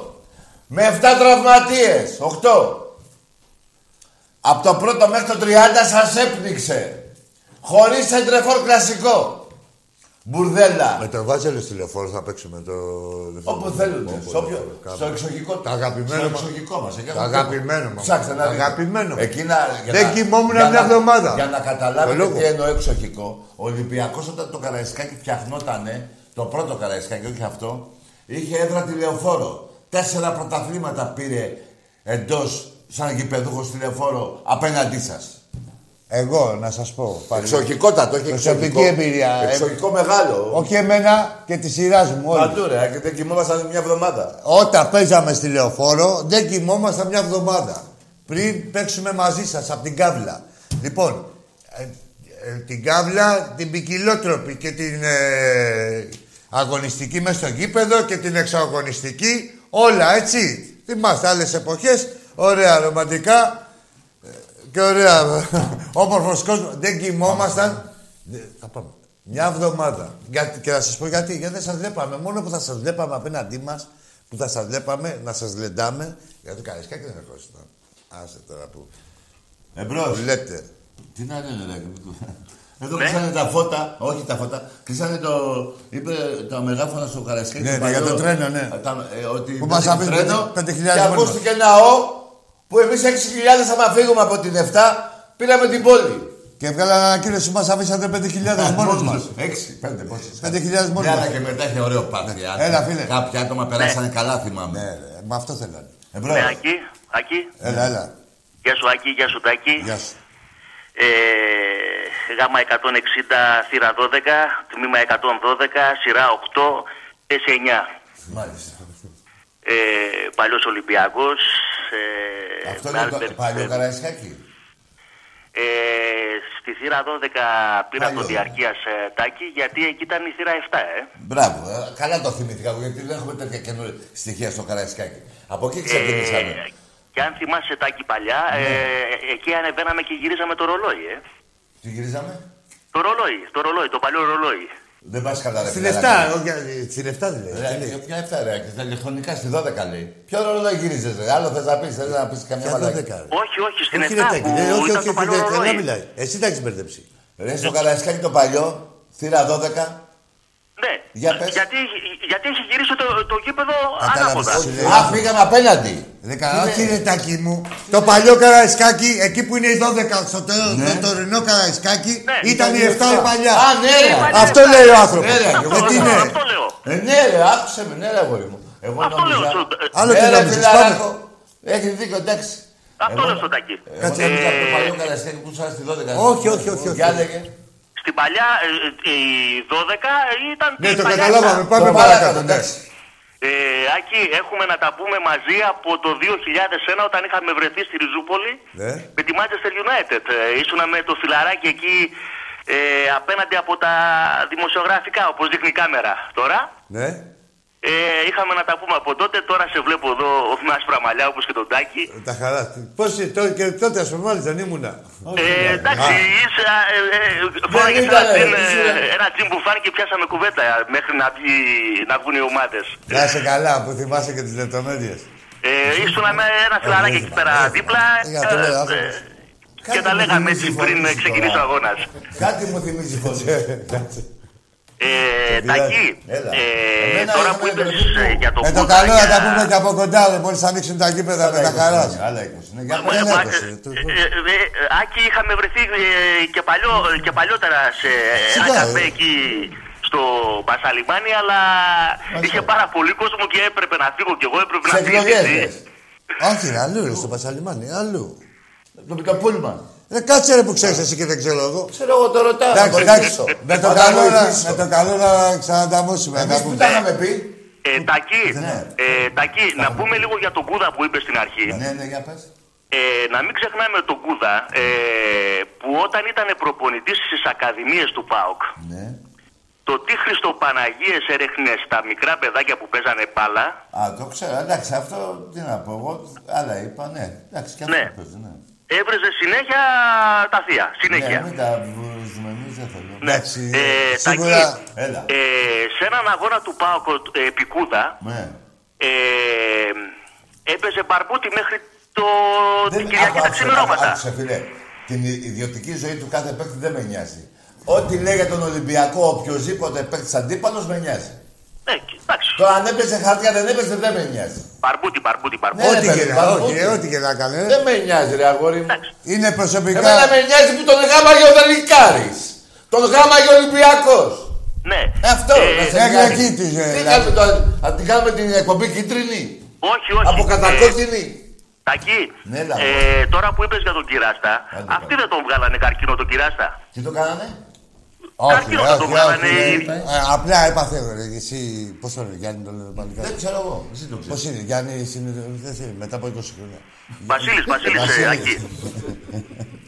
Speaker 3: Με 7 τραυματίες. 8. Από το πρώτο μέχρι το 30 σας έπνιξε. Χωρίς εντρεφόρ κλασικό.
Speaker 2: Με
Speaker 3: Μπουρδέλα.
Speaker 2: τον Βάζελο τηλεφόρο θα παίξουμε το.
Speaker 3: Όπου θέλουν.
Speaker 2: Όπου
Speaker 3: σ' όποιο-
Speaker 2: κάπου.
Speaker 3: Στο εξωγικό
Speaker 2: Τα αγαπημένο
Speaker 3: στο
Speaker 2: μας.
Speaker 3: εξωγικό μας. Εκεί
Speaker 2: Το
Speaker 3: έχουμε-
Speaker 2: αγαπημένο μας.
Speaker 3: Ψάξτε να
Speaker 2: Το
Speaker 3: δείτε.
Speaker 2: αγαπημένο μας.
Speaker 3: Εκεί να- για
Speaker 2: Δεν
Speaker 3: να-
Speaker 2: κοιμόμουν
Speaker 3: για
Speaker 2: μια
Speaker 3: να-
Speaker 2: εβδομάδα.
Speaker 3: Για να
Speaker 2: Το λόγο.
Speaker 3: καταλάβετε τι εννοώ εξοχικό, ο Ολυμπιακός όταν το Καραϊσκάκι φτιαχνότανε, το πρώτο Καραϊσκάκι, όχι αυτό, είχε έδρα τηλεοφόρο. Τέσσερα πρωταθλήματα πήρε εντός σαν γηπεδούχος τηλεοφόρο απέναντί σας.
Speaker 2: Εγώ να σας πω. πάλι.
Speaker 3: Εξοχικότατο, όχι
Speaker 2: Προσωπική
Speaker 3: εξοχικό.
Speaker 2: εμπειρία.
Speaker 3: Εξοχικό μεγάλο.
Speaker 2: Όχι εμένα και τη σειράς μου όλοι.
Speaker 3: Παντού ρε, και δεν κοιμόμασταν μια εβδομάδα.
Speaker 2: Όταν παίζαμε στη λεωφόρο, δεν κοιμόμασταν μια εβδομάδα. Πριν παίξουμε μαζί σας από την κάβλα. Λοιπόν, ε, ε, την κάβλα, την ποικιλότροπη και την ε, αγωνιστική μέσα στο γήπεδο και την εξαγωνιστική, όλα έτσι. Θυμάστε άλλες εποχές, ωραία ρομαντικά ε, και ωραία. Όμορφος κόσμος. Δεν κοιμόμασταν. Ε, Θα πάμε. Μια εβδομάδα. Γιατί, και θα σας πω γιατί. Γιατί δεν σας βλέπαμε. Μόνο που θα σας βλέπαμε απέναντί μας, που θα σας βλέπαμε να σας λεντάμε. Γιατί καρισκά και δεν ερχόσασταν. Άσε τώρα που.
Speaker 3: Εμπρός.
Speaker 2: Λέτε.
Speaker 3: Τι να λένε, ρε. Εδώ κλείσανε τα φώτα, όχι τα φώτα, κλείσανε το. είπε τα μεγάφωνα στο Καρασκέκι.
Speaker 2: Ναι, ναι,
Speaker 3: παλιό,
Speaker 2: για το τρένο, ναι.
Speaker 3: τα- ε, ότι
Speaker 2: Που
Speaker 3: μπήκε
Speaker 2: μας
Speaker 3: το
Speaker 2: αφήνει
Speaker 3: τρένο.
Speaker 2: 5.000
Speaker 3: Και
Speaker 2: μόνοι μας.
Speaker 3: ακούστηκε ένα ο που εμείς 6.000 άμα φύγουμε από την 7 πήραμε την πόλη.
Speaker 2: Και βγάλανε ανακοίνωση που μας αφήσατε 5.000 μόνο μα.
Speaker 3: 6, 5, πόσε.
Speaker 2: 5.000 μόνοι
Speaker 3: Ναι,
Speaker 2: μας.
Speaker 3: αλλά και μετά είχε ωραίο
Speaker 1: Ναι.
Speaker 3: πάθη. άντε.
Speaker 2: Έλα, φίλε.
Speaker 3: Κάποια άτομα περάσανε καλά, θυμάμαι.
Speaker 2: Με αυτό θέλανε.
Speaker 3: Εμπρό.
Speaker 8: Ναι, Ακή, Ακή.
Speaker 2: Έλα, έλα.
Speaker 8: Γεια σου, Ακή, γεια σου, Τάκη.
Speaker 2: Γεια σου.
Speaker 8: Ε, γάμα 160, θύρα 12, τμήμα 112, σειρά 8, θέση 9.
Speaker 3: Μάλιστα.
Speaker 8: Ε, παλιός Ολυμπιακός. Ε,
Speaker 3: Αυτό
Speaker 8: με
Speaker 3: είναι το
Speaker 8: Άλμπερτ,
Speaker 3: παλιό
Speaker 8: ε,
Speaker 3: Καραϊσκάκι.
Speaker 8: Ε, στη θύρα 12
Speaker 2: ναι.
Speaker 8: πήρα
Speaker 3: Παλιό.
Speaker 8: το διαρκείας ε, Τάκη, γιατί εκεί ήταν η θύρα 7, ε.
Speaker 3: Μπράβο, ε, καλά το θυμήθηκα εγώ, γιατί δεν έχουμε τέτοια καινούργια στοιχεία στο Καραϊσκάκι. Από εκεί ξεκινήσαμε.
Speaker 2: ναι.
Speaker 8: Ε, και αν θυμάσαι Τάκη παλιά, ε, εκεί ανεβαίναμε και γυρίζαμε το ρολόι, ε.
Speaker 3: Τι γυρίζαμε.
Speaker 8: Το ρολόι, το ρολόι, το παλιό ρολόι.
Speaker 3: Δεν πας καλά, ρε
Speaker 2: Στην
Speaker 3: φιλαράκι.
Speaker 2: 7, όχι, ε, στην 7
Speaker 3: Ρε,
Speaker 2: δηλαδή.
Speaker 3: ποιο- Ποια εφτά, ρε, και τα ηλεκτρονικά στη 12 λέει. Ποιο ρόλο δεν γύριζες, ρε. Άλλο θες να πεις, θες να πεις καμιά
Speaker 2: Ποια το
Speaker 3: μαλακή.
Speaker 2: 10.
Speaker 8: Όχι, όχι, στην
Speaker 2: Όχι,
Speaker 8: 7
Speaker 2: ρε Τάκη,
Speaker 8: που
Speaker 2: δεν- όχι,
Speaker 8: ήταν
Speaker 2: όχι,
Speaker 8: το
Speaker 2: όχι,
Speaker 8: παλιό
Speaker 2: δεν- καλά
Speaker 8: ρολόι.
Speaker 2: μιλάει. Εσύ τα έχεις μπερδέψει.
Speaker 3: Ρε, στο Καραϊσκάκι το παλιό, θύρα 12.
Speaker 8: Ναι,
Speaker 3: Για
Speaker 8: ε,
Speaker 3: πες.
Speaker 8: γιατί, γιατί έχει γυρίσει το, το γήπεδο
Speaker 2: Κατάλαβες,
Speaker 8: ανάποδα. Ε,
Speaker 2: σου λέει.
Speaker 3: Α, φύγαμε απέναντι.
Speaker 2: Δεν καλά, όχι ρε Τάκη μου. Το παλιό καραϊσκάκι, εκεί που είναι η 12, στο τε- το τωρινό καραϊσκάκι,
Speaker 8: Ναι.
Speaker 2: ήταν η 7 η παλιά.
Speaker 3: Ναι. Α, ναι, ρε.
Speaker 8: παλιά.
Speaker 2: Αυτό λέει ο άνθρωπος.
Speaker 3: Ναι, ρε,
Speaker 2: Ε,
Speaker 3: εγώ
Speaker 8: Αυτό,
Speaker 2: τι
Speaker 8: λέω,
Speaker 2: είναι. ρε.
Speaker 8: αυτό λέω.
Speaker 3: Ε, ναι, ρε, άκουσε με, ναι, ρε, αγόρι μου. Εγώ
Speaker 8: Αυτό λέω,
Speaker 3: νόμιζα.
Speaker 8: σου-
Speaker 2: Άλλο τι
Speaker 3: Ναι, ρε,
Speaker 2: νόμιζες, πάμε.
Speaker 3: φιλαράκο. Έχει δίκιο, εντάξει.
Speaker 8: Αυτό
Speaker 3: Εγώ- Ε.
Speaker 8: λέω στον Τάκη.
Speaker 3: Εγώ
Speaker 2: Κάτσε.
Speaker 3: νόμιζα από το παλιό Καραϊσκάκι που ήσασταν στη 12.
Speaker 2: Όχι, όχι, όχι, όχι.
Speaker 3: Για λέγε.
Speaker 8: Στην παλιά, ε, η 12 ήταν
Speaker 2: Ναι,
Speaker 8: η
Speaker 2: το
Speaker 8: παλιά
Speaker 2: καταλάβαμε.
Speaker 8: ήττα.
Speaker 2: Πάμε
Speaker 3: Το
Speaker 2: παρακάτω. ναι.
Speaker 3: εντάξει.
Speaker 8: Ε, Άκη, έχουμε να τα πούμε μαζί από το 2001 όταν είχαμε βρεθεί στη Ριζούπολη
Speaker 2: Ναι.
Speaker 8: με τη Manchester United. Ε, ήσουνα με το φιλαράκι εκεί ε, απέναντι από τα δημοσιογραφικά, όπως δείχνει η κάμερα τώρα.
Speaker 2: Ναι,
Speaker 8: Ε, είχαμε να τα πούμε από τότε. Τώρα σε βλέπω εδώ με άσπρα μαλλιά όπως και τον Τάκη.
Speaker 2: τα χαρά. Πώς είναι, τότε- και τότε, ας πούμε, μάλιστα, δεν ήμουνα.
Speaker 8: Ε, εντάξει, είσαι, ε, ε,
Speaker 3: Δεν
Speaker 8: φόραγες
Speaker 3: ήταν,
Speaker 8: ένα, τζιν,
Speaker 3: ε,
Speaker 8: ε,
Speaker 3: ήσουν-
Speaker 8: ένα τζιν που φάνηκε και πιάσαμε κουβέντα ε, μέχρι να, βγει, να βγουν οι ομάδες.
Speaker 2: Να είσαι καλά, που θυμάσαι και τις λεπτομέρειες.
Speaker 8: Ε, ήσουν με ένα φιλαράκι εκεί πέρα δίπλα.
Speaker 2: Για το λέω,
Speaker 8: ε,
Speaker 2: άκου.
Speaker 8: ε,
Speaker 3: Κάτι
Speaker 8: και τα
Speaker 3: μου
Speaker 8: λέγαμε
Speaker 3: θυμίζει
Speaker 8: έτσι
Speaker 3: η φωνή
Speaker 8: πριν
Speaker 3: σου
Speaker 8: ξεκινήσει ο
Speaker 3: τώρα.
Speaker 8: αγώνας.
Speaker 3: Κάτι μου θυμίζει η φωνή.
Speaker 8: Ε, Τακί,
Speaker 3: Έλα.
Speaker 8: ε,
Speaker 3: Εμένα
Speaker 8: τώρα
Speaker 3: είχαμε
Speaker 8: που είπε
Speaker 3: βρεθεί που-
Speaker 8: για το
Speaker 2: Με Ε, το
Speaker 8: Κούτα,
Speaker 2: καλό
Speaker 8: για-
Speaker 2: να τα πούμε και από κοντά, δεν μπορείς να ανοίξουν τα γήπεδα με τα χαρά.
Speaker 3: Άλλα 20. Ναι, για
Speaker 8: Μα-
Speaker 3: πες.
Speaker 2: δεν
Speaker 8: μα-
Speaker 2: έδωσε,
Speaker 8: ε,
Speaker 2: το-
Speaker 8: ε, ε, Άκη, είχαμε βρεθεί ε, και, παλιό, και παλιότερα σε ένα
Speaker 2: Σιγά,
Speaker 8: καφέ
Speaker 2: ε.
Speaker 8: εκεί στο Πασαλιμάνι, αλλά είχε πάρα πολύ κόσμο και έπρεπε να φύγω κι εγώ, έπρεπε
Speaker 3: Σε
Speaker 8: να φύγω
Speaker 3: εκλογές λες.
Speaker 2: Όχι, ρε, αλλού, ρε, στο Πασαλιμάνι, αλλού.
Speaker 1: Ναι.
Speaker 3: Το με το πούλμαν.
Speaker 2: Ρε, κάτσε ρε που ξέρεις εσύ και δεν ξέρω εγώ.
Speaker 3: Ξέρω εγώ το
Speaker 1: Ναι.
Speaker 3: ρωτάω.
Speaker 2: Εντάξει,
Speaker 3: να
Speaker 2: εντάξει.
Speaker 3: βοηθήσω.
Speaker 2: Με
Speaker 3: Να
Speaker 2: τον
Speaker 3: τα
Speaker 2: καλό να,
Speaker 3: βοηθήσω.
Speaker 2: με τον καλό να ξανανταμώσουμε.
Speaker 3: Εμείς
Speaker 2: να
Speaker 1: Ναι.
Speaker 3: που
Speaker 2: πούμε.
Speaker 3: τα είχαμε πει.
Speaker 8: Ε, Τακί,
Speaker 3: Ναι.
Speaker 8: ε, Τακί, να πούμε λίγο για τον Κούδα που είπες στην αρχή.
Speaker 3: Ναι, ναι, για πες.
Speaker 8: Ε, να μην ξεχνάμε τον Κούδα ε, που όταν ήταν προπονητής στις ακαδημίες του ΠΑΟΚ
Speaker 1: Ναι.
Speaker 8: το τι Χριστοπαναγίες έρεχνε στα μικρά παιδάκια που παίζανε μπάλα
Speaker 1: Α, το ξέρω. Εντάξει, αυτό τι να πω εγώ. Άλλα είπα, ναι. Εντάξει, και αυτό
Speaker 8: Ναι.
Speaker 1: παίζει, ναι.
Speaker 8: έβρεζε συνέχεια τα θεία. Συνέχεια.
Speaker 1: Ναι, μην τα βρίζουμε εμείς, δεν θέλω.
Speaker 8: Ναι.
Speaker 1: Εντάξει,
Speaker 8: Ε,
Speaker 1: σίγουρα.
Speaker 8: Τάκη,
Speaker 1: Έλα.
Speaker 8: ε, σε έναν αγώνα του ΠΑΟΚ ε, επί Κούδα
Speaker 1: Ναι.
Speaker 8: ε, έπαιζε μπαρμπούτι μέχρι το, την
Speaker 1: άκου,
Speaker 8: Κυριακή τα
Speaker 1: άκουσε,
Speaker 8: ξημερώματα.
Speaker 1: άκουσε, φίλε. Την ι- ιδιωτική ζωή του κάθε παίκτη δεν με νοιάζει. Ό,τι λέει για τον Ολυμπιακό, οποιοδήποτε παίκτης αντίπαλος με νοιάζει.
Speaker 8: Ναι, και- εντάξει.
Speaker 1: Τώρα αν έπαιζε χαρτιά, δεν έπαιζε, δεν με νοιάζει.
Speaker 8: Μπαρμπούτι, μπαρμπούτι, μπαρμπούτι.
Speaker 1: Ναι, ρε,
Speaker 2: Ό,τι
Speaker 1: παιδί,
Speaker 2: και να,
Speaker 1: παρακούτε.
Speaker 2: όχι, ε, ό,τι και να κάνει. ε.
Speaker 1: Δεν με νοιάζει, ρε αγόρι μου.
Speaker 2: Είναι προσωπικά.
Speaker 1: Εμένα με νοιάζει που τον γάμαγε ο Δελικάρη. Τον γάμαγε ο Ολυμπιακός.
Speaker 8: Ναι.
Speaker 1: Ε, Αυτό. να σε
Speaker 2: Έκανε
Speaker 1: νοιάζει.
Speaker 2: κίτριζε,
Speaker 1: Τι
Speaker 2: δηλαδή.
Speaker 1: κάνουμε τώρα, αν την κάνουμε την εκπομπή κίτρινη.
Speaker 8: Όχι, όχι.
Speaker 1: Από
Speaker 8: Ε,
Speaker 1: κατακόκκινη.
Speaker 8: Τακί,
Speaker 1: Ναι, λαό.
Speaker 8: ε, τώρα που είπες για τον Κυράστα,
Speaker 1: Άντε,
Speaker 8: αυτοί
Speaker 1: καλά.
Speaker 8: δεν τον βγάλανε καρκίνο τον Κυράστα.
Speaker 1: Τι το κάνανε.
Speaker 2: Όχι,
Speaker 8: καρκίνο δεν τον
Speaker 2: όχι,
Speaker 8: βγάλανε.
Speaker 2: όχι. Ε, Απλά έπαθε, ρε, εσύ, πώς το λένε, Γιάννη, το λένε πάλι
Speaker 1: Δεν
Speaker 2: κάτι.
Speaker 1: ξέρω εγώ. Εσύ το ξέρεις.
Speaker 2: Πώς είναι, Γιάννη, συνειδητοποιηθεί μετά από 20 χρόνια.
Speaker 8: Βασίλης, Βασίλης, ε,
Speaker 2: Βασίλης.
Speaker 8: Ακή.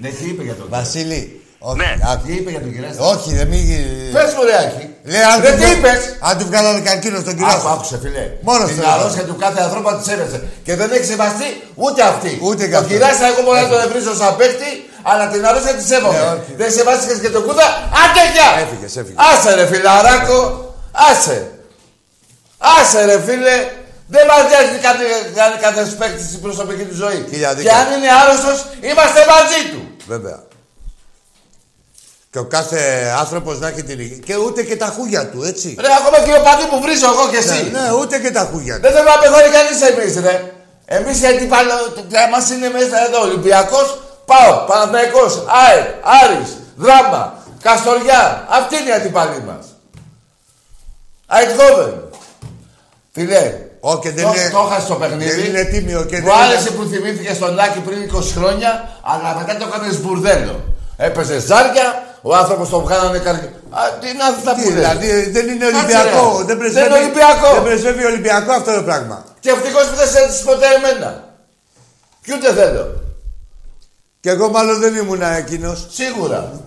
Speaker 1: Ναι, τι είπε για τον
Speaker 2: Βασίλη, όχι,
Speaker 8: Ναι.
Speaker 2: άκου.
Speaker 1: Τι είπε για τον Κυράστα.
Speaker 2: όχι, δεν μην...
Speaker 1: Πες μου ρε Άκη.
Speaker 2: Λέει, αν
Speaker 1: Δεν
Speaker 2: του
Speaker 1: τι
Speaker 2: βγα-
Speaker 1: είπες.
Speaker 2: Αν του βγάλανε καρκίνο στον
Speaker 1: Άκου,
Speaker 2: κυράστα.
Speaker 1: άκουσε φίλε.
Speaker 2: Μόνος
Speaker 1: Την
Speaker 2: του έβαλε.
Speaker 1: αρρώστια του κάθε ανθρώπου τη έβρεσε. Και δεν έχει σεβαστεί ούτε αυτή.
Speaker 2: Ούτε και
Speaker 1: τον
Speaker 2: αυτό.
Speaker 1: Κυράστα, εγώ μπορεί να τον ευρίζω σαν παίκτη, αλλά την αρρώστια τη
Speaker 2: Ναι,
Speaker 1: σέβομαι.
Speaker 2: όχι.
Speaker 1: δεν σεβάστηκες και τον κούδα. Άντε γεια!
Speaker 2: Έφυγες, έφυγες.
Speaker 1: Άσε ρε φιλαράκο. Άσε. Άσε ρε φίλε. Δεν μας νοιάζει τι κάνει κάνει κάθε παίκτη στην προσωπική του ζωή.
Speaker 2: Χίλια
Speaker 1: Και
Speaker 2: δίκαια.
Speaker 1: αν είναι άρρωστος, είμαστε μαζί του.
Speaker 2: Βέβαια. Και ο κάθε άνθρωπος να έχει την υγεία. Και ούτε και τα χούγια του, έτσι.
Speaker 1: Ρε, ακόμα και ο παδί που βρίζω εγώ και εσύ.
Speaker 2: Ναι, ναι, ούτε και τα χούγια του.
Speaker 1: Δεν θέλουμε να πεθάνει κανείς εμείς, ρε. Εμείς γιατί μα ε, είναι μέσα εδώ. Ολυμπιακός, πάω. Παναθηναϊκός, ΑΕ, Άρης, Δράμα, Καστοριά. Αυτή είναι η αντιπαλή μας. Αιτχόβεν. Φιλέ.
Speaker 2: Ω, και δεν
Speaker 1: το,
Speaker 2: είναι-
Speaker 1: το έχασε το παιχνίδι.
Speaker 2: δεν είναι τίμιο και
Speaker 1: Μου
Speaker 2: δεν
Speaker 1: άρεσε
Speaker 2: είναι-
Speaker 1: που θυμήθηκε στον Άκη πριν 20 χρόνια, αλλά μετά το έκανες μπουρδέλο. Έπεσε ζάρια, ο άνθρωπος τον βγάλανε καρκίνο. Τι να θα
Speaker 2: Τι,
Speaker 1: που λες.
Speaker 2: δηλαδή δεν είναι
Speaker 1: Κάτσε,
Speaker 2: Ολυμπιακό.
Speaker 1: ρε.
Speaker 2: Δεν
Speaker 1: Δεν
Speaker 2: πρεσβεύει,
Speaker 1: είναι Ολυμπιακό.
Speaker 2: δεν πρεσβεύει Ολυμπιακό αυτό το πράγμα.
Speaker 1: Και ευτυχώς που δεν σε έτσι ποτέ εμένα. Και ούτε θέλω.
Speaker 2: Και εγώ μάλλον δεν ήμουν εκείνος.
Speaker 1: Σίγουρα.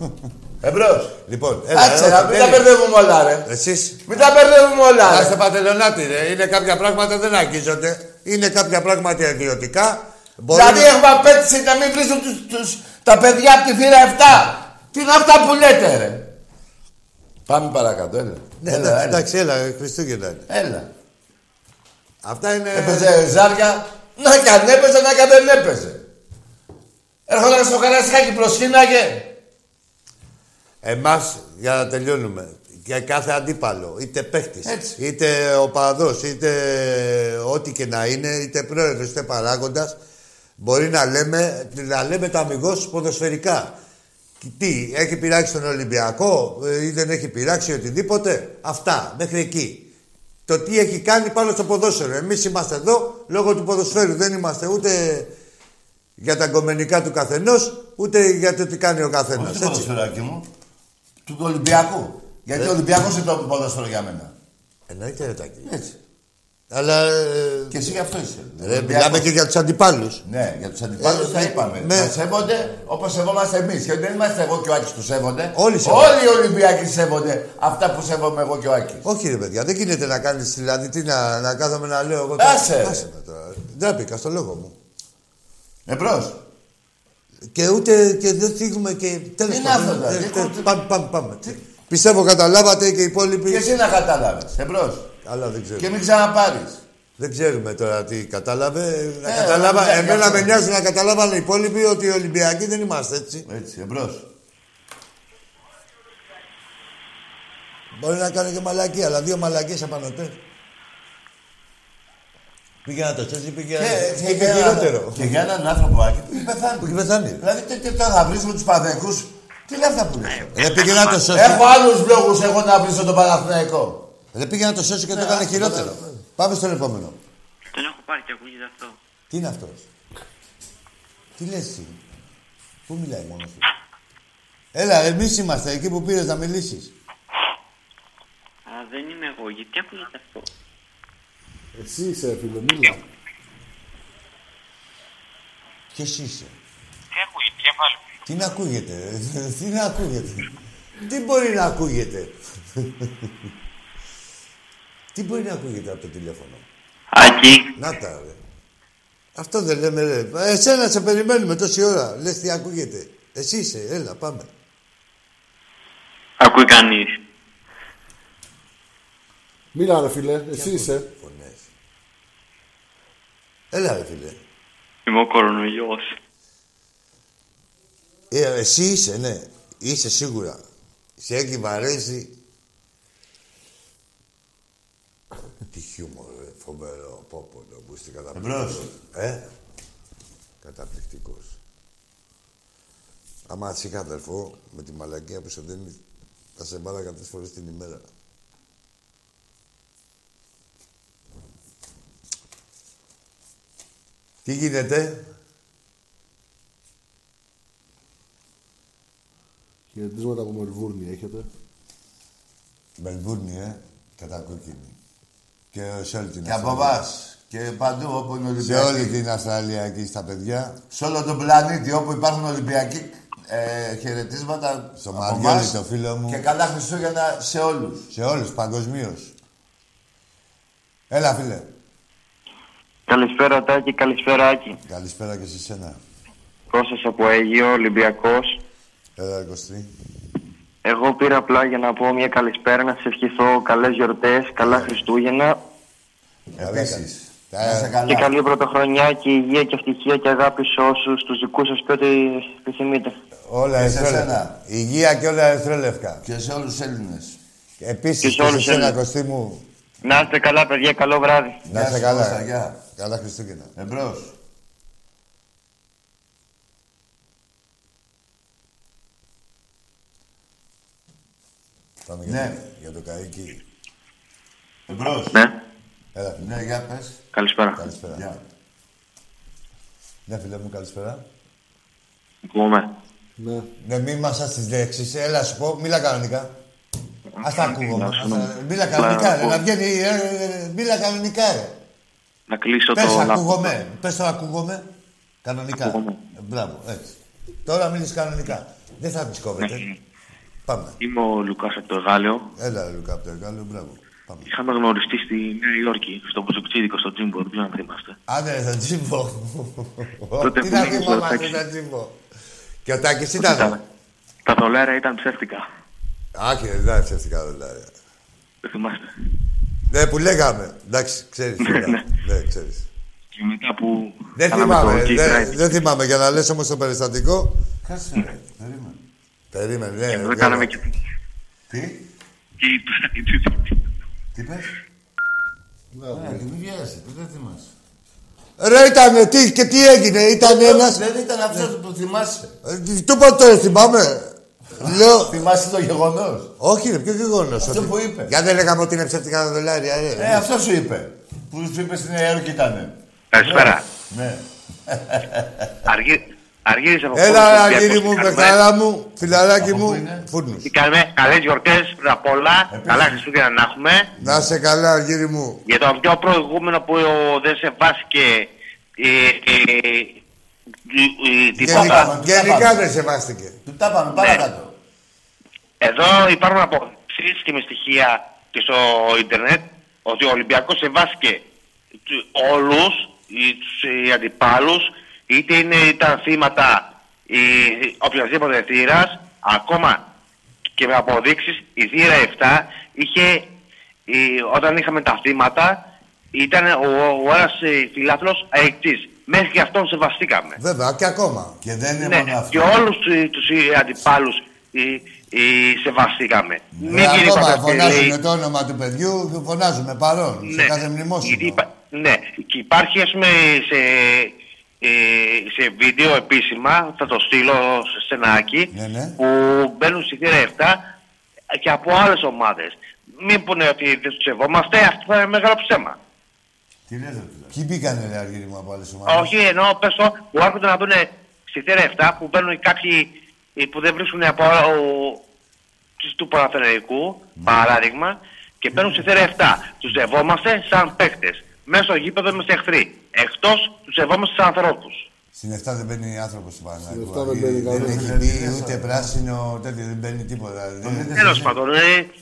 Speaker 1: Εμπρός.
Speaker 2: Λοιπόν,
Speaker 1: Άτσε, να μην τα
Speaker 2: τέλεια.
Speaker 1: μπερδεύουμε όλα, ρε.
Speaker 2: Εσείς,
Speaker 1: Μην τα μπερδεύουμε όλα,
Speaker 2: Ας
Speaker 1: ρε.
Speaker 2: είστε πατελονάτι, ρε. Είναι κάποια πράγματα δεν αγγίζονται. Είναι κάποια πράγματα ιδιωτικά. Μπορούν-
Speaker 1: Δηλαδή έχουμε απέτηση να μην βρίσκουν τους, τους, τα παιδιά από τη θύρα 7. Τι είναι αυτά που λέτε, ρε. Πάμε παρακάτω, έλα.
Speaker 2: Ναι,
Speaker 1: έλα,
Speaker 2: εντάξει,
Speaker 1: έλα.
Speaker 2: εντάξει, έλα, Χριστούγεννα. είναι.
Speaker 1: έλα.
Speaker 2: Αυτά είναι.
Speaker 1: Έπαιζε ζάρια. Να κι αν έπαιζε, να κι αν δεν έπαιζε. Έρχονταν στο καρασιάκι, προσκύναγε.
Speaker 2: Εμάς, για να τελειώνουμε, για κάθε αντίπαλο, είτε παίχτη, είτε οπαδό, είτε ό,τι και να είναι, είτε πρόεδρος, είτε παράγοντας, μπορεί να λέμε, να λέμε τα αμυγός ποδοσφαιρικά. Τι, έχει πειράξει τον Ολυμπιακό ε, ή δεν έχει πειράξει οτιδήποτε. Αυτά, μέχρι εκεί. Το τι έχει κάνει πάνω στο ποδόσφαιρο. Εμείς είμαστε εδώ λόγω του ποδοσφαίρου. Δεν είμαστε ούτε για τα κομμενικά του καθενός, ούτε για το τι κάνει ο καθένας.
Speaker 1: Όχι το ποδοσφαιράκι μου. Του Ολυμπιακού. Γιατί ο Ολυμπιακός είναι το ποδοσφαίρο για μένα.
Speaker 2: Ε. Εννοείται ρε Τάκη. Αλλά ε,
Speaker 1: Και εσύ γι' αυτό είσαι.
Speaker 2: ρε,
Speaker 1: Ολυμπιακός.
Speaker 2: μιλάμε και για τους αντιπάλους.
Speaker 1: Ναι, για τους αντιπάλους
Speaker 2: Ε,
Speaker 1: τα
Speaker 2: ναι,
Speaker 1: είπαμε.
Speaker 2: ναι.
Speaker 1: Μας σέβονται όπως σεβόμαστε εμείς. Και δεν είμαστε εγώ και ο Άκης που σέβονται.
Speaker 2: Όλοι σέβονται.
Speaker 1: Όλοι οι Ολυμπιακοί σέβονται αυτά που σέβομαι εγώ και ο Άκης.
Speaker 2: Όχι ρε παιδιά, δεν γίνεται να κάνεις δηλαδή τι να, να κάθομαι να λέω εγώ.
Speaker 1: Άσε, ρε.
Speaker 2: με τώρα. Ντράπηκα στο λόγο μου.
Speaker 1: Εμπρό.
Speaker 2: Και ούτε και δεν θίγουμε και τέλος Ε,
Speaker 1: Τι να αυτό,
Speaker 2: δεν-
Speaker 1: δηλαδή,
Speaker 2: δεν-
Speaker 1: ούτε-
Speaker 2: Πάμε, πάμε, πάμε. Πιστεύω καταλάβατε και οι υπόλοιποι.
Speaker 1: Και εσύ να κατάλαβε. Εμπρό.
Speaker 2: Αλλά δεν ξέρω.
Speaker 1: Και μην ξαναπάρεις.
Speaker 2: Δεν ξέρουμε τώρα τι κατάλαβε. Να
Speaker 1: Ε,
Speaker 2: καταλάβα...
Speaker 1: ε,
Speaker 2: Εμένα
Speaker 1: αυτό.
Speaker 2: με νοιάζει να καταλάβανε οι υπόλοιποι ότι οι Ολυμπιακοί δεν είμαστε έτσι.
Speaker 1: Έτσι, εμπρός.
Speaker 2: Μπορεί να κάνω και μαλακία, αλλά δύο μαλακίες απανωτές. Πήγε να το σώσει, πήγε να πήγε χειρότερο.
Speaker 1: Και για έναν άνθρωπο Άκη που έχει πεθάνει.
Speaker 2: Που έχει πεθάνει.
Speaker 1: Δηλαδή τι- τι τώρα θα βρίσκουμε του παδεκού. Τι είναι αυτά που λες.
Speaker 2: Ρε πήγε να το σώσει.
Speaker 1: Έχω άλλους λόγους εγώ να βρίσκω τον Παναθηναϊκό.
Speaker 2: Ρε πήγε να το σώσει και
Speaker 1: Ναι,
Speaker 2: το έκανε χειρότερο. Πάμε στον επόμενο.
Speaker 10: Τον έχω πάρει και ακούγεται αυτό.
Speaker 2: Τι είναι αυτός. Τι λες εσύ. Πού μιλάει μόνος του. Έλα, εμείς είμαστε εκεί που πήρες να μιλήσεις.
Speaker 10: Α, δεν είμαι εγώ. Γιατί ακούγεται αυτό.
Speaker 4: Εσύ είσαι, φίλε, μίλα.
Speaker 2: Ποιος είσαι.
Speaker 8: Τι ακούγεται, για βάλε.
Speaker 2: Τι να ακούγεται, τι να ακούγεται. τι μπορεί να ακούγεται. τι μπορεί να ακούγεται από το τηλέφωνο.
Speaker 8: Άκη.
Speaker 2: Να τα ρε. Αυτό δεν λέμε ρε. Εσένα σε περιμένουμε τόση ώρα. Λες τι ακούγεται. Εσύ είσαι, έλα πάμε.
Speaker 8: Ακούει κανείς.
Speaker 4: Μίλα ρε φίλε, εσύ είσαι.
Speaker 2: Έλα ρε φίλε.
Speaker 8: Είμαι ο κορονοϊός.
Speaker 2: Ε, εσύ είσαι, ναι. Είσαι σίγουρα. Σε έχει βαρέσει. Τι χιούμορ, ρε. Φοβερό. Πω πω, το μπούστη καταπληκτικός. Ε. Καταπληκτικός. Άμα σε είχα αδερφό, με τη μαλακία που σου δίνει, θα σε μπάλαγα τρεις φορές την ημέρα. Τι γίνεται,
Speaker 4: Χαιρετίσματα από Μελβούρνη έχετε.
Speaker 2: Μελβούρνη, ε. Κατά κόκκινη. Και σε όλη την
Speaker 3: Και από
Speaker 2: Αυστραλία.
Speaker 3: εμάς. Και παντού όπου είναι
Speaker 2: Σε
Speaker 3: Ολυμπιακοί.
Speaker 2: όλη την Αυστραλία εκεί στα παιδιά.
Speaker 3: Σε όλο τον πλανήτη όπου υπάρχουν Ολυμπιακοί ε, χαιρετίσματα.
Speaker 2: Στο
Speaker 3: από
Speaker 2: Μαριόλι,
Speaker 3: εμάς.
Speaker 2: το φίλο μου.
Speaker 3: Και καλά Χριστούγεννα σε όλους.
Speaker 2: Σε όλους, παγκοσμίως. Έλα, φίλε.
Speaker 11: Καλησπέρα Τάκη, καλησπέρα Άκη.
Speaker 2: Καλησπέρα και σε σένα.
Speaker 11: Κώστας από Αίγυο, Ολυμπιακός.
Speaker 2: Έλα, 23.
Speaker 11: Εγώ πήρα απλά για να πω μια καλησπέρα, να σας ευχηθώ καλές γιορτές, καλά Χριστούγενα
Speaker 2: Επίσης.
Speaker 11: και καλή πρωτοχρονιά και υγεία και ευτυχία και αγάπη σε όσους τους δικούς σας και ό,τι επιθυμείτε.
Speaker 2: Όλα
Speaker 11: Και σε
Speaker 2: εχθρόλευκα.
Speaker 11: σένα.
Speaker 2: Υγεία και όλα εχθρόλευκα.
Speaker 3: Και σε όλους τους Έλληνες.
Speaker 11: Και
Speaker 2: Επίσης,
Speaker 11: σε
Speaker 2: και σε
Speaker 11: όλους
Speaker 2: σένα,
Speaker 11: Έλληνες.
Speaker 2: Κωστή μου.
Speaker 11: Να είστε καλά παιδιά, καλό βράδυ.
Speaker 2: Να
Speaker 3: Γεια
Speaker 2: είσαι
Speaker 3: σου,
Speaker 2: καλά.
Speaker 3: Κώστα, γεια.
Speaker 2: Καλά Χριστούγεννα.
Speaker 3: Εμπρός.
Speaker 2: Πάμε για,
Speaker 3: Ναι.
Speaker 2: το, για το καίκι.
Speaker 3: Εμπρός.
Speaker 11: Ναι.
Speaker 2: Έλα, φίλε.
Speaker 3: Ναι, για πες.
Speaker 11: Καλησπέρα.
Speaker 2: Καλησπέρα. Ναι, φίλε μου, καλησπέρα.
Speaker 11: Ακούμε.
Speaker 4: Ναι.
Speaker 2: Ναι, μη μασάς τις λέξεις. Έλα, σου πω. Μίλα κανονικά. Ας τα ακούγομαι. Ας τα- Μίλα κανονικά, ρε. Να βγαίνει... ε, ε, ε, Μίλα κανονικά, ρε.
Speaker 11: Να κλείσω
Speaker 2: Πες
Speaker 11: λάπτοπ.
Speaker 2: ακούγομαι. Πες το ακούγομαι. Κανονικά.
Speaker 11: Ακούγομαι.
Speaker 2: Ε, Μπράβο, έτσι. Τώρα μίλησες κανονικά. Δεν θα τις κόβετε.
Speaker 8: Ναι.
Speaker 2: Πάμε.
Speaker 8: Είμαι ο Λουκάς από το Εγάλεο.
Speaker 2: Έλα, Λουκά, από το εργάλειο, μπράβο. Πάμε.
Speaker 8: Είχαμε γνωριστεί στη Νέα Υόρκη, στο Μπουζουκτσίδικο, στο Τζίμπο, δεν ξέρω αν θυμάστε.
Speaker 2: Άντε, ρε, θα τσίμπω.
Speaker 8: Τότε
Speaker 2: Τι
Speaker 8: που
Speaker 2: να
Speaker 8: ήμουν στο
Speaker 2: θυμόμαστε,
Speaker 8: ταξί.
Speaker 2: θα τσίμπω. Και ο Τάκης ήταν.
Speaker 8: Τα δολάρια ήταν ψεύτικα.
Speaker 2: Άκυρε, δεν ήταν ψεύτικα δολάρια.
Speaker 8: Δεν θυμάστε.
Speaker 2: Ναι, που λέγαμε. Εντάξει, ξέρεις. τώρα.
Speaker 8: Ναι.
Speaker 2: Ναι, ξέρεις.
Speaker 8: Και μετά που.
Speaker 2: Δεν
Speaker 8: κάναμε
Speaker 2: θυμάμαι,
Speaker 8: το
Speaker 2: ρε,
Speaker 8: Keith
Speaker 2: δεν-
Speaker 8: Wright,
Speaker 2: δεν θυμάμαι. Για να λες όμως το περιστατικό,
Speaker 3: Κάτσε, ρε. Περίμενε.
Speaker 2: περίμενε. ναι,
Speaker 8: Εδώ
Speaker 2: βγάλα.
Speaker 8: κάναμε και.
Speaker 3: Τι,
Speaker 8: Keith Wright.
Speaker 3: τι πες.
Speaker 1: Ε,
Speaker 3: Ναι, τι μη βιάζεσαι, δεν θυμάσαι.
Speaker 2: Ρε, ήταν, τι, και τι έγινε, ήταν ένας...
Speaker 1: Ε,
Speaker 3: Δεν ήταν αυτός που θυμάσαι.
Speaker 2: Ε, Του είπα τώρα, θυμάμαι. Λέω,
Speaker 3: Θυμάσαι το γεγονός.
Speaker 2: όχι ρε, ποιο γεγονός.
Speaker 3: Αυτό
Speaker 2: ότι-
Speaker 3: που είπε.
Speaker 2: Για δεν λέγαμε ότι είναι ψεύτικα τα δολάρια, ρε.
Speaker 3: Ε, αυτό σου είπε. Που σου είπε στην Νέα Υόρκη ήταν.
Speaker 8: Καλησπέρα.
Speaker 3: Ναι.
Speaker 8: Αργύ- Αργύρης από
Speaker 2: Έλα,
Speaker 8: Ολυμπιακός.
Speaker 2: Αγγίλη μου,
Speaker 8: Κάνουμε-
Speaker 2: παιχτάρα μου, φιλαράκι
Speaker 3: Από πού
Speaker 2: μου,
Speaker 3: είναι?
Speaker 2: φούρνους.
Speaker 8: Κάνουμε καλές γιορτές πριν απ' όλα. Καλά Χριστούγεννα να έχουμε.
Speaker 2: Να σε καλά, Αγγίλη μου.
Speaker 8: Για το πιο προηγούμενο που ο- δεν σεβάστηκε ε, ε, ε, την
Speaker 2: Γενικά-
Speaker 8: πόρτα.
Speaker 3: πάμε, τα
Speaker 2: Γενικά
Speaker 3: πάμε.
Speaker 2: δεν σεβάστηκε.
Speaker 3: Του τα πάμε
Speaker 8: Ναι.
Speaker 3: παρακάτω.
Speaker 8: Εδώ υπάρχουν αποφασίσει και με στοιχεία και στο ίντερνετ ότι ο Ολυμπιακός σεβάστηκε του- όλους ή τους ε, αντιπάλους είτε είναι, ήταν θύματα ε, οποιασδήποτε θύρας ακόμα και με αποδείξεις η θύρα 7 είχε ε, όταν είχαμε τα θύματα ήταν ο, ο ένας ε, φιλάθλος αεκτής. Μέχρι και αυτόν σεβαστήκαμε.
Speaker 2: Βέβαια, και ακόμα.
Speaker 3: Και δεν είναι
Speaker 8: Ναι,
Speaker 3: μόνο αυτό.
Speaker 8: και όλους του- τους ε, αντιπάλους ε, ε, σεβαστήκαμε.
Speaker 2: Ε,
Speaker 8: Μην γίνει
Speaker 2: ακόμα
Speaker 8: καταστροφή,
Speaker 2: φωνάζουμε
Speaker 8: λέει.
Speaker 2: το όνομα του παιδιού και φωνάζουμε παρόν. Σε
Speaker 8: Ναι,
Speaker 2: κάθε
Speaker 8: γιατί
Speaker 2: μνημόσυνο.
Speaker 8: υπα- Ναι, και υπάρχει ας πούμε σε, ε, σε βίντεο επίσημα, θα το στείλω σε στενάκι,
Speaker 2: Ναι, ναι.
Speaker 8: που μπαίνουν στη θύρα 7 και από άλλες ομάδες. Μην πούνε ότι δεν τους σεβόμαστε, αυτό θα είναι μεγάλο ψέμα.
Speaker 3: Τι λες, ρε φίλε.
Speaker 2: Ποιοι μπήκανε, ρε, Αγγίλη μου, από άλλες ομάδες.
Speaker 8: Όχι, εννοώ πες το, που άρχονται να δουν στη θύρα 7 που μπαίνουν κάποιοι ε, που δεν βρίσκουν από ο, τους του Παναθηναϊκού, παράδειγμα, και μπαίνουν στη θύρα 7. Τους σεβόμαστε σαν παίχτες. Μέσα στο γήπεδο είμαστε εχθροί. Εκτός τους σεβόμαστε σαν ανθρώπους.
Speaker 2: Στην 7 δεν μπαίνει άνθρωπος του Παναγιώτη.
Speaker 4: Στην 7 δεν μπαίνει κανένας.
Speaker 2: έχει μπει ούτε πράσινο, τέτοιο δεν μπαίνει τίποτα. Δεν-
Speaker 5: Τέλο πάντων, ε,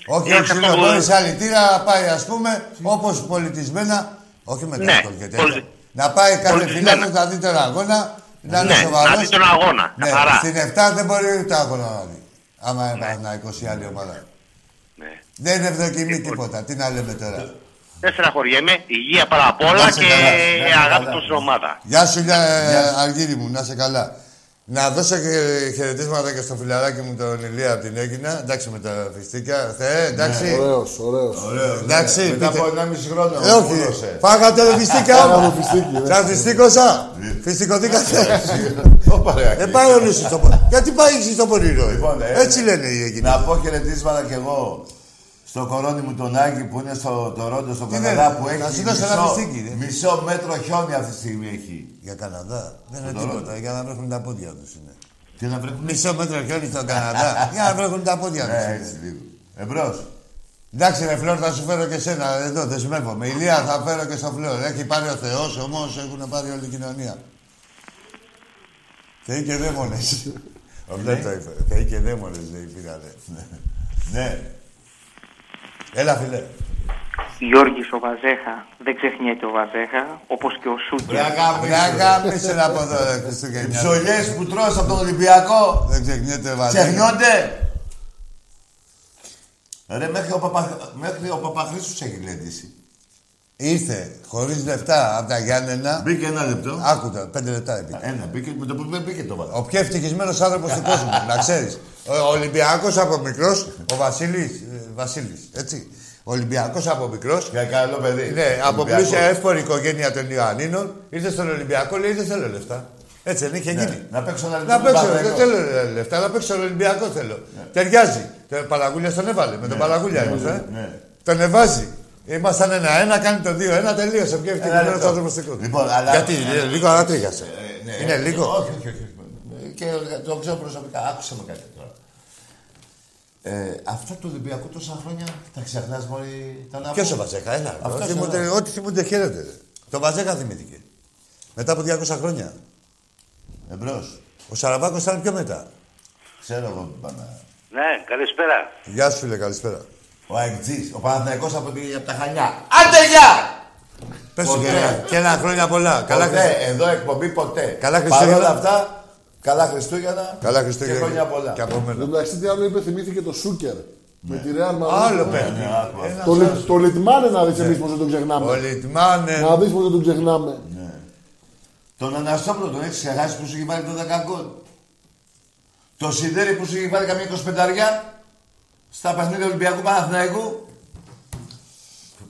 Speaker 2: Όχι,
Speaker 5: ε,
Speaker 2: ο
Speaker 5: αυτό που-
Speaker 2: ξυλοφόρος αλητήρα πάει ας πούμε όπως πολιτισμένα, όχι με
Speaker 5: Ναι,
Speaker 2: ναι, και τέτοια.
Speaker 5: πολι-
Speaker 2: Να πάει κάθε
Speaker 5: πολιτισμένα.
Speaker 2: φιλάθλος να δει τον αγώνα, να είναι
Speaker 5: Ναι,
Speaker 2: σοβαρός.
Speaker 5: να δει τον αγώνα,
Speaker 2: Ναι,
Speaker 5: καθαρά. Ναι.
Speaker 2: στην 7 δεν μπορεί ούτε αγώνα να δει. Άμα είναι Παναθηναϊκός ή άλλη ομάδα. Δεν ευδοκιμεί
Speaker 5: Λοιπόν.
Speaker 2: τίποτα. Τι να λέμε τώρα.
Speaker 5: τέσσερα χωριά είμαι, υγεία πάρα απ' όλα
Speaker 2: Να είσαι
Speaker 5: και
Speaker 2: καλά, ναι, να είσαι
Speaker 5: αγάπη
Speaker 2: καλά.
Speaker 5: προς την ομάδα.
Speaker 2: Γεια σου, Λια- ε, Αργύρι μου, να είσαι καλά. Να δώσω χε- χαιρετίσματα και στο φιλαράκι μου τον Ηλία από την Έγινα. Εντάξει με τα φιστίκια. Θεέ, εντάξει.
Speaker 4: Ναι, ωραίος, ωραίος.
Speaker 2: Εντάξει,
Speaker 4: Μετά
Speaker 2: πείτε.
Speaker 4: από
Speaker 2: 1,5 χρόνο.
Speaker 4: Ε, όχι.
Speaker 2: Φάγατε ρε φιστίκια
Speaker 4: Φάγαμε
Speaker 2: όμως.
Speaker 4: φιστίκι, ναι.
Speaker 2: Σας φιστίκωσα.
Speaker 3: Ναι.
Speaker 2: Φιστικωθήκατε. Δεν Ε, πάει ο Λούσης στο πονηρό. Γιατί πάει εσύ στο πονηρό.
Speaker 3: ε,
Speaker 2: Έτσι λένε οι Έγινοι.
Speaker 3: Να πω χαιρετίσματα κι εγώ στο κορώνι μου τον Άγγι που είναι στο Τορόντο, στο
Speaker 2: Τι
Speaker 3: Καναδά
Speaker 2: είναι,
Speaker 3: που έχει
Speaker 2: να σου δώσω ένα φιστίκι, ρε.
Speaker 3: μισό μέτρο χιόνι αυτή τη στιγμή έχει.
Speaker 2: Για Καναδά. Δεν είναι
Speaker 3: Στον
Speaker 2: τίποτα.
Speaker 3: Τορόντο.
Speaker 2: Για να βρέχουν τα πόδια τους είναι.
Speaker 3: Τι να βρέχουν.
Speaker 2: Μισό μέτρο χιόνι στον Καναδά. Για να βρέχουν τα πόδια τους.
Speaker 3: Ναι,
Speaker 2: είναι.
Speaker 3: έτσι λίγο. Εμπρός.
Speaker 2: Εντάξει, ρε Φλόρ, θα σου φέρω και σένα. Εδώ δεσμεύομαι. Ηλία, θα φέρω και στο Φλόρ. Έχει πάρει ο Θεός, όμω έχουν πάρει όλη η κοινωνία. Θεοί και δαίμονες. Ο
Speaker 3: Ναι.
Speaker 2: Φλόρ το είπε. Θεοί και δαίμονες, λέει, πήγανε. Ναι. Έλα, φίλε.
Speaker 11: Γιώργης ο Βαζέχα. Δεν ξεχνιέται ο Βαζέχα, όπως και ο Σούγκερ.
Speaker 2: Μπράγκα, μη σε να πω εδώ, ρε
Speaker 3: Οι
Speaker 2: Χριστούγεννα.
Speaker 3: ψωλιές που τρως από τον Ολυμπιακό
Speaker 2: Δεν ξεχνιέται, βάζα.
Speaker 3: ξεχνιόνται. Ρε, μέχρι ο, Παπα... μέχρι ο Παπαχρήστος έχει γλέντήσει.
Speaker 2: Ήρθε χωρίς λεφτά από τα Γιάννενα.
Speaker 3: Μπήκε ένα λεπτό.
Speaker 2: Άκουτα, πέντε λεπτά έπειτα.
Speaker 3: Ένα, μπήκε, με το που δεν μπήκε το βάλα.
Speaker 2: Ο πιο ευτυχισμένος άνθρωπος του κόσμου, να ξέρεις. Ο Ολυμπιακός από μικρός, ο Βασίλης. Βασίλης, έτσι. Ολυμπιακός από μικρός.
Speaker 3: Για καλό παιδί.
Speaker 2: Ναι, από
Speaker 3: Ολυμπιακός.
Speaker 2: πλούσια εύπορη οικογένεια των Ιωαννίνων. Ήρθε στον Ολυμπιακό, λέει δεν θέλω λεφτά. Έτσι δεν είχε γίνει.
Speaker 3: Ναι, Να παίξω ένα λεπτό.
Speaker 2: Να
Speaker 3: με
Speaker 2: παίξω,
Speaker 3: τον
Speaker 2: δεν
Speaker 3: Παναθηναϊκό.
Speaker 2: θέλω ε, λεφτά, να παίξω στον Ολυμπιακό θέλω. Ταιριάζει. Τον Παλαγούλια τον έβαλε, με τον Παλαγούλια ήμασταν. ε.
Speaker 3: Ναι. Ναι.
Speaker 2: Τον εβάζει. Ήμασταν ένα-ένα, κάνει το δύο-ένα, τελείωσε. Ο πιο ευτυχισμένο
Speaker 3: λεπτό.
Speaker 2: άνθρωπος του κόσμου.
Speaker 3: Λοιπόν, αλλά-
Speaker 2: Γιατί, ε, λίγο ανατρίχιασε.
Speaker 3: Ναι,
Speaker 2: Είναι
Speaker 3: όχι,
Speaker 2: λίγο.
Speaker 3: Όχι, όχι, όχι.
Speaker 2: ναι.
Speaker 3: Και το ξέρω προσωπικά. Άκουσα με κάτι τώρα. Ε, αυτά του Ολυμπιακού τόσα χρόνια τα ξεχνάς μόλι τα
Speaker 2: Ποιο ο Βαζέκα, ένα.
Speaker 3: Αυτός
Speaker 2: Ό,τι
Speaker 3: ο
Speaker 2: θυμούνται-
Speaker 3: Βαζέκα.
Speaker 2: Ό,τι θυμούνται χαίρεται. Το Βαζέκα θυμήθηκε. Μετά από 200 χρόνια.
Speaker 3: Εμπρός.
Speaker 2: Ο Σαραβάκος ήταν πιο μετά.
Speaker 3: Ξέρω εγώ που πάνε.
Speaker 12: Ναι, καλησπέρα.
Speaker 2: Γεια σου, φίλε, καλησπέρα.
Speaker 3: Ο Αεκτζής, ο Παναθηναϊκός από, τη- από τα Χανιά.
Speaker 2: Άντε, γεια! Πες σου
Speaker 3: Ποτέ.
Speaker 2: και ένα- και ένα χρόνια πολλά. Καλά,
Speaker 3: Καλά ποτέ,
Speaker 2: Χριστούγεννα.
Speaker 3: εδώ εκπομπή ποτέ.
Speaker 2: Καλά
Speaker 3: Παρ' όλα
Speaker 2: Χριστούγεννα.
Speaker 3: αυτά, καλά Χριστούγεννα.
Speaker 2: Καλά Χριστούγεννα.
Speaker 3: Και χρόνια πολλά.
Speaker 2: Και από μένα.
Speaker 4: Εντάξει, τι άλλο είπε, θυμήθηκε το Σούκερ. Με τη Real
Speaker 3: Ε,
Speaker 4: Madrid.
Speaker 2: Άλλο Ε.
Speaker 4: Ναι.
Speaker 2: παίρνει. Ένας
Speaker 4: Το,
Speaker 2: άλλος.
Speaker 4: λι, το Λιτμάνε να
Speaker 2: Ναι.
Speaker 4: δεις εμείς πώς δεν τον ξεχνάμε.
Speaker 2: Ο Λιτμάνεν.
Speaker 4: Να δεις πώς δεν τον ξεχνάμε.
Speaker 3: Τον Αναστόπουλο τον έχεις ξεχάσει που σου έχει βάλει το 10 γκολ. Το σιδέρι που σου έχει βάλει καμία 25 στα παιχνίδια Ολυμπιακού Παναθηναϊκού.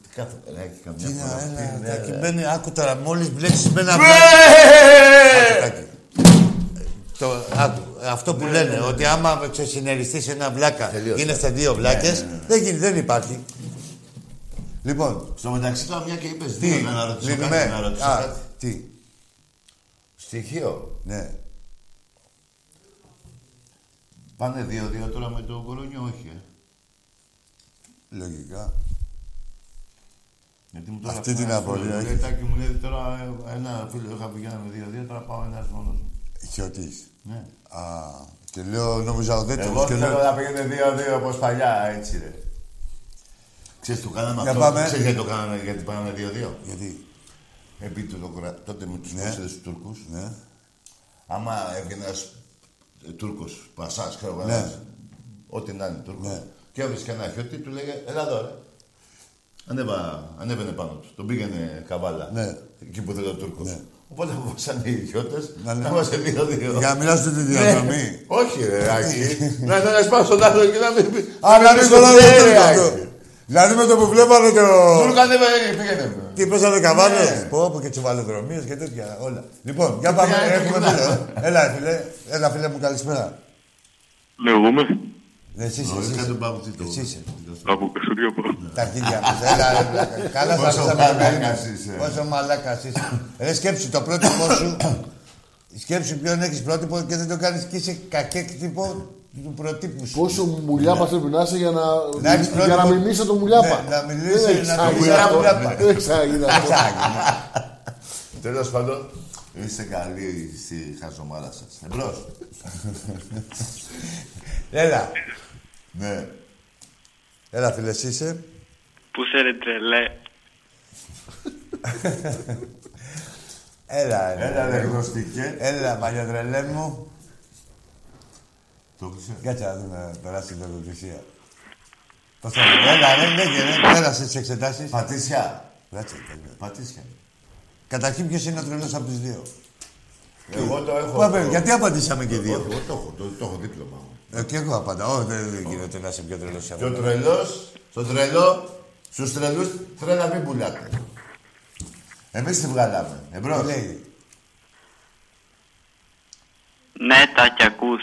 Speaker 3: Τι Κάθε περάκι καμιά
Speaker 2: Τι να,
Speaker 3: φορά.
Speaker 2: ένα,
Speaker 3: Τι, ναι,
Speaker 2: τάκι,
Speaker 3: ρε.
Speaker 2: μπαίνει, άκου τώρα, μόλις μπλέξεις με
Speaker 3: Ναι!
Speaker 2: ένα Άκου, Τάκη. Το, άκου, αυτό
Speaker 3: Ναι,
Speaker 2: που λένε, ότι άμα ξεσυνεριστείς σε ένα βλάκα, γίνεστε δύο βλάκες,
Speaker 3: Ναι,
Speaker 2: δεν γίνει, δεν υπάρχει. Λοιπόν,
Speaker 3: Στο μεταξύ τώρα μια και είπες
Speaker 2: τι,
Speaker 3: δύο να ρωτήσω
Speaker 2: κλείνουμε.
Speaker 3: κάτι, να ρωτήσω
Speaker 2: Α,
Speaker 3: κάτι.
Speaker 2: Τι,
Speaker 3: Στοιχείο.
Speaker 2: ναι.
Speaker 3: Πάνε δύο-δύο τώρα με τον Κορονιό, όχι. Ε.
Speaker 2: Λογικά.
Speaker 3: Γιατί μου το
Speaker 2: Αυτή
Speaker 3: έγραψε
Speaker 2: την
Speaker 3: ένας
Speaker 2: απορία
Speaker 3: φίλος, μου λέει,
Speaker 2: έχεις.
Speaker 3: «Τάκη, μου λέει τώρα ε, ένα φίλο είχα πηγαίνει με δύο-δύο, τώρα πάω ένας μόνος.
Speaker 2: Χιωτής.
Speaker 3: Ναι.
Speaker 2: Α, και λέω, νόμιζα ο
Speaker 3: Εγώ
Speaker 2: Δέτρος και
Speaker 3: θέλω
Speaker 2: λέω...
Speaker 3: να πηγαίνετε δύο-δύο όπως παλιά, έτσι ρε. Ξέρεις, το κάναμε
Speaker 2: Για
Speaker 3: αυτό.
Speaker 2: πάμε.
Speaker 3: Ξέρεις γιατί το κάναμε, γιατί πάμε δύο-δύο.
Speaker 2: Γιατί,
Speaker 3: Επειδή το, το, τότε με τους
Speaker 2: Ναι.
Speaker 3: ναι. τους Τούρκους,
Speaker 2: ναι,
Speaker 3: άμα έβγαινες ένας ε, Τούρκος, Πασάς, ξέρω εγώ,
Speaker 2: Ναι.
Speaker 3: ένας, ό,τι να είναι Τούρκος,
Speaker 2: Ναι.
Speaker 3: και έβρισκε ένα χιώτη, του λέγε, έλα εδώ, ρε. Ανέβα, ανέβαινε πάνω του. Τον πήγαινε καβάλα.
Speaker 2: Ναι.
Speaker 3: Εκεί που θέλει ο Τούρκος. Οπότε αποφασίσαν οι ιδιώτες
Speaker 2: Να
Speaker 3: να,
Speaker 2: λέμε-
Speaker 3: είμαστε δύο-δύο.
Speaker 2: Για να μιλάς στην
Speaker 3: Ναι.
Speaker 2: διαδρομή.
Speaker 3: Όχι, ρε, Άκη. Να να σπάσω τον άλλο και να μην πει.
Speaker 2: Α, να μην κολλάει
Speaker 3: Ναι, ρε,
Speaker 2: το
Speaker 3: Άκη.
Speaker 2: αυτό. Δηλαδή με το που βλέπανε το...
Speaker 3: Τούρκα δεν με- ε, πήγαινε.
Speaker 2: Τι πέσανε καβάλε.
Speaker 3: Ναι.
Speaker 2: Πω, πω και τσουβαλοδρομίες και τέτοια. Όλα. Λοιπόν, για πάμε.
Speaker 3: πήγανε
Speaker 2: Έχουμε
Speaker 3: και
Speaker 2: φίλο. Έλα, φίλε. Έλα, φίλε μου, καλησπέρα.
Speaker 6: Ναι, εγώ είμαι.
Speaker 2: Ναι, εσύ είσαι.
Speaker 3: Όχι,
Speaker 2: εσύ
Speaker 3: κάτω
Speaker 2: είσαι.
Speaker 3: από το-
Speaker 2: Εσύ είσαι.
Speaker 6: Από Καστορία πάω.
Speaker 2: Τα αρχίδια μας. Έλα, ρε, βλάκα. Καλά
Speaker 3: Πόσο
Speaker 2: θα πεις
Speaker 3: μαλάκας είσαι.
Speaker 2: Πόσο μαλάκας είσαι. Ρε, σκέψου το πρότυπό σου. Σκέψου ποιον έχεις πρότυπο και δεν το κάνεις και είσαι κακέκτυπο του προτύπου σου.
Speaker 4: Πόσο μουλιάπα πρέπει να είσαι για να,
Speaker 2: Ναι. Να έχεις
Speaker 4: για να
Speaker 2: πρότυπο-
Speaker 4: μιλήσει τον μουλιάπα.
Speaker 2: Ναι, να μιλήσει,
Speaker 4: Δεν
Speaker 2: να
Speaker 4: έχεις ξαναγίνει
Speaker 2: μιλάει
Speaker 4: αυτό.
Speaker 2: μουλιάπα.
Speaker 4: Δεν έχεις ξαναγίνει αυτό.
Speaker 2: Ψάχνει.
Speaker 3: Τέλος πάντων,
Speaker 1: Είστε καλοί στη χαζομάρα σας. Εμπρός. Έλα. Ναι.
Speaker 2: Έλα, φίλε, εσύ είσαι.
Speaker 8: Πού σε ρε τρελέ.
Speaker 2: Έλα, έλα.
Speaker 1: Έλα, ρε γνωστικέ.
Speaker 2: Έλα, παλιοτρελέ μου.
Speaker 1: Το κλείσε.
Speaker 2: Κάτσε να δούμε, περάσει η δοκιμασία. Τόσο, έλα, ρε, ναι, και ρε, πέρασες τις εξετάσεις.
Speaker 1: Πατήσια.
Speaker 2: Κάτσε, τέλεια.
Speaker 1: Πατήσια.
Speaker 2: Καταρχήν, ποιος είναι ο τρελός από τους δύο.
Speaker 1: Εγώ το έχω.
Speaker 2: Πού απέ- γιατί απαντήσαμε και
Speaker 1: Εγώ
Speaker 2: δύο.
Speaker 1: το έχω, το, το έχω δίπλωμα.
Speaker 2: Ε, Και εγώ απαντάω. Ω, δεν δεν γίνεται να είσαι πιο τρελός
Speaker 1: Και ο
Speaker 2: από
Speaker 1: τρελός, στο τρελό, στους τρελούς τρέλα μην πουλάτε. Εμείς τη βγάλαμε. Εμπρός.
Speaker 2: Τι λέει.
Speaker 8: Ναι, τα κι ακούς.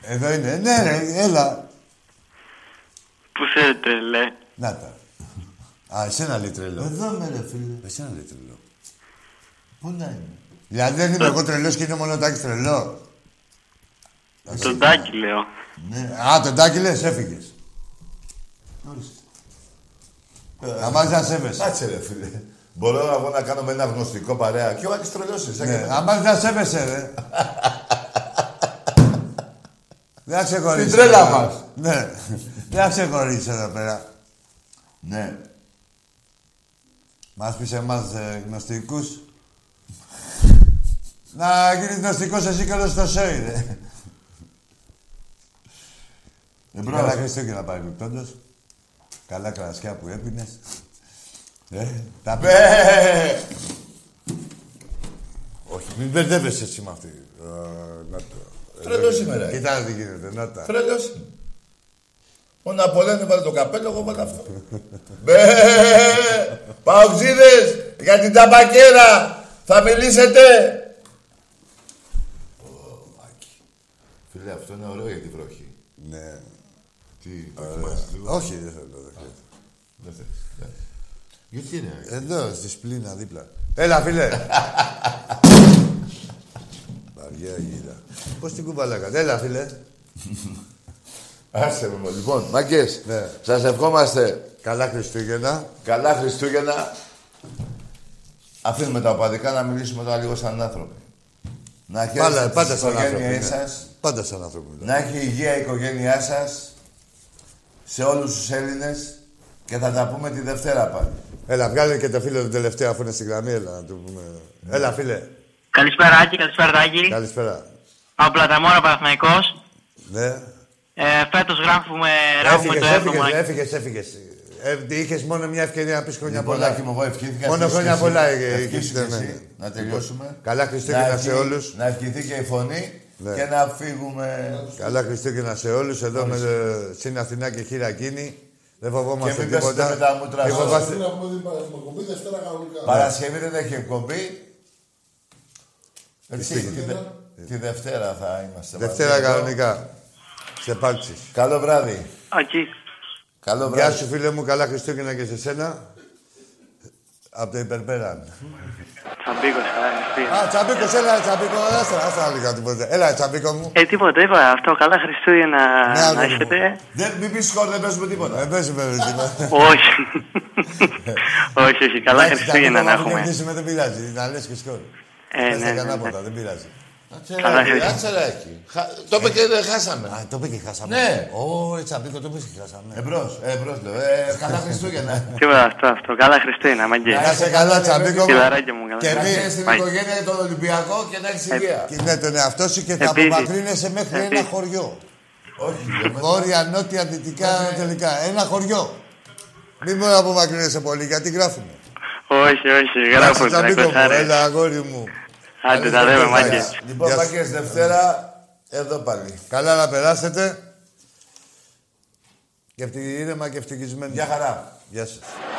Speaker 2: Εδώ είναι. Ναι, ρε, έλα.
Speaker 8: Πού σε ρε τρελέ.
Speaker 2: Να τα. Α, εσένα λέει τρελό.
Speaker 1: Εδώ με ρε φίλε.
Speaker 2: Εσένα λέει τρελό.
Speaker 1: Πού να είναι.
Speaker 2: Δηλαδή δεν είμαι εγώ τρελός και είναι μόνο ο Τάκης τρελό.
Speaker 8: Τον τάκι λέω.
Speaker 1: Ναι.
Speaker 2: Α, τον Τάκη λες, έφυγες.
Speaker 1: Ορίστε.
Speaker 2: Να μάθεις να σέβεσαι.
Speaker 1: Κάτσε ρε φίλε. Μπορώ εγώ να κάνω με ένα γνωστικό παρέα. Και ο Άκης τρελός
Speaker 2: Ναι,
Speaker 1: έκανε.
Speaker 2: Να μάθεις να σέβεσαι, ρε. Δεν θα ξεχωρίσεις.
Speaker 1: Την τρέλα
Speaker 2: ρε.
Speaker 1: μας.
Speaker 2: Ναι. Δεν θα ξεχωρίσεις εδώ πέρα.
Speaker 1: Ναι.
Speaker 2: Μας πεις εμάς ε, γνωστικούς. Να γίνεις γνωστικός εσύ και όλος στο σόι, ρε.
Speaker 1: Εμπρός.
Speaker 2: Καλά Χριστούγεννα παρεμπιπτόντως. Καλά κρασιά που έπινες. Ε, τα πέ...
Speaker 1: Ε,
Speaker 2: Όχι, μην μπερδεύεσαι εσύ με αυτή. Ε, να το...
Speaker 1: Τρελός σήμερα.
Speaker 2: Κοιτά τι γίνεται, να τα.
Speaker 1: Τρελός είναι. Ο Ναπολέον έβαλε το καπέλο, εγώ έβαλα αυτό. Μπε, Παουτζίδες, για την ταμπακέρα. Θα μιλήσετε. Ω, Άκη. Φίλε, αυτό είναι ωραίο για τη βροχή.
Speaker 2: Ναι.
Speaker 1: Τι, δοκιμάσεις λίγο.
Speaker 2: Όχι, δεν θέλω. δεν θέλω.
Speaker 1: Δεν θες, εντάξει. Γιατί είναι, ε, Άκη?
Speaker 2: Εδώ, στη σπλήνα δίπλα. Έλα, φίλε. Βαριά γύρα. Πώς την κουβαλάγατε. Έλα, φίλε.
Speaker 1: Άσε με, λοιπόν, μάγκες,
Speaker 2: Ναι.
Speaker 1: σας ευχόμαστε.
Speaker 2: Καλά Χριστούγεννα.
Speaker 1: Καλά Χριστούγεννα. Αφήνουμε τα οπαδικά να μιλήσουμε τώρα λίγο σαν άνθρωποι. Να
Speaker 2: Πάντα,
Speaker 1: χαίρεστε
Speaker 2: πάντα
Speaker 1: τις
Speaker 2: σαν άνθρωπο.
Speaker 1: οικογένειές
Speaker 2: είναι.
Speaker 1: σας.
Speaker 2: Πάντα σαν ναι. άνθρωπο. είναι.
Speaker 1: Να έχει υγεία η οικογένειά σας. Σε όλους τους Έλληνες. Και θα τα πούμε τη Δευτέρα πάλι.
Speaker 2: Έλα, βγάλε και το φίλο του τελευταίο αφού είναι στην γραμμή. Έλα, να του πούμε.
Speaker 1: Ναι.
Speaker 2: Έλα, φίλε.
Speaker 11: Καλησπέρα, Άκη, καλησπέρα, Τάκη.
Speaker 2: Καλησπέρα.
Speaker 11: Από Πλαταμόρα Παναθηναϊκός.
Speaker 2: Ναι.
Speaker 11: Ε, φέτος γράφουμε, γράφουμε το έβδομο.
Speaker 2: έφυγες, έφυγες, έφυγες. Ε, είχες μόνο μια ευκαιρία να πεις χρόνια
Speaker 1: Λοιπόν,
Speaker 2: πολλά.
Speaker 1: Άκη μου, εγώ ευχήθηκα.
Speaker 2: Μόνο
Speaker 1: ευχήθηκες
Speaker 2: χρόνια
Speaker 1: εσύ.
Speaker 2: πολλά,
Speaker 1: Ευχήθηκες
Speaker 2: ε, ε,
Speaker 1: εσύ.
Speaker 2: ναι.
Speaker 1: Να τελειώσουμε.
Speaker 2: Καλά Χριστούγεννα
Speaker 1: ευχη-
Speaker 2: σε όλους.
Speaker 1: Να ευχηθεί και η φωνή.
Speaker 2: Ναι.
Speaker 1: Και να φύγουμε.
Speaker 2: Καλά Χριστούγεννα σε όλους. Εδώ με ε, στην Αθηνά και Χειρακίνη. Δεν
Speaker 1: Και
Speaker 2: φοβόμαστε
Speaker 1: μην πέσετε
Speaker 2: τίποτα.
Speaker 1: με τα μούτρα
Speaker 2: Μη
Speaker 1: σας.
Speaker 2: φοβάστε- Ναι.
Speaker 4: Παρασκευή να πούμε ότι έχουμε κομπή Δευτέρα κανονικά.
Speaker 1: Ναι. Παρασκευή δεν έχει εκπομπή. Έτσι,
Speaker 2: Χριστούγεννα.
Speaker 1: τη, δε- τη Δευτέρα θα είμαστε.
Speaker 2: Δευτέρα
Speaker 1: μαζί εδώ.
Speaker 2: κανονικά. Σε πάλτσις.
Speaker 1: Καλό βράδυ.
Speaker 8: Ακή.
Speaker 1: Καλό
Speaker 2: Γεια
Speaker 1: βράδυ.
Speaker 2: σου φίλε μου, καλά Χριστούγεννα και σε σένα. Από το υπερπέραν.
Speaker 8: Τσαμπίκος, καλά Χριστούγεννα.
Speaker 2: Α, Τσαμπίκος, έλα Τσαμπίκο, άστα, άστα λίγα τίποτα. Έλα Τσαμπίκο μου.
Speaker 11: Ε, τίποτα, είπα αυτό. Καλά Χριστούγεννα
Speaker 2: Ναι,
Speaker 11: να
Speaker 2: αγόρι μου.
Speaker 11: έχετε.
Speaker 1: Δεν μην πεις σκορ, δεν παίζουμε τίποτα.
Speaker 2: Δεν παίζουμε ρε Ε, τίποτα.
Speaker 11: όχι. όχι, όχι. Καλά
Speaker 2: Εντάξει,
Speaker 11: Χριστούγεννα να
Speaker 2: Τσαμπίκο, άμα
Speaker 11: έχουμε.
Speaker 2: κερδίσουμε, δεν πειράζει, να λες και σκόρ.
Speaker 11: Ε,
Speaker 2: Δεν
Speaker 11: ναι,
Speaker 2: θα
Speaker 11: ναι, ναι.
Speaker 2: δεν πειράζει.
Speaker 11: Καλά Χριστούγεννα.
Speaker 1: Κάτσε ρε εκεί. Χα- Το είπε και δεν χάσαμε.
Speaker 2: Α, το είπε και χάσαμε.
Speaker 1: Ναι.
Speaker 2: Ω, ρε Τσαμπίκο, το είπε και χάσαμε.
Speaker 1: Εμπρός, εμπρός λέω. Ε, Καλά Χριστούγεννα.
Speaker 11: Τίποτα αυτό, αυτό. Καλά Χριστούγεννα, μαγκέ.
Speaker 2: Να είσαι καλά Τσαμπίκο μου.
Speaker 11: Ε, Φιλαράκια μου, καλά.
Speaker 2: Ναι. Και
Speaker 1: Να
Speaker 2: εμείς.
Speaker 1: χαίρεσαι την
Speaker 11: Bye.
Speaker 1: οικογένεια για τον Ολυμπιακό και να έχεις
Speaker 2: Ε,
Speaker 1: υγεία.
Speaker 2: Κοίτα ναι, τον εαυτό σου και θα
Speaker 11: Επίσης.
Speaker 2: απομακρύνεσαι μέχρι ένα
Speaker 11: Επίσης.
Speaker 2: χωριό.
Speaker 1: Όχι, λέω, με-
Speaker 2: Βόρεια, νότια, δυτικά, τελικά. Ένα χωριό. Μην μου απομακρύνεσαι πολύ, γιατί γράφουμε.
Speaker 11: Όχι, όχι.
Speaker 2: Εντάξει,
Speaker 11: Γράφω
Speaker 2: Τσαμπίκο μου,
Speaker 11: 300
Speaker 2: Έλα, αγόρι μου.
Speaker 11: Άντε, τα λέμε, μάγκες.
Speaker 1: Λοιπόν,
Speaker 2: Γεια σου.
Speaker 1: Μάκες, Δευτέρα, εδώ πάλι.
Speaker 2: Καλά να περάσετε. Και ευτυχ- ήρεμα και ευτυχισμένοι.
Speaker 1: Γεια χαρά.
Speaker 2: Γεια σας.